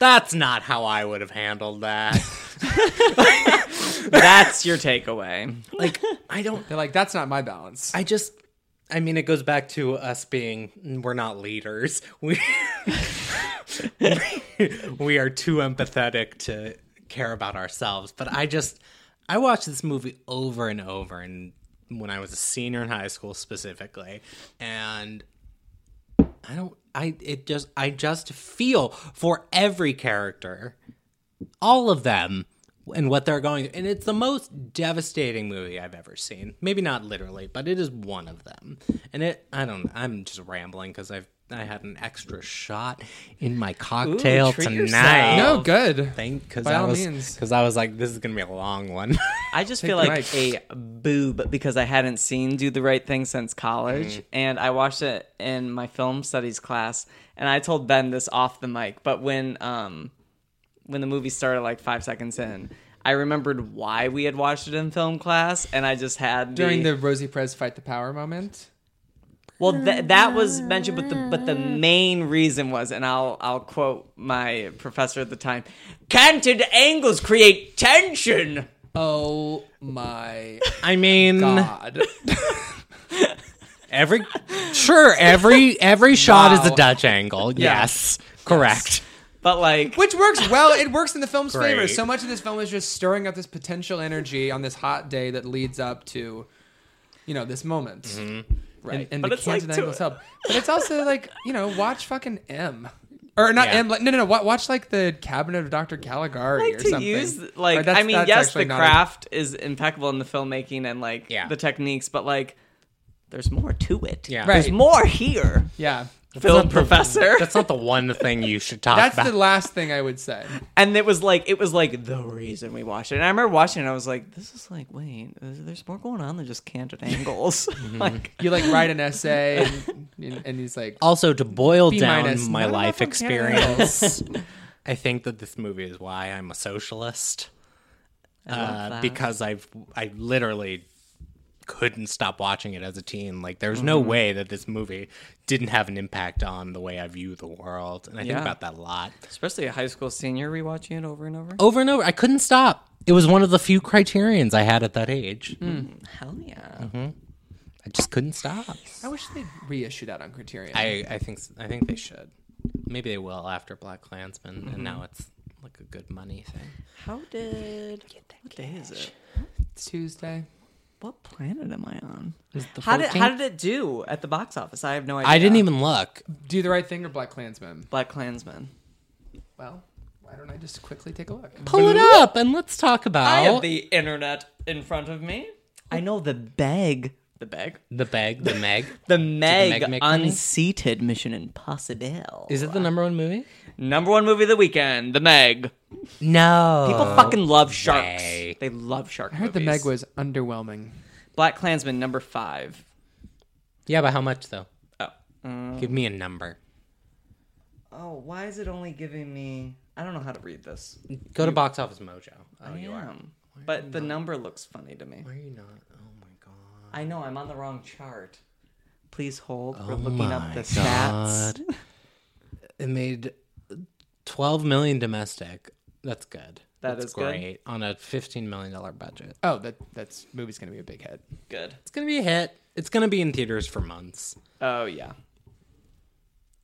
Speaker 1: that's not how i would have handled that
Speaker 2: That's your takeaway.
Speaker 1: like i don't
Speaker 3: They're like, that's not my balance.
Speaker 1: I just, I mean, it goes back to us being, we're not leaders. We, we are too empathetic to care about ourselves. But I just, I watched this movie over and over, and when I was a senior in high school specifically, and I don't, I, it just, I just feel for every character all of them and what they're going and it's the most devastating movie i've ever seen maybe not literally but it is one of them and it i don't i'm just rambling because i've i had an extra shot in my cocktail
Speaker 2: treat
Speaker 1: tonight
Speaker 2: yourself.
Speaker 3: no, good.
Speaker 1: thank because
Speaker 3: By
Speaker 1: i
Speaker 3: all
Speaker 1: was
Speaker 3: means.
Speaker 1: because i was like this is gonna be a long one
Speaker 2: I just feel
Speaker 3: the
Speaker 2: like
Speaker 3: mic.
Speaker 2: a boob because I hadn't seen Do the Right Thing since college. And I watched it in my film studies class. And I told Ben this off the mic, but when um when the movie started like five seconds in, I remembered why we had watched it in film class and I just had
Speaker 3: During the Rosie Perez fight the power moment.
Speaker 2: Well, th- that was mentioned, but the but the
Speaker 3: Mm-hmm.
Speaker 2: main reason was, and I'll I'll quote my professor at the time: canted angles create tension.
Speaker 3: Oh my
Speaker 1: I mean,
Speaker 3: god.
Speaker 1: every sure every every shot is
Speaker 3: Wow.
Speaker 1: a Dutch angle. Yes, correct.
Speaker 2: But like,
Speaker 3: Which works well. It works in the film's favor.
Speaker 1: Great.
Speaker 3: So much of this film is just stirring up this potential energy on this hot day that leads up to, you know, this moment. Right. And,
Speaker 2: Mm-hmm. But
Speaker 3: the
Speaker 2: it's like
Speaker 3: Canton
Speaker 2: to-
Speaker 3: angles help. But it's also like, you know, watch fucking M. Or not
Speaker 1: Yeah.
Speaker 3: M. Like, no, no, no. wa- Watch like the Cabinet of Dr. Caligari
Speaker 2: like
Speaker 3: or
Speaker 2: to
Speaker 3: something.
Speaker 2: use
Speaker 3: Right,
Speaker 2: like
Speaker 3: that's-
Speaker 2: I mean,
Speaker 3: that's
Speaker 2: yes,
Speaker 3: actually
Speaker 2: the
Speaker 3: not a-
Speaker 2: craft is impeccable in the filmmaking and like
Speaker 1: Yeah.
Speaker 2: the techniques, but like, there's more to it.
Speaker 1: Yeah.
Speaker 2: there's
Speaker 3: Right.
Speaker 2: more here,
Speaker 3: yeah.
Speaker 2: film professor.
Speaker 1: That's not the one thing you should talk
Speaker 3: That's
Speaker 1: about.
Speaker 3: the last thing I would say.
Speaker 2: and it was like it was like the reason we watched it. And I remember watching it, I was like, this is like, wait, there's, there's more going on than just canted angles.
Speaker 1: Mm-hmm.
Speaker 2: like,
Speaker 3: You like write an essay and, and, and he's like,
Speaker 1: also, to boil
Speaker 3: B
Speaker 1: down
Speaker 3: minus,
Speaker 1: my
Speaker 3: not enough
Speaker 1: life
Speaker 3: on Canada
Speaker 1: experience, I think that this movie is why I'm a socialist.
Speaker 2: I love
Speaker 1: uh,
Speaker 2: that.
Speaker 1: because I've I literally couldn't stop watching it as a teen. Like there's no way that this movie didn't have an impact on the way I view the world, and I think
Speaker 2: Yeah.
Speaker 1: about that a lot.
Speaker 2: especially a high school senior rewatching it over and over.
Speaker 1: Over and over, I couldn't stop. It was one of the few criterions I had at that age.
Speaker 2: Hell yeah.
Speaker 1: I just couldn't stop.
Speaker 3: I wish they'd reissue that on Criterion.
Speaker 1: I, I think s- I think they should. Mm-hmm. Maybe they will after Black Klansman, and now it's like a good money thing.
Speaker 2: How did what day is it?
Speaker 3: it's Tuesday.
Speaker 2: What planet am I on?
Speaker 1: the
Speaker 2: How did how
Speaker 1: 14th?
Speaker 2: did it do at the box office? I have no idea.
Speaker 1: I didn't even look.
Speaker 3: Do the right thing or Black Klansman?
Speaker 2: Black Klansman.
Speaker 3: Well, why don't I just quickly take a look?
Speaker 1: Pull it up and let's talk
Speaker 2: I
Speaker 1: about
Speaker 2: have the internet in front of me. I know the bag. The bag.
Speaker 1: the bag, the Meg.
Speaker 2: The Meg,
Speaker 1: Meg make money?
Speaker 2: unseated Mission Impossible.
Speaker 1: Is it the number one movie?
Speaker 2: Number one movie of the weekend, The Meg.
Speaker 1: No.
Speaker 2: People fucking love sharks.
Speaker 1: way.
Speaker 2: They love shark
Speaker 3: I heard the
Speaker 2: movies.
Speaker 3: Meg was underwhelming.
Speaker 2: Black Klansman number five.
Speaker 1: Yeah, but how much though?
Speaker 2: Oh. Mm.
Speaker 1: Give me a number.
Speaker 2: oh, why is it only giving me? I don't know how to read this.
Speaker 1: Go to Box Office Mojo. Oh,
Speaker 2: I
Speaker 1: you are.
Speaker 2: am. But the number looks funny to me.
Speaker 1: Why are you not? Oh my god.
Speaker 2: I know I'm on the wrong chart. Please hold. We're
Speaker 1: Oh
Speaker 2: looking up
Speaker 1: my
Speaker 2: the stats.
Speaker 1: It made 12 million domestic. That's good.
Speaker 2: That
Speaker 1: That's
Speaker 2: is good.
Speaker 1: on a 15 million dollar budget.
Speaker 3: Oh, that that's movie's gonna be a big hit.
Speaker 2: Good.
Speaker 1: It's going to be a hit. It's going to be in theaters for months.
Speaker 2: Oh yeah.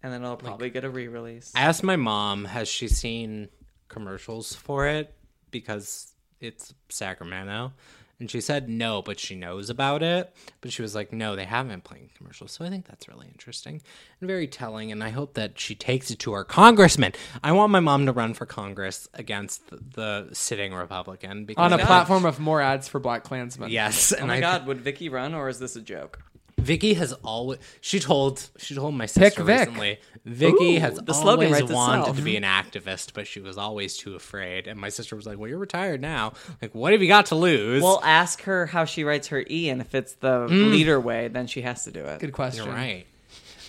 Speaker 2: And then it'll probably get a re-release.
Speaker 1: I asked my mom, has she seen commercials for it because it's Sacramento? And she said no, but she knows about it. But she was like, no, they haven't been playing commercials. So I think that's really interesting and very telling. And I hope that she takes it to her congressman. I want my mom to run for Congress against the, the sitting Republican because
Speaker 3: On a
Speaker 1: I-
Speaker 3: platform of more ads for Black Klansman.
Speaker 1: Yes, and
Speaker 2: oh my
Speaker 1: I
Speaker 2: god, would Vicky run or is this a joke?
Speaker 1: Vicky has always she told she told my sister
Speaker 3: Vic.
Speaker 1: recently. Vicky
Speaker 2: Ooh,
Speaker 1: has
Speaker 2: the slogan
Speaker 1: always
Speaker 2: writes
Speaker 1: wanted
Speaker 2: itself. Mm-hmm.
Speaker 1: to be an activist, but she was always too afraid. And my sister was like, "Well, you're retired now. Like, what have you got to lose?"
Speaker 2: Well, ask her how she writes her E, and if it's the leader way, then she has to do it.
Speaker 3: Good question.
Speaker 1: you're right.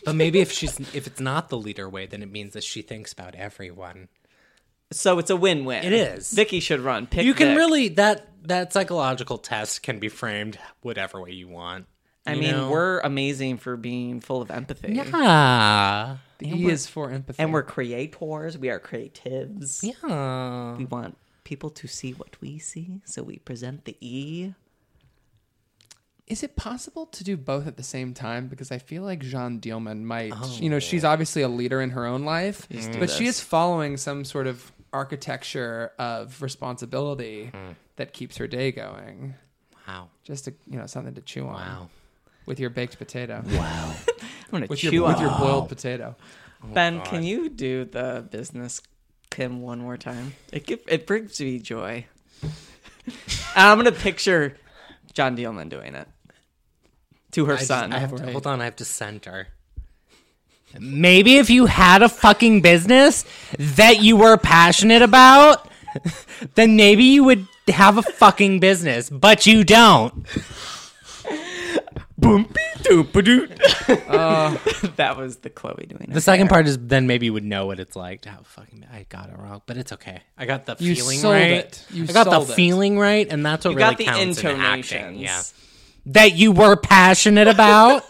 Speaker 1: But maybe if she's if it's not the leader way, then it means that she thinks about everyone.
Speaker 2: So it's a win-win. It
Speaker 1: is.
Speaker 2: Vicky should run. Pick
Speaker 1: You can
Speaker 2: Vic.
Speaker 1: really that that psychological test can be framed whatever way you want.
Speaker 2: I
Speaker 1: you
Speaker 2: mean,
Speaker 1: know?
Speaker 2: we're amazing for being full of empathy,
Speaker 1: yeah,
Speaker 3: The E is for empathy.
Speaker 2: and we're creators. We are creatives.
Speaker 1: yeah.
Speaker 2: We want people to see what we see, so we present the E.
Speaker 3: is it possible to do both at the same time? Because I feel like Jean Dielman might
Speaker 1: Oh.
Speaker 3: you know, she's obviously a leader in her own life. But she is following some sort of architecture of responsibility
Speaker 1: Hmm.
Speaker 3: that keeps her day going.
Speaker 1: Wow,
Speaker 3: Just to you know, something to chew on
Speaker 1: wow.
Speaker 3: with your baked potato.
Speaker 2: I'm gonna
Speaker 3: With
Speaker 2: chew
Speaker 3: your
Speaker 1: Oh
Speaker 2: on
Speaker 3: with your boiled potato.
Speaker 2: Ben, can you do the business Kim one more time? It give, it brings me joy. I'm gonna picture John Dielman doing it to her
Speaker 1: I just-
Speaker 2: son.
Speaker 1: I have to,
Speaker 3: Right.
Speaker 1: hold on. I have to center. Maybe if you had a fucking business that you were passionate about, then maybe you would have a fucking business, but you don't.
Speaker 2: that was the Chloe doing it.
Speaker 1: The second part is then maybe you would know what it's like to have a fucking. I got it wrong, but it's okay. I got the
Speaker 3: You
Speaker 1: feeling
Speaker 3: sold
Speaker 1: right.
Speaker 3: it. You
Speaker 1: I got
Speaker 3: sold
Speaker 1: the
Speaker 3: it.
Speaker 1: feeling right, and that's what
Speaker 2: you
Speaker 1: really
Speaker 2: got the
Speaker 1: counts in acting.
Speaker 2: intonations.
Speaker 1: Yeah, that you were passionate about.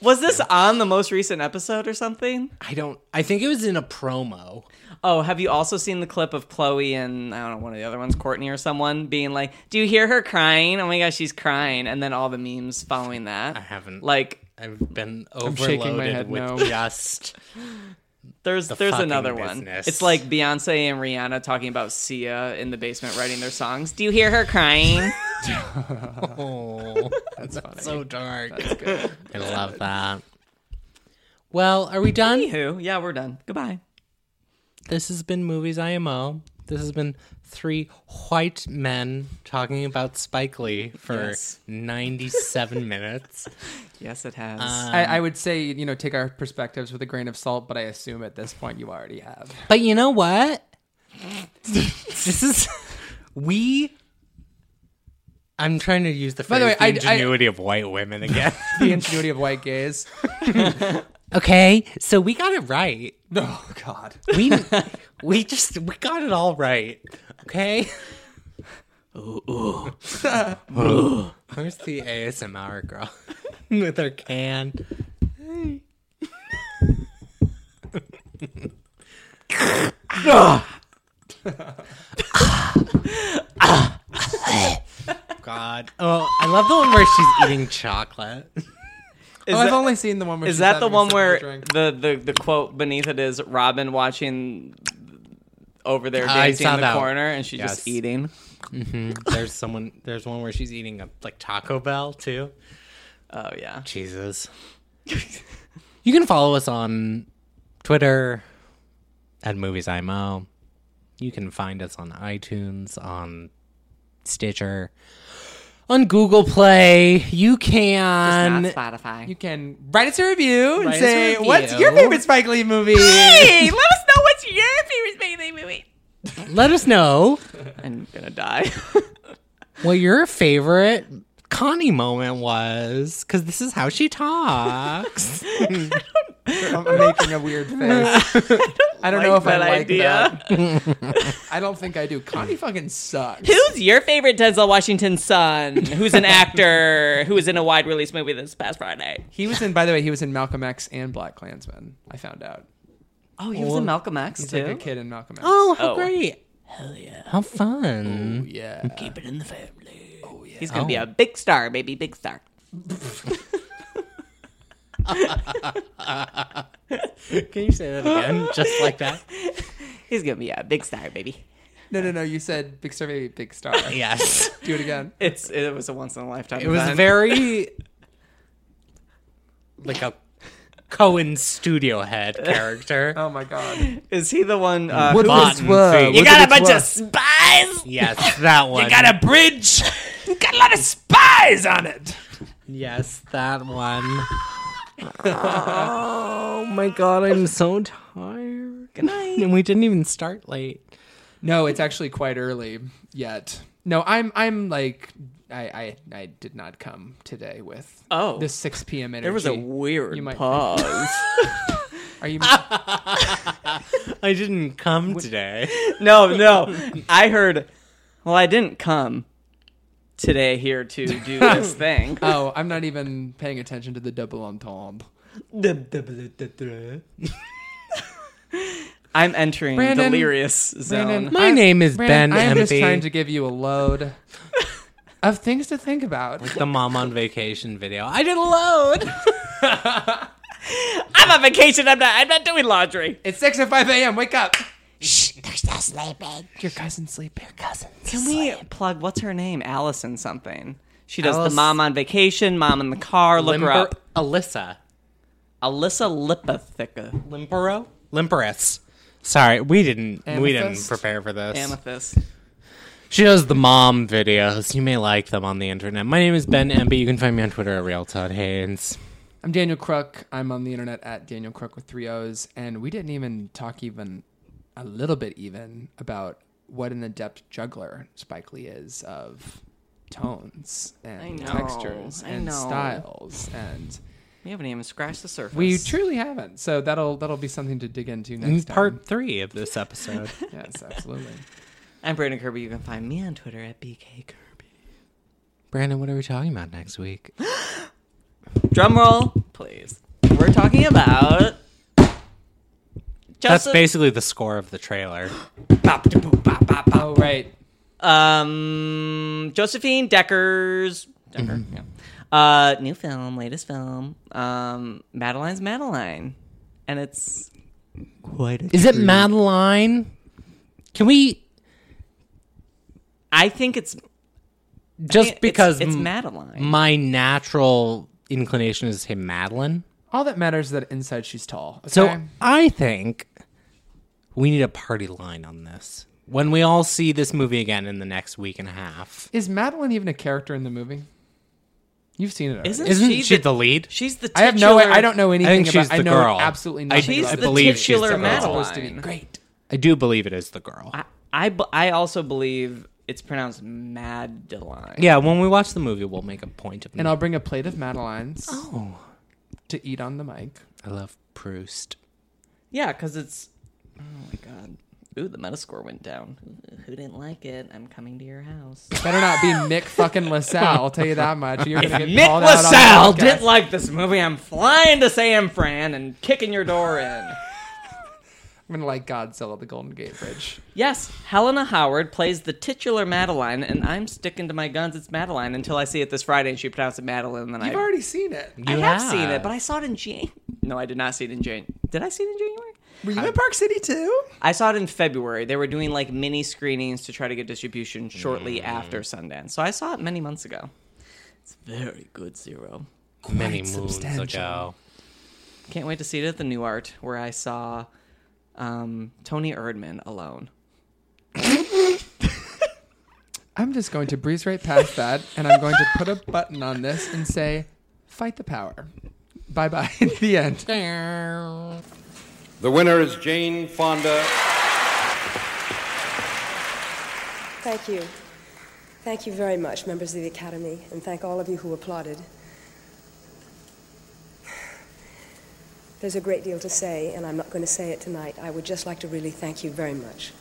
Speaker 2: Was this on the most recent episode or something?
Speaker 1: I don't. I think it was in a promo.
Speaker 2: Oh, have you also seen the clip of Chloe and I don't know one of the other ones, Courtney or someone, being like, "Do you hear her crying? Oh my gosh, she's crying!" And then all the memes following that.
Speaker 1: I haven't.
Speaker 2: Like,
Speaker 1: I've been
Speaker 3: shaking my
Speaker 1: overloaded
Speaker 3: head
Speaker 1: with
Speaker 3: no.
Speaker 1: just.
Speaker 2: there's there's
Speaker 1: fucking
Speaker 2: another one.
Speaker 1: business.
Speaker 2: It's like Beyonce and Rihanna talking about Sia in the basement writing their songs. Do you hear her crying?
Speaker 1: Oh, that's, so dark.
Speaker 3: good.
Speaker 1: I love that. Well, are we done?
Speaker 2: Anywho, yeah, we're done. Goodbye.
Speaker 1: This has been Movies IMO. This has been three white men talking about Spike Lee for
Speaker 2: Yes.
Speaker 1: 97 minutes.
Speaker 2: Yes, it has.
Speaker 1: Uh,
Speaker 3: I, I would say you know take our perspectives with a grain of salt, but I assume at this point you already have.
Speaker 1: But you know what? this is. We. I'm trying to use the phrase
Speaker 3: the way,
Speaker 1: the
Speaker 3: I- I-
Speaker 1: ingenuity of white women again.
Speaker 3: The ingenuity of white gays.
Speaker 1: okay, so we got it right.
Speaker 3: Oh God.
Speaker 1: We we just we got it all right. Okay. Where's the ASMR girl with her can? God. Oh, I love the one where she's eating chocolate.
Speaker 2: is
Speaker 3: Oh, I've
Speaker 2: that,
Speaker 3: only seen the one. Where
Speaker 2: is
Speaker 3: she's
Speaker 2: that the
Speaker 3: having a
Speaker 2: one
Speaker 3: sip of
Speaker 2: where
Speaker 3: a drink.
Speaker 2: the, the the quote beneath it is Robin watching over there
Speaker 1: I
Speaker 2: dancing
Speaker 1: saw
Speaker 2: in the
Speaker 1: that one.
Speaker 2: corner and she's
Speaker 1: Yes.
Speaker 2: just eating?
Speaker 1: There's someone there's one where she's eating a like Taco Bell too.
Speaker 2: Oh yeah.
Speaker 1: Jesus. you can follow us on Twitter at Movies IMO. You can find us on iTunes, on Stitcher, on Google Play. You can.
Speaker 2: Not Spotify.
Speaker 3: you can write us a review and
Speaker 1: Write us a
Speaker 3: say
Speaker 1: review.
Speaker 3: what's your favorite Spike Lee movie.
Speaker 2: hey, let us know what's your favorite Bailey movie.
Speaker 1: Let us know
Speaker 2: I'm gonna die.
Speaker 1: what your favorite Connie moment was, because this is how she talks.
Speaker 3: I'm making a weird face. I don't, know
Speaker 2: like
Speaker 3: if
Speaker 2: that
Speaker 3: I like
Speaker 2: idea.
Speaker 3: that. I don't think I do. Connie fucking sucks.
Speaker 2: Who's your favorite Denzel Washington son? Who's an actor? Who was in a wide release movie this past Friday?
Speaker 3: He was in, by the way, he was in Malcolm X and Black Klansman. I found out.
Speaker 2: Oh, he was in Malcolm X
Speaker 3: He's like a kid in Malcolm X.
Speaker 1: oh, how
Speaker 2: Oh.
Speaker 1: great! Hell yeah! How fun!
Speaker 3: yeah.
Speaker 2: Keep it in the family. Oh yeah. He's gonna be a big star, baby, big star.
Speaker 1: Can you say that again, just like that?
Speaker 2: He's gonna be a big star, baby.
Speaker 3: No, no, no. You said Big Star Baby, Big Star.
Speaker 1: Yes.
Speaker 3: Do it again.
Speaker 2: It's it was a once in a lifetime.
Speaker 1: It was very like a Cohen studio head character.
Speaker 3: Oh my God.
Speaker 2: Is he the one? Uh,
Speaker 3: What
Speaker 2: who-
Speaker 1: Button
Speaker 3: was what?
Speaker 1: thing.
Speaker 2: you
Speaker 1: what
Speaker 2: got a bunch of spies.
Speaker 1: Yes, that one.
Speaker 2: You got a bridge. You got a lot of spies on it.
Speaker 1: yes, that one. oh my god, I'm so tired.
Speaker 2: Good night.
Speaker 1: And we didn't even start late.
Speaker 3: No, it's actually quite early yet. No, I'm I'm like I I, I did not come today with
Speaker 2: Oh.
Speaker 3: the 6 p.m. energy.
Speaker 2: There was a weird
Speaker 3: You might-
Speaker 2: pause.
Speaker 3: Are you?
Speaker 1: I didn't come today.
Speaker 2: no, no. I heard. Well, I didn't come today here to do this thing.
Speaker 3: oh, I'm not even paying attention to the double entendre.
Speaker 2: I'm entering
Speaker 3: Brandon-
Speaker 2: delirious zone.
Speaker 3: Brandon,
Speaker 1: My name is
Speaker 3: Brandon,
Speaker 1: Ben
Speaker 3: I'm just
Speaker 1: Empey.
Speaker 3: trying to give you a load of things to think about.
Speaker 1: The mom on vacation video. I did a load.
Speaker 2: I'm on vacation. I'm not. I'm not doing laundry.
Speaker 3: It's oh 6 at 5 a.m. Wake up.
Speaker 1: Shh, they're still sleeping.
Speaker 3: Your cousin's sleeping.
Speaker 1: Cousins.
Speaker 2: Can we plug? What's her name? Allison something. She does
Speaker 1: Alice-
Speaker 2: the mom on vacation, mom in the car. Look her up.
Speaker 1: Alyssa.
Speaker 2: Alyssa Lipathica.
Speaker 1: Limpero? Limperus. Sorry, we didn't we didn't
Speaker 3: Amethyst?
Speaker 1: prepare for this.
Speaker 2: Amethyst.
Speaker 1: She does the mom videos. You may like them on the internet. My name is Ben Emby. You can find me on Twitter at Real Todd Haynes.
Speaker 3: I'm Daniel Crook. I'm on the internet at Daniel Crook with three O's. And we didn't even talk even a little bit even about what an adept juggler Spike Lee is of tones
Speaker 2: I
Speaker 3: and
Speaker 2: know,
Speaker 3: textures
Speaker 2: I
Speaker 3: and
Speaker 2: know.
Speaker 3: styles and
Speaker 2: We haven't even scratched the surface.
Speaker 3: we truly haven't so that'll that'll be something to dig into
Speaker 1: In
Speaker 3: next time
Speaker 1: part three of this episode.
Speaker 3: yes absolutely
Speaker 2: I'm Brandon Kirby. You can find me on Twitter at BK Kirby.
Speaker 1: Brandon, what are we talking about next week?
Speaker 2: Drum roll. please. We're talking about.
Speaker 1: That's
Speaker 2: Joseph-
Speaker 1: basically the score of the trailer.
Speaker 2: Bop, da, boop, bop, bop, bop.
Speaker 3: Oh right.
Speaker 2: Um, Josephine Decker's Decker, yeah. Uh, new film, latest film. Um, Madeline's Madeline, and it's quite. A
Speaker 1: Is it Madeline? Can we
Speaker 2: I think it's
Speaker 1: just
Speaker 2: it's-
Speaker 1: because
Speaker 2: it's,
Speaker 1: m-
Speaker 2: Madeline.
Speaker 1: my natural inclination is to say Madeline.
Speaker 3: All that matters is that inside she's tall. Okay?
Speaker 1: So I think we need a party line on this. When we all see this movie again in the next week and a half,
Speaker 3: is Madeline even a character in the movie? You've seen it. Already.
Speaker 2: Isn't,
Speaker 1: isn't
Speaker 2: she,
Speaker 1: she
Speaker 2: the,
Speaker 1: the lead?
Speaker 2: She's the.
Speaker 3: I
Speaker 2: Titular,
Speaker 3: have no. I don't know anything
Speaker 1: I think
Speaker 3: about.
Speaker 1: she's
Speaker 3: I
Speaker 1: the
Speaker 3: know
Speaker 1: girl.
Speaker 3: absolutely
Speaker 1: I-
Speaker 3: nothing
Speaker 2: She's
Speaker 3: about
Speaker 1: I
Speaker 2: the
Speaker 3: it.
Speaker 1: believe she's the
Speaker 2: titular
Speaker 1: girl.
Speaker 3: It's
Speaker 2: Madeline.
Speaker 3: supposed to be great.
Speaker 1: I do believe it is the girl.
Speaker 2: I, I b- I also believe it's pronounced Madeline.
Speaker 1: yeah, when we watch the movie, we'll make a point of it.
Speaker 3: And I'll bring a plate of Madelines
Speaker 1: oh,
Speaker 3: to eat on the mic.
Speaker 1: I love Proust.
Speaker 2: Yeah, because it's. Oh my god. Ooh, the Metascore went down. Who didn't like it? I'm coming to your house.
Speaker 3: Better not be Mick fucking LaSalle. I'll tell you that much. You're gonna get
Speaker 2: Nick
Speaker 3: called out on the
Speaker 2: LaSalle
Speaker 3: podcast.
Speaker 2: didn't like this movie. I'm flying to San Fran and kicking your door in.
Speaker 3: I'm gonna like Godzilla, the Golden Gate Bridge.
Speaker 2: Yes, Helena Howard plays the titular Madeline, and I'm sticking to my guns. It's Madeline until I see it this Friday, and she pronounced it Madeline. And then
Speaker 3: You've
Speaker 2: I,
Speaker 3: already seen it.
Speaker 2: I have seen it, but I saw it in Jan. No, I did not see it in Jan. Did I see it in January?
Speaker 3: Were you in Park City too?
Speaker 2: I saw it in February. They were doing like mini screenings to try to get distribution shortly after Sundance. So I saw it many months ago. Mm. It's very good, Zero.
Speaker 1: many
Speaker 3: quite
Speaker 1: moons
Speaker 3: substantial.
Speaker 1: ago.
Speaker 2: Can't wait to see it at the New Art, where I saw um, Tony Erdman alone.
Speaker 3: I'm just going to breeze right past that, and I'm going to put a button on this and say, "Fight the power." Bye bye. the end.
Speaker 4: The winner is Jane Fonda.
Speaker 5: Thank you. Thank you very much, members of the Academy, and thank all of you who applauded. There's a great deal to say, and I'm not going to say it tonight. I would just like to really thank you very much.